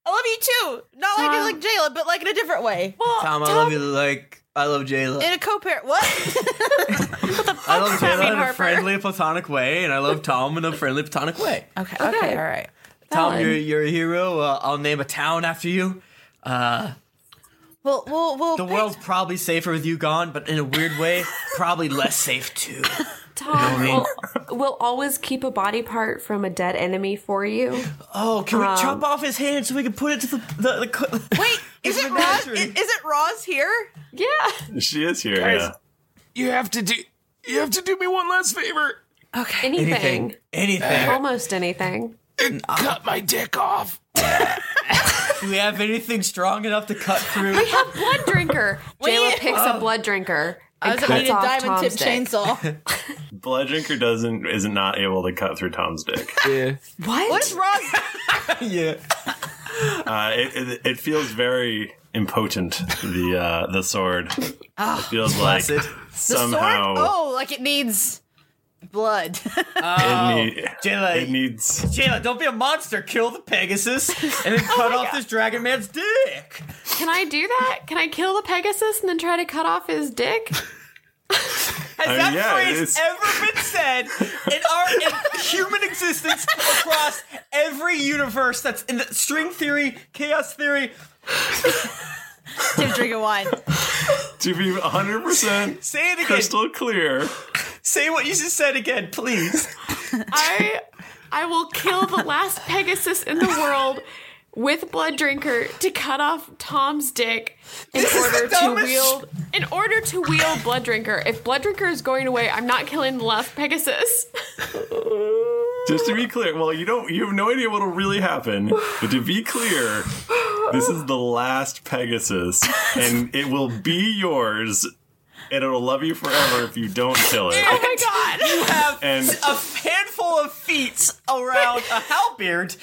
[SPEAKER 2] I love you too. Not like like Jayla, but like in a different way. Well,
[SPEAKER 5] Tom, I love you like I love Jayla.
[SPEAKER 2] in a co-parent. What?
[SPEAKER 5] I love
[SPEAKER 2] fuck's happening,
[SPEAKER 5] Jayla in a
[SPEAKER 2] Harper?
[SPEAKER 5] friendly, platonic way, and I love Tom in a friendly, platonic way.
[SPEAKER 2] Okay. Okay. All right.
[SPEAKER 5] Tom,
[SPEAKER 2] Valid.
[SPEAKER 5] you're, you're a hero. Uh, I'll name a town after you. Uh,
[SPEAKER 2] Well, well, well.
[SPEAKER 5] the world's probably safer with you gone, but in a weird way, probably less safe too.
[SPEAKER 12] Tom
[SPEAKER 5] You know
[SPEAKER 12] will will always keep a body part from a dead enemy for you. Um,
[SPEAKER 5] Oh, can we chop off his hand so we can put it to the the? the co-
[SPEAKER 2] Wait, is it Roz? Is, is it Roz here?
[SPEAKER 12] Yeah.
[SPEAKER 1] She is here.
[SPEAKER 4] Guys,
[SPEAKER 1] yeah.
[SPEAKER 4] You have to do. You have to do me one last favor.
[SPEAKER 12] Okay. Anything.
[SPEAKER 5] Anything.
[SPEAKER 12] Almost anything.
[SPEAKER 4] Cut my dick off.
[SPEAKER 5] Do we have anything strong enough to cut through?
[SPEAKER 12] We have blood drinker.
[SPEAKER 2] We-
[SPEAKER 12] Jayla picks
[SPEAKER 2] Oh.
[SPEAKER 12] a blood drinker.
[SPEAKER 2] I was
[SPEAKER 12] and
[SPEAKER 2] gonna need a
[SPEAKER 12] cuts off
[SPEAKER 2] diamond tip
[SPEAKER 12] Tom's dick.
[SPEAKER 2] chainsaw.
[SPEAKER 1] Blood drinker doesn't is not able to cut through Tom's dick.
[SPEAKER 8] Yeah.
[SPEAKER 12] What?
[SPEAKER 2] What is Roz?
[SPEAKER 5] yeah.
[SPEAKER 1] Uh, it, it it feels very impotent. The uh, the sword.
[SPEAKER 2] Ah,
[SPEAKER 1] it feels like somehow
[SPEAKER 2] The sword? Oh, like it needs blood.
[SPEAKER 3] Oh.
[SPEAKER 1] it, need-
[SPEAKER 5] Oh, Jayla,
[SPEAKER 1] it needs
[SPEAKER 5] Jayla, don't be a monster. Kill the Pegasus and
[SPEAKER 2] Oh
[SPEAKER 5] then cut off this dragon man's dick.
[SPEAKER 3] Can I do that? Can I kill the Pegasus and then try to cut off his dick?
[SPEAKER 5] Has
[SPEAKER 1] I mean,
[SPEAKER 5] that
[SPEAKER 1] yeah,
[SPEAKER 5] phrase
[SPEAKER 1] it's-
[SPEAKER 5] ever been said in our in human existence across every universe that's in the string theory, chaos theory?
[SPEAKER 2] Tim drinking wine.
[SPEAKER 1] to be 100 percent
[SPEAKER 5] Say it again.
[SPEAKER 1] crystal clear.
[SPEAKER 5] Say what you just said again, please.
[SPEAKER 3] I I will kill the last Pegasus in the world with Blood Drinker to cut off Tom's dick in
[SPEAKER 4] This is the
[SPEAKER 3] order to
[SPEAKER 4] dumbest-
[SPEAKER 3] wield in order to wield Blood Drinker. If Blood Drinker is going away, I'm not killing the last Pegasus.
[SPEAKER 1] Just to be clear, well, you don't you have no idea what'll really happen, but to be clear, this is the last Pegasus, and it will be yours, and it'll love you forever if you don't kill it.
[SPEAKER 5] Oh my god! You have
[SPEAKER 1] And-
[SPEAKER 5] a handful of feats around a halberd,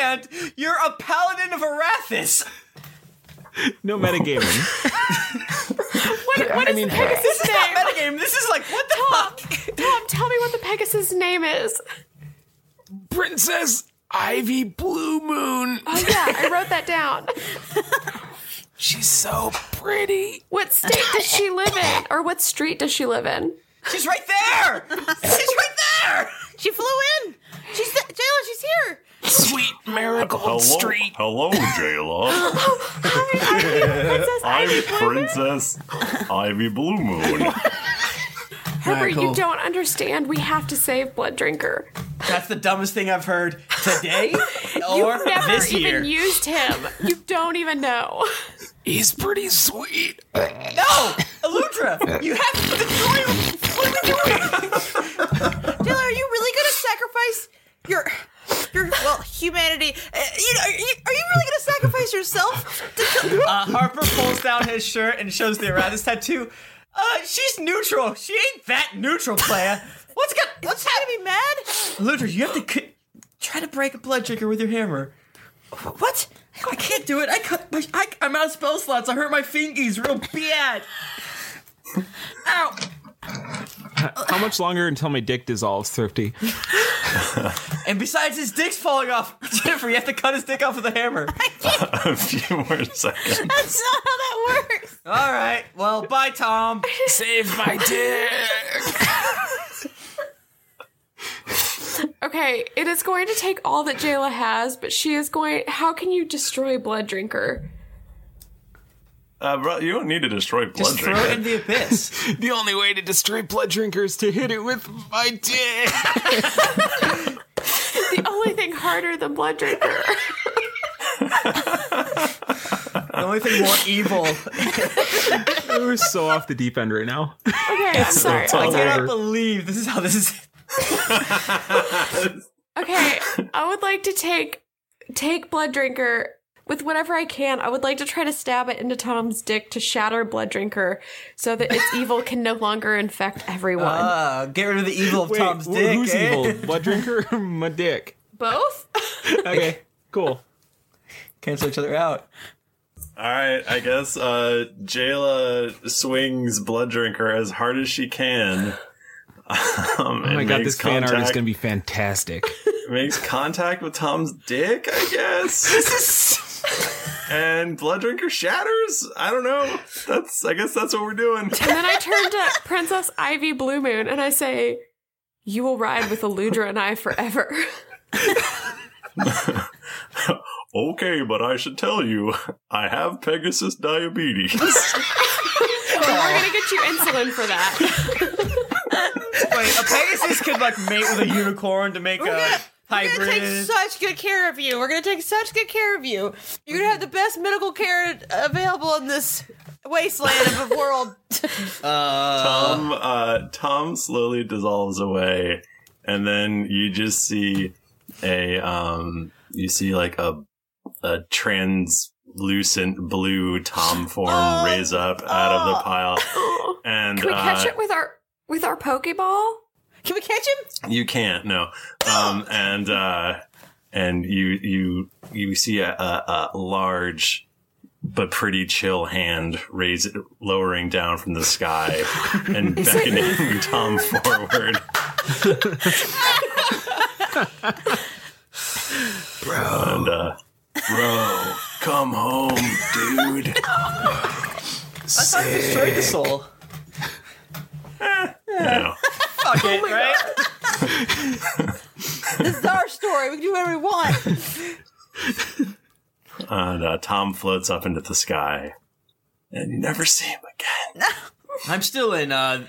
[SPEAKER 5] and you're a paladin of Arathis.
[SPEAKER 8] No metagaming.
[SPEAKER 3] What, what is
[SPEAKER 4] mean,
[SPEAKER 3] the Pegasus
[SPEAKER 4] this is
[SPEAKER 3] name?
[SPEAKER 4] not
[SPEAKER 3] metagame. This is like what the fuck. Tom, tell me what the Pegasus name is.
[SPEAKER 4] Princess Ivy Blue Moon.
[SPEAKER 3] Oh yeah, I wrote that down.
[SPEAKER 4] She's so pretty.
[SPEAKER 3] What state does she live in, or what street does she live in?
[SPEAKER 2] She's right there. she's right there. She flew in. She's th- Jayla. She's here.
[SPEAKER 4] Sweet Marigold
[SPEAKER 1] Hello,
[SPEAKER 4] Street.
[SPEAKER 1] hello, Jayla.
[SPEAKER 3] Ivy
[SPEAKER 1] I'm
[SPEAKER 3] Blue
[SPEAKER 1] Princess Ivy Blue Moon.
[SPEAKER 3] Herbert,
[SPEAKER 5] cool.
[SPEAKER 3] you don't understand. We have to save Blood Drinker.
[SPEAKER 5] That's the dumbest thing I've heard today or
[SPEAKER 3] You've never
[SPEAKER 5] this year.
[SPEAKER 3] even used him. You don't even know.
[SPEAKER 4] He's pretty sweet.
[SPEAKER 3] No, Eludra, you have to
[SPEAKER 2] Taylor, are you really gonna sacrifice your your well humanity? Uh, you know, are you, are you really gonna sacrifice yourself?
[SPEAKER 5] Uh, Harper pulls down his shirt and shows the Aratus tattoo. Uh, she's neutral. She ain't that neutral, player. What's got? What's
[SPEAKER 2] gonna be mad?
[SPEAKER 5] Ludra, you have to c- try to break a blood trigger with your hammer. What? I can't do it. I cut. My, I, I'm out of spell slots. I hurt my fingies real bad. Ow!
[SPEAKER 8] How much longer until my dick dissolves, Thrifty?
[SPEAKER 5] And besides, his dick's falling off. Jennifer, you have to cut his dick off with a hammer.
[SPEAKER 1] A few more seconds.
[SPEAKER 2] That's not how that works.
[SPEAKER 5] All right. Well, bye, Tom.
[SPEAKER 4] Save my dick.
[SPEAKER 3] Okay, it is going to take all that Jayla has, but she is going. How can you destroy Blood Drinker?
[SPEAKER 1] Uh, bro, you don't need to destroy blood
[SPEAKER 4] Just
[SPEAKER 1] drink.
[SPEAKER 4] throw it in
[SPEAKER 5] the abyss.
[SPEAKER 4] the only way to destroy blood drinkers is to hit it with my dick.
[SPEAKER 3] The only thing harder than Blood Drinker.
[SPEAKER 5] The only thing more evil.
[SPEAKER 8] We're so off the deep end right now.
[SPEAKER 3] Okay, I'm sorry.
[SPEAKER 5] I cannot
[SPEAKER 8] over.
[SPEAKER 5] believe this is how this is.
[SPEAKER 3] Okay, I would like to take take Blood Drinker with whatever I can. I would like to try to stab it into Tom's dick to shatter Blood Drinker so that its evil can no longer infect everyone.
[SPEAKER 5] Uh, get rid of the evil of
[SPEAKER 8] Wait,
[SPEAKER 5] Tom's
[SPEAKER 8] wh-
[SPEAKER 5] dick.
[SPEAKER 8] Who's
[SPEAKER 5] eh?
[SPEAKER 8] evil? Blood drinker or my dick?
[SPEAKER 3] Both?
[SPEAKER 8] Okay, cool.
[SPEAKER 5] Cancel each other out.
[SPEAKER 1] All right, I guess uh, Jayla swings blood drinker as hard as she can. Um,
[SPEAKER 8] Oh my
[SPEAKER 1] and
[SPEAKER 8] god,
[SPEAKER 1] makes
[SPEAKER 8] this fan art is
[SPEAKER 1] contact-
[SPEAKER 8] going to be fantastic.
[SPEAKER 1] makes contact with Tom's dick, I guess. this is and blood drinker shatters. I don't know. That's I guess that's what we're doing.
[SPEAKER 3] And then I turn to Princess Ivy Blue Moon and I say, You will ride with Eludra and I forever.
[SPEAKER 1] okay, but I should tell you, I have Pegasus diabetes.
[SPEAKER 3] And we're gonna get you insulin for that.
[SPEAKER 5] Wait, a Pegasus could like mate with a unicorn to make
[SPEAKER 2] We're
[SPEAKER 5] a
[SPEAKER 2] gonna- We're gonna take
[SPEAKER 5] hybrid.
[SPEAKER 2] such good care of you. We're gonna take such good care of you. You're gonna have the best medical care available in this wasteland of a world.
[SPEAKER 1] Tom uh, Tom slowly dissolves away, and then you just see a um you see like a a translucent blue Tom form raise up out of the pile, and
[SPEAKER 3] Oh, Can we catch
[SPEAKER 1] uh,
[SPEAKER 3] it with our with our Pokeball?
[SPEAKER 2] Can we catch him?
[SPEAKER 1] You can't, no. Um, and uh, and you you you see a, a, a large but pretty chill hand raise lowering down from the sky and
[SPEAKER 4] Is
[SPEAKER 1] beckoning
[SPEAKER 4] it-
[SPEAKER 1] Tom forward.
[SPEAKER 4] Bro.
[SPEAKER 1] And, uh,
[SPEAKER 4] Bro, come home, dude.
[SPEAKER 5] I thought it destroyed the soul.
[SPEAKER 1] no.
[SPEAKER 5] Fuck it, right?
[SPEAKER 2] Oh This is our story. We can do whatever we want.
[SPEAKER 1] and uh, Tom floats up into the sky, and you never see him again.
[SPEAKER 5] I'm still in. uh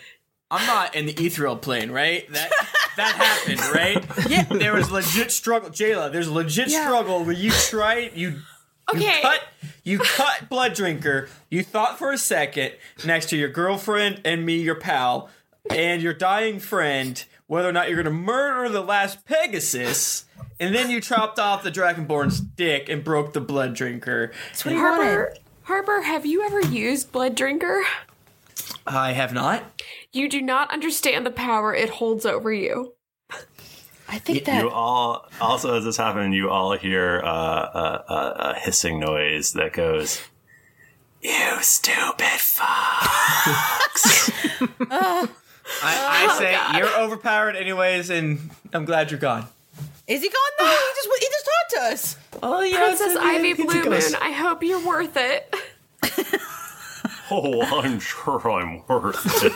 [SPEAKER 5] I'm not in the ethereal plane, right? That that happened, right? Yeah. There was legit struggle, Jayla. There's legit struggle where you try you.
[SPEAKER 3] Okay.
[SPEAKER 5] You cut, you cut blood drinker. You thought for a second next to your girlfriend and me, your pal, and your dying friend, whether or not you're going to murder the last Pegasus, and then you chopped off the Dragonborn's dick and broke the blood drinker.
[SPEAKER 3] Harper, Harper, have you ever used Blood Drinker?
[SPEAKER 5] I have not.
[SPEAKER 3] You do not understand the power it holds over you. I
[SPEAKER 1] You- you all also as this happened, you all hear uh, a, a, a hissing noise that goes. You stupid fuck.
[SPEAKER 5] I, I
[SPEAKER 2] Oh,
[SPEAKER 5] say
[SPEAKER 2] God.
[SPEAKER 5] you're overpowered anyways, and I'm glad you're gone.
[SPEAKER 2] Is he gone? No, he just he just talked to us.
[SPEAKER 5] Oh yeah,
[SPEAKER 12] Princess
[SPEAKER 5] it's-
[SPEAKER 12] Ivy
[SPEAKER 5] it's
[SPEAKER 12] Blue
[SPEAKER 5] ridiculous.
[SPEAKER 12] Moon, I hope you're worth it.
[SPEAKER 1] Oh, I'm sure I'm worth it.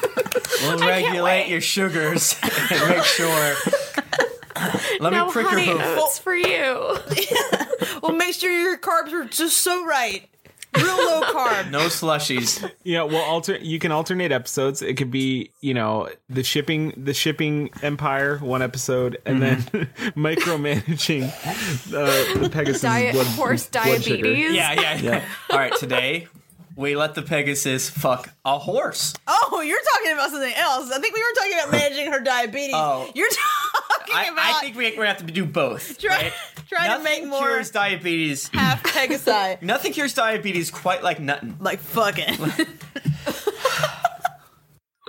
[SPEAKER 5] We'll regulate your sugars and make sure. Let
[SPEAKER 12] no,
[SPEAKER 5] me prick
[SPEAKER 12] honey,
[SPEAKER 5] your hoof.
[SPEAKER 12] it's for you.
[SPEAKER 2] well, make sure your carbs are just so right. Real low carb.
[SPEAKER 5] No slushies.
[SPEAKER 8] Yeah, well, alter. You can alternate episodes. It could be, you know, the shipping, the shipping empire, one episode, and
[SPEAKER 5] Mm-hmm.
[SPEAKER 8] then micromanaging uh, the Pegasus
[SPEAKER 12] Diet-
[SPEAKER 8] blood,
[SPEAKER 12] horse
[SPEAKER 8] blood sugar.
[SPEAKER 12] diabetes.
[SPEAKER 5] Yeah, yeah, yeah. All right, today we let the Pegasus fuck a horse.
[SPEAKER 2] Oh, you're talking about something else. I think we were talking about managing her diabetes.
[SPEAKER 5] Oh.
[SPEAKER 2] You're talking
[SPEAKER 5] I,
[SPEAKER 2] about
[SPEAKER 5] I think we, we're gonna have to do both.
[SPEAKER 2] Try- trying
[SPEAKER 5] Nothing
[SPEAKER 2] to make more
[SPEAKER 5] cures diabetes.
[SPEAKER 2] half Pegasi.
[SPEAKER 5] Nothing cures diabetes quite like nothing.
[SPEAKER 2] Like fucking.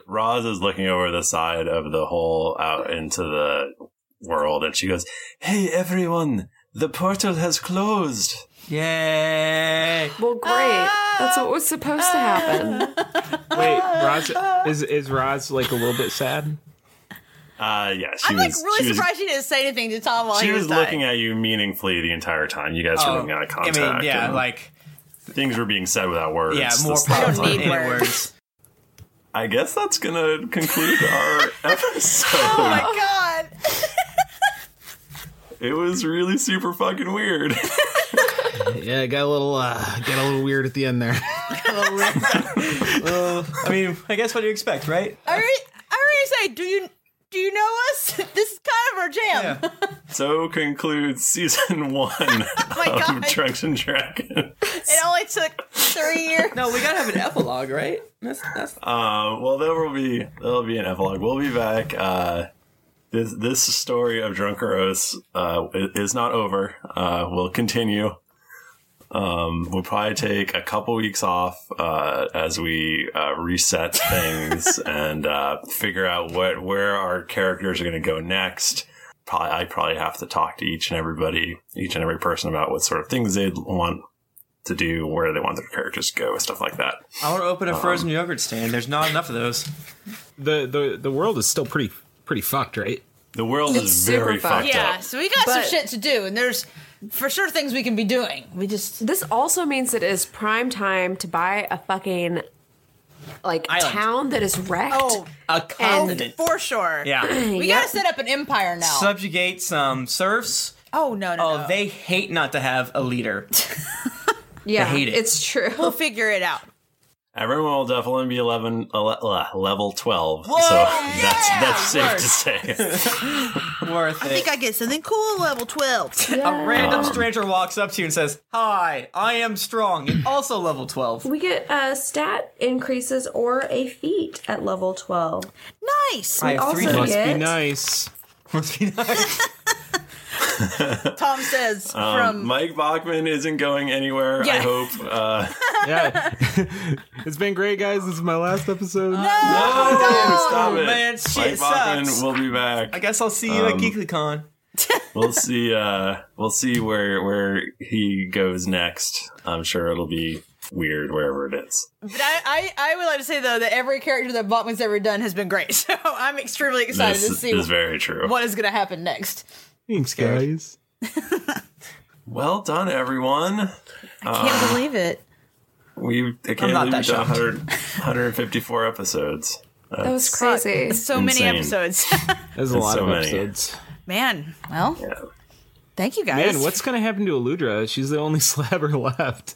[SPEAKER 1] Roz is looking over the side of the hole out into the world, and she goes, "Hey, everyone! The portal has closed."
[SPEAKER 5] Yay!
[SPEAKER 12] Well, great. That's what
[SPEAKER 3] Ah.
[SPEAKER 12] was supposed to happen.
[SPEAKER 8] Wait, Roz is is Roz like a little bit sad?
[SPEAKER 1] Uh, yeah, she
[SPEAKER 2] I'm like
[SPEAKER 1] was.
[SPEAKER 2] really
[SPEAKER 1] she was,
[SPEAKER 2] surprised she didn't say anything to Tom while
[SPEAKER 1] she
[SPEAKER 2] he
[SPEAKER 1] was
[SPEAKER 2] was, dying.
[SPEAKER 1] looking at you meaningfully the entire time. You guys
[SPEAKER 5] Oh,
[SPEAKER 1] were making eye
[SPEAKER 5] I mean,
[SPEAKER 1] contact.
[SPEAKER 5] yeah,
[SPEAKER 1] and
[SPEAKER 5] like-
[SPEAKER 1] things were being said without words.
[SPEAKER 5] Yeah,
[SPEAKER 1] the
[SPEAKER 5] more
[SPEAKER 1] stuff
[SPEAKER 5] problems
[SPEAKER 1] like
[SPEAKER 5] than any
[SPEAKER 1] that.
[SPEAKER 5] words.
[SPEAKER 1] I guess that's gonna conclude our episode.
[SPEAKER 2] Oh my god.
[SPEAKER 1] It was really super fucking weird.
[SPEAKER 8] yeah, got a little uh, got a little weird at the end there.
[SPEAKER 5] Well, I mean, I guess what do you expect, right?
[SPEAKER 2] I already, I already say, do you do you know us? This is kind of our jam.
[SPEAKER 1] so concludes season one
[SPEAKER 2] Oh my
[SPEAKER 1] of
[SPEAKER 2] God.
[SPEAKER 1] Drunks and Dragons.
[SPEAKER 2] It only took three years.
[SPEAKER 5] No, we gotta have an epilogue, right? That's, that's...
[SPEAKER 1] Uh, well, there will be there'll be an epilogue. We'll be back. Uh, this this story of Drunkaros uh, i- is not over. Uh, we'll continue. Um, we'll probably take a couple weeks off uh, as we uh, reset things and uh, figure out what where our characters are going to go next. Probably, I probably have to talk to each and everybody, each and every person about what sort of things they'd want to do, where they want their characters to go, stuff like that.
[SPEAKER 5] I want to open a
[SPEAKER 1] Um,
[SPEAKER 5] frozen yogurt stand. There's not enough of those.
[SPEAKER 8] The the the world is still pretty pretty fucked, right?
[SPEAKER 1] The world
[SPEAKER 8] is very fucked
[SPEAKER 2] yeah, so we got some
[SPEAKER 12] But-
[SPEAKER 2] shit to do, and there's for sure things we can be doing. We just
[SPEAKER 12] This also means it is prime time to buy a fucking like
[SPEAKER 2] Island.
[SPEAKER 12] town that is wrecked.
[SPEAKER 2] Oh,
[SPEAKER 5] A continent.
[SPEAKER 2] for sure.
[SPEAKER 5] Yeah.
[SPEAKER 2] we
[SPEAKER 5] Yeah.
[SPEAKER 2] gotta set up an empire now.
[SPEAKER 5] Subjugate some serfs.
[SPEAKER 2] Oh no no!
[SPEAKER 5] Oh, they hate not to have a leader.
[SPEAKER 2] yeah,
[SPEAKER 5] I hate it. it's
[SPEAKER 2] true. We'll figure it out.
[SPEAKER 1] Everyone will definitely be 11, ele- uh, level 12.
[SPEAKER 2] Whoa,
[SPEAKER 1] so
[SPEAKER 2] yeah,
[SPEAKER 1] that's that's safe
[SPEAKER 2] worse.
[SPEAKER 1] to say.
[SPEAKER 5] Worth
[SPEAKER 2] I
[SPEAKER 5] it.
[SPEAKER 2] think I get something cool at level twelve.
[SPEAKER 5] a random stranger walks up to you and says, "Hi, I am strong and also level 12."
[SPEAKER 12] We get uh, stat increases or a feat at level 12.
[SPEAKER 2] Nice.
[SPEAKER 12] We also
[SPEAKER 8] Must be
[SPEAKER 12] get
[SPEAKER 8] nice.
[SPEAKER 5] Must be nice.
[SPEAKER 2] Tom says
[SPEAKER 1] Um,
[SPEAKER 2] from
[SPEAKER 1] Mike Bachman isn't going anywhere, I
[SPEAKER 2] Yeah.
[SPEAKER 1] hope. Uh,
[SPEAKER 8] yeah. it's been great, guys. This is my last episode.
[SPEAKER 2] Uh,
[SPEAKER 8] No,
[SPEAKER 2] Oh,
[SPEAKER 1] stop it.
[SPEAKER 5] man, shit
[SPEAKER 1] Mike Bachman
[SPEAKER 5] sucks.
[SPEAKER 1] will be back.
[SPEAKER 5] I guess I'll see you at
[SPEAKER 1] Um,
[SPEAKER 5] GeeklyCon.
[SPEAKER 1] we'll see uh, we'll see where where he goes next. I'm sure it'll be weird wherever it is.
[SPEAKER 2] But I, I, I would like to say though that every character that Bachman's ever done has been great. So I'm extremely excited
[SPEAKER 1] This
[SPEAKER 2] to see
[SPEAKER 1] is very true.
[SPEAKER 2] what is going to happen next.
[SPEAKER 8] Thanks, guys.
[SPEAKER 1] Well done, everyone.
[SPEAKER 2] Can't
[SPEAKER 1] Uh,
[SPEAKER 2] believe it.
[SPEAKER 1] we I can't believe
[SPEAKER 2] not that
[SPEAKER 1] we've done
[SPEAKER 2] shocked.
[SPEAKER 1] 100, 154 episodes.
[SPEAKER 12] That was
[SPEAKER 1] That's-
[SPEAKER 12] crazy.
[SPEAKER 2] So
[SPEAKER 1] Insane.
[SPEAKER 2] many episodes,
[SPEAKER 8] There's
[SPEAKER 1] That's
[SPEAKER 8] a lot
[SPEAKER 1] so
[SPEAKER 8] of
[SPEAKER 1] many.
[SPEAKER 8] episodes.
[SPEAKER 2] man. Well, thank you guys.
[SPEAKER 8] Man, what's gonna happen to Eludra? She's the only slabber left.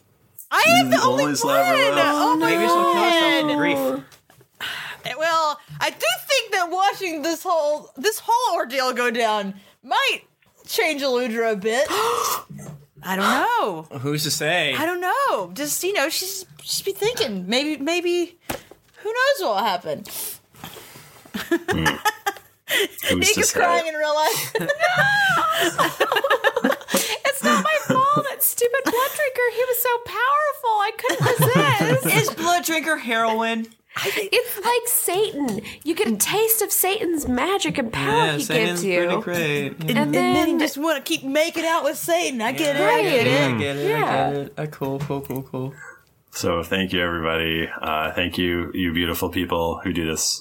[SPEAKER 2] I am the only one. Oh my
[SPEAKER 8] Maybe she'll kill herself
[SPEAKER 2] god.
[SPEAKER 8] from grief.
[SPEAKER 2] Well, I do think that watching this whole this whole ordeal go down might change Eludra a bit. I don't know.
[SPEAKER 5] Who's to say?
[SPEAKER 2] I don't know. Just you know, she's she's be thinking. Maybe maybe who knows what will happen.
[SPEAKER 1] Who's to
[SPEAKER 2] Nika's
[SPEAKER 1] say?
[SPEAKER 2] crying in real life.
[SPEAKER 3] It's not my fault. That stupid blood drinker. He was so powerful. I couldn't resist.
[SPEAKER 5] Is blood drinker heroin?
[SPEAKER 3] It's like Satan. You get a taste of Satan's magic and power
[SPEAKER 5] Yeah,
[SPEAKER 3] he
[SPEAKER 5] Satan's
[SPEAKER 3] gives you.
[SPEAKER 5] pretty great.
[SPEAKER 3] And
[SPEAKER 5] Yeah.
[SPEAKER 3] then-
[SPEAKER 2] and then you just want to keep making out with Satan. I get it. I
[SPEAKER 5] Yeah,
[SPEAKER 2] get it.
[SPEAKER 5] I get it. I
[SPEAKER 2] Yeah.
[SPEAKER 5] get it. Uh, cool, cool, cool, cool.
[SPEAKER 1] So thank you, everybody. Uh, thank you, you beautiful people who do this.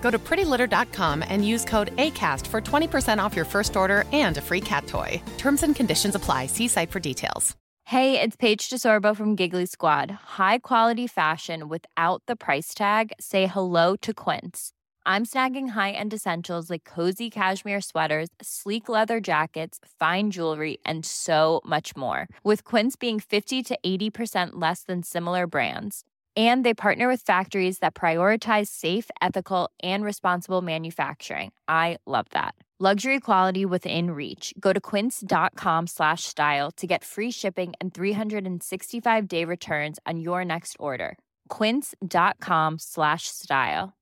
[SPEAKER 16] Go to prettylitter.com and use code ACAST for 20% off your first order and a free cat toy. Terms and conditions apply. See site for details.
[SPEAKER 17] Hey, it's Paige DeSorbo from Giggly Squad. High quality fashion without the price tag. Say hello to Quince. I'm snagging high-end essentials like cozy cashmere sweaters, sleek leather jackets, fine jewelry, and so much more. With Quince being 50 to 80% less than similar brands. And they partner with factories that prioritize safe, ethical, and responsible manufacturing. I love that. Luxury quality within reach. Go to quince.com slash style to get free shipping and 365 day returns on your next order. Quince.com slash style.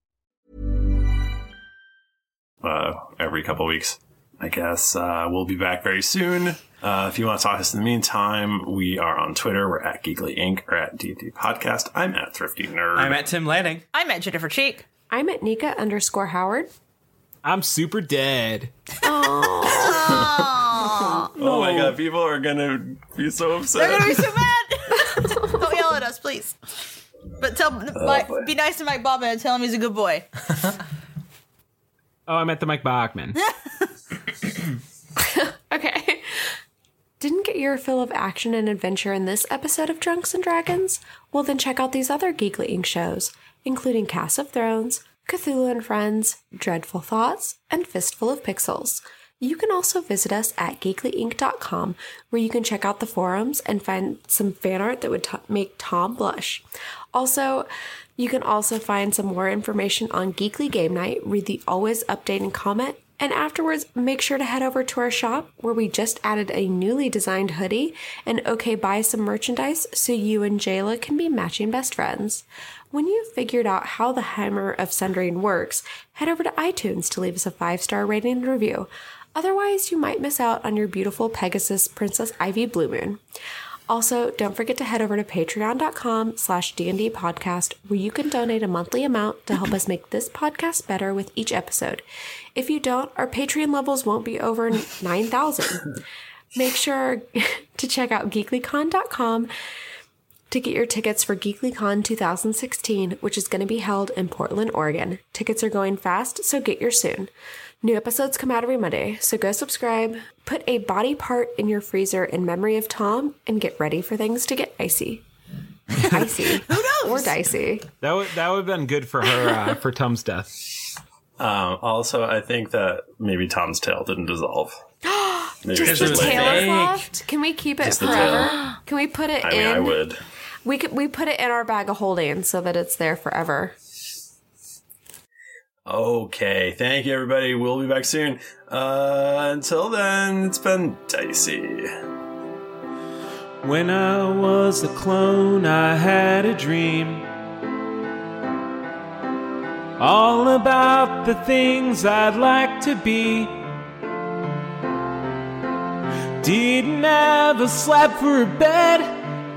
[SPEAKER 1] uh, every couple weeks. I guess uh, we'll be back very soon. Uh, if you want to talk to us in the meantime, we are on Twitter. We're at Geekly Inc. or at D&D Podcast. I'm at Thrifty Nerd.
[SPEAKER 5] I'm at Tim Lanning.
[SPEAKER 12] I'm at Jennifer Cheek. I'm at Nika underscore Howard.
[SPEAKER 8] I'm super dead.
[SPEAKER 1] Oh my god, people are gonna be so
[SPEAKER 2] They're
[SPEAKER 1] upset.
[SPEAKER 2] gonna be so mad. Don't yell at us, please. But tell Mike, be nice to Mike Bobbin and tell him he's a good boy.
[SPEAKER 8] Oh, I'm at the Mike Bachman.
[SPEAKER 12] Okay. Didn't get your fill of action and adventure in this episode of Drunks and Dragons? Well, then check out these other Geekly Inc. shows, including Cast of Thrones, Cthulhu and Friends, Dreadful Thoughts, and Fistful of Pixels. You can also visit us at geeklyinc.com, where you can check out the forums and find some fan art that would to- make Tom blush. Also, you can also find some more information on Geekly Game Night, read the always update and comment, and afterwards make sure to head over to our shop where we just added a newly designed hoodie and okay buy some merchandise so you and Jayla can be matching best friends. When you've figured out how the hammer of sundering works, head over to iTunes to leave us a five-star rating and review. Otherwise, you might miss out on your beautiful Pegasus Princess Ivy Blue Moon. Also, don't forget to head over to patreon.com slash D&D podcast where you can donate a monthly amount to help us make this podcast better with each episode. If you don't, our Patreon levels won't be over 9,000. Make sure to check out geeklycon.com to get your tickets for GeeklyCon 2016, which is going to be held in Portland, Oregon. Tickets are going fast, so get yours soon. New episodes come out every Monday, so go subscribe, put a body part in your freezer in memory of Tom, and get ready for things to get icy. Icy. Who knows? Or dicey.
[SPEAKER 8] That would that would have been good for her uh, for Tom's death.
[SPEAKER 1] Um, also, I think that maybe Tom's tail didn't dissolve. Maybe
[SPEAKER 12] just
[SPEAKER 1] it's
[SPEAKER 12] the
[SPEAKER 1] just like-
[SPEAKER 12] tail is
[SPEAKER 1] Fake.
[SPEAKER 12] left. Can we keep it
[SPEAKER 1] Just the tail.
[SPEAKER 12] forever? Can we put it
[SPEAKER 1] I
[SPEAKER 12] in?
[SPEAKER 1] mean, I would.
[SPEAKER 12] We could, we put it in our bag of holding so that it's there forever.
[SPEAKER 1] Okay, thank you, everybody. We'll be back soon. Uh, until then, it's been dicey.
[SPEAKER 8] When I was a clone, I had a dream. All about the things I'd like to be. Didn't have a slab for a bed,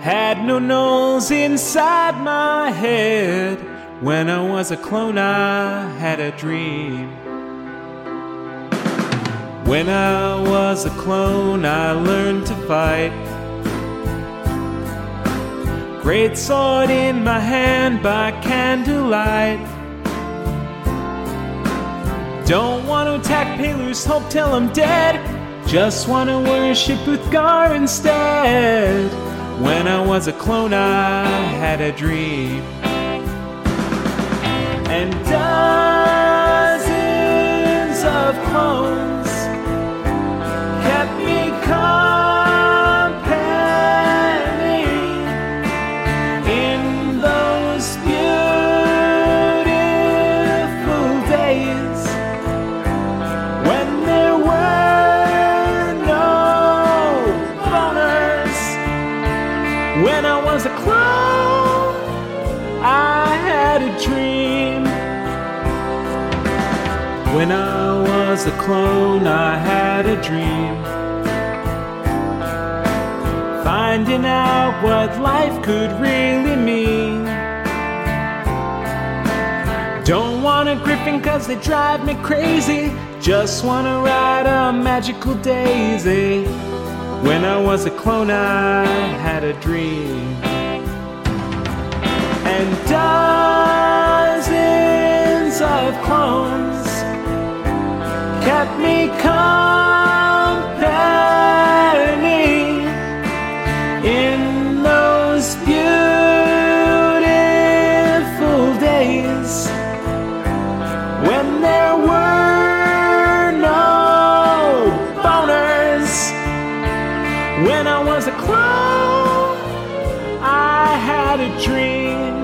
[SPEAKER 8] had no nose inside my head. When I was a clone, I had a dream.
[SPEAKER 18] When I was a clone, I learned to fight. Great sword in my hand by candlelight. Don't want to attack Pelus, hope till I'm dead. Just want to worship Uthgar instead. When I was a clone, I had a dream. And dozens of clones kept me company in those beautiful days when there were no boners. When I was a clone, I had a dream. When I was a clone, I had a dream. Finding out what life could really mean. Don't want a griffin cause they drive me crazy. Just wanna ride a magical daisy. When I was a clone, I had a dream. And dozens of clones kept me company in those beautiful days when there were no boners. When I was a clone, I had a dream.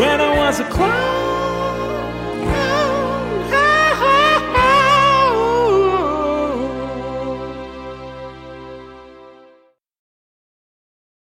[SPEAKER 18] When I was a clown.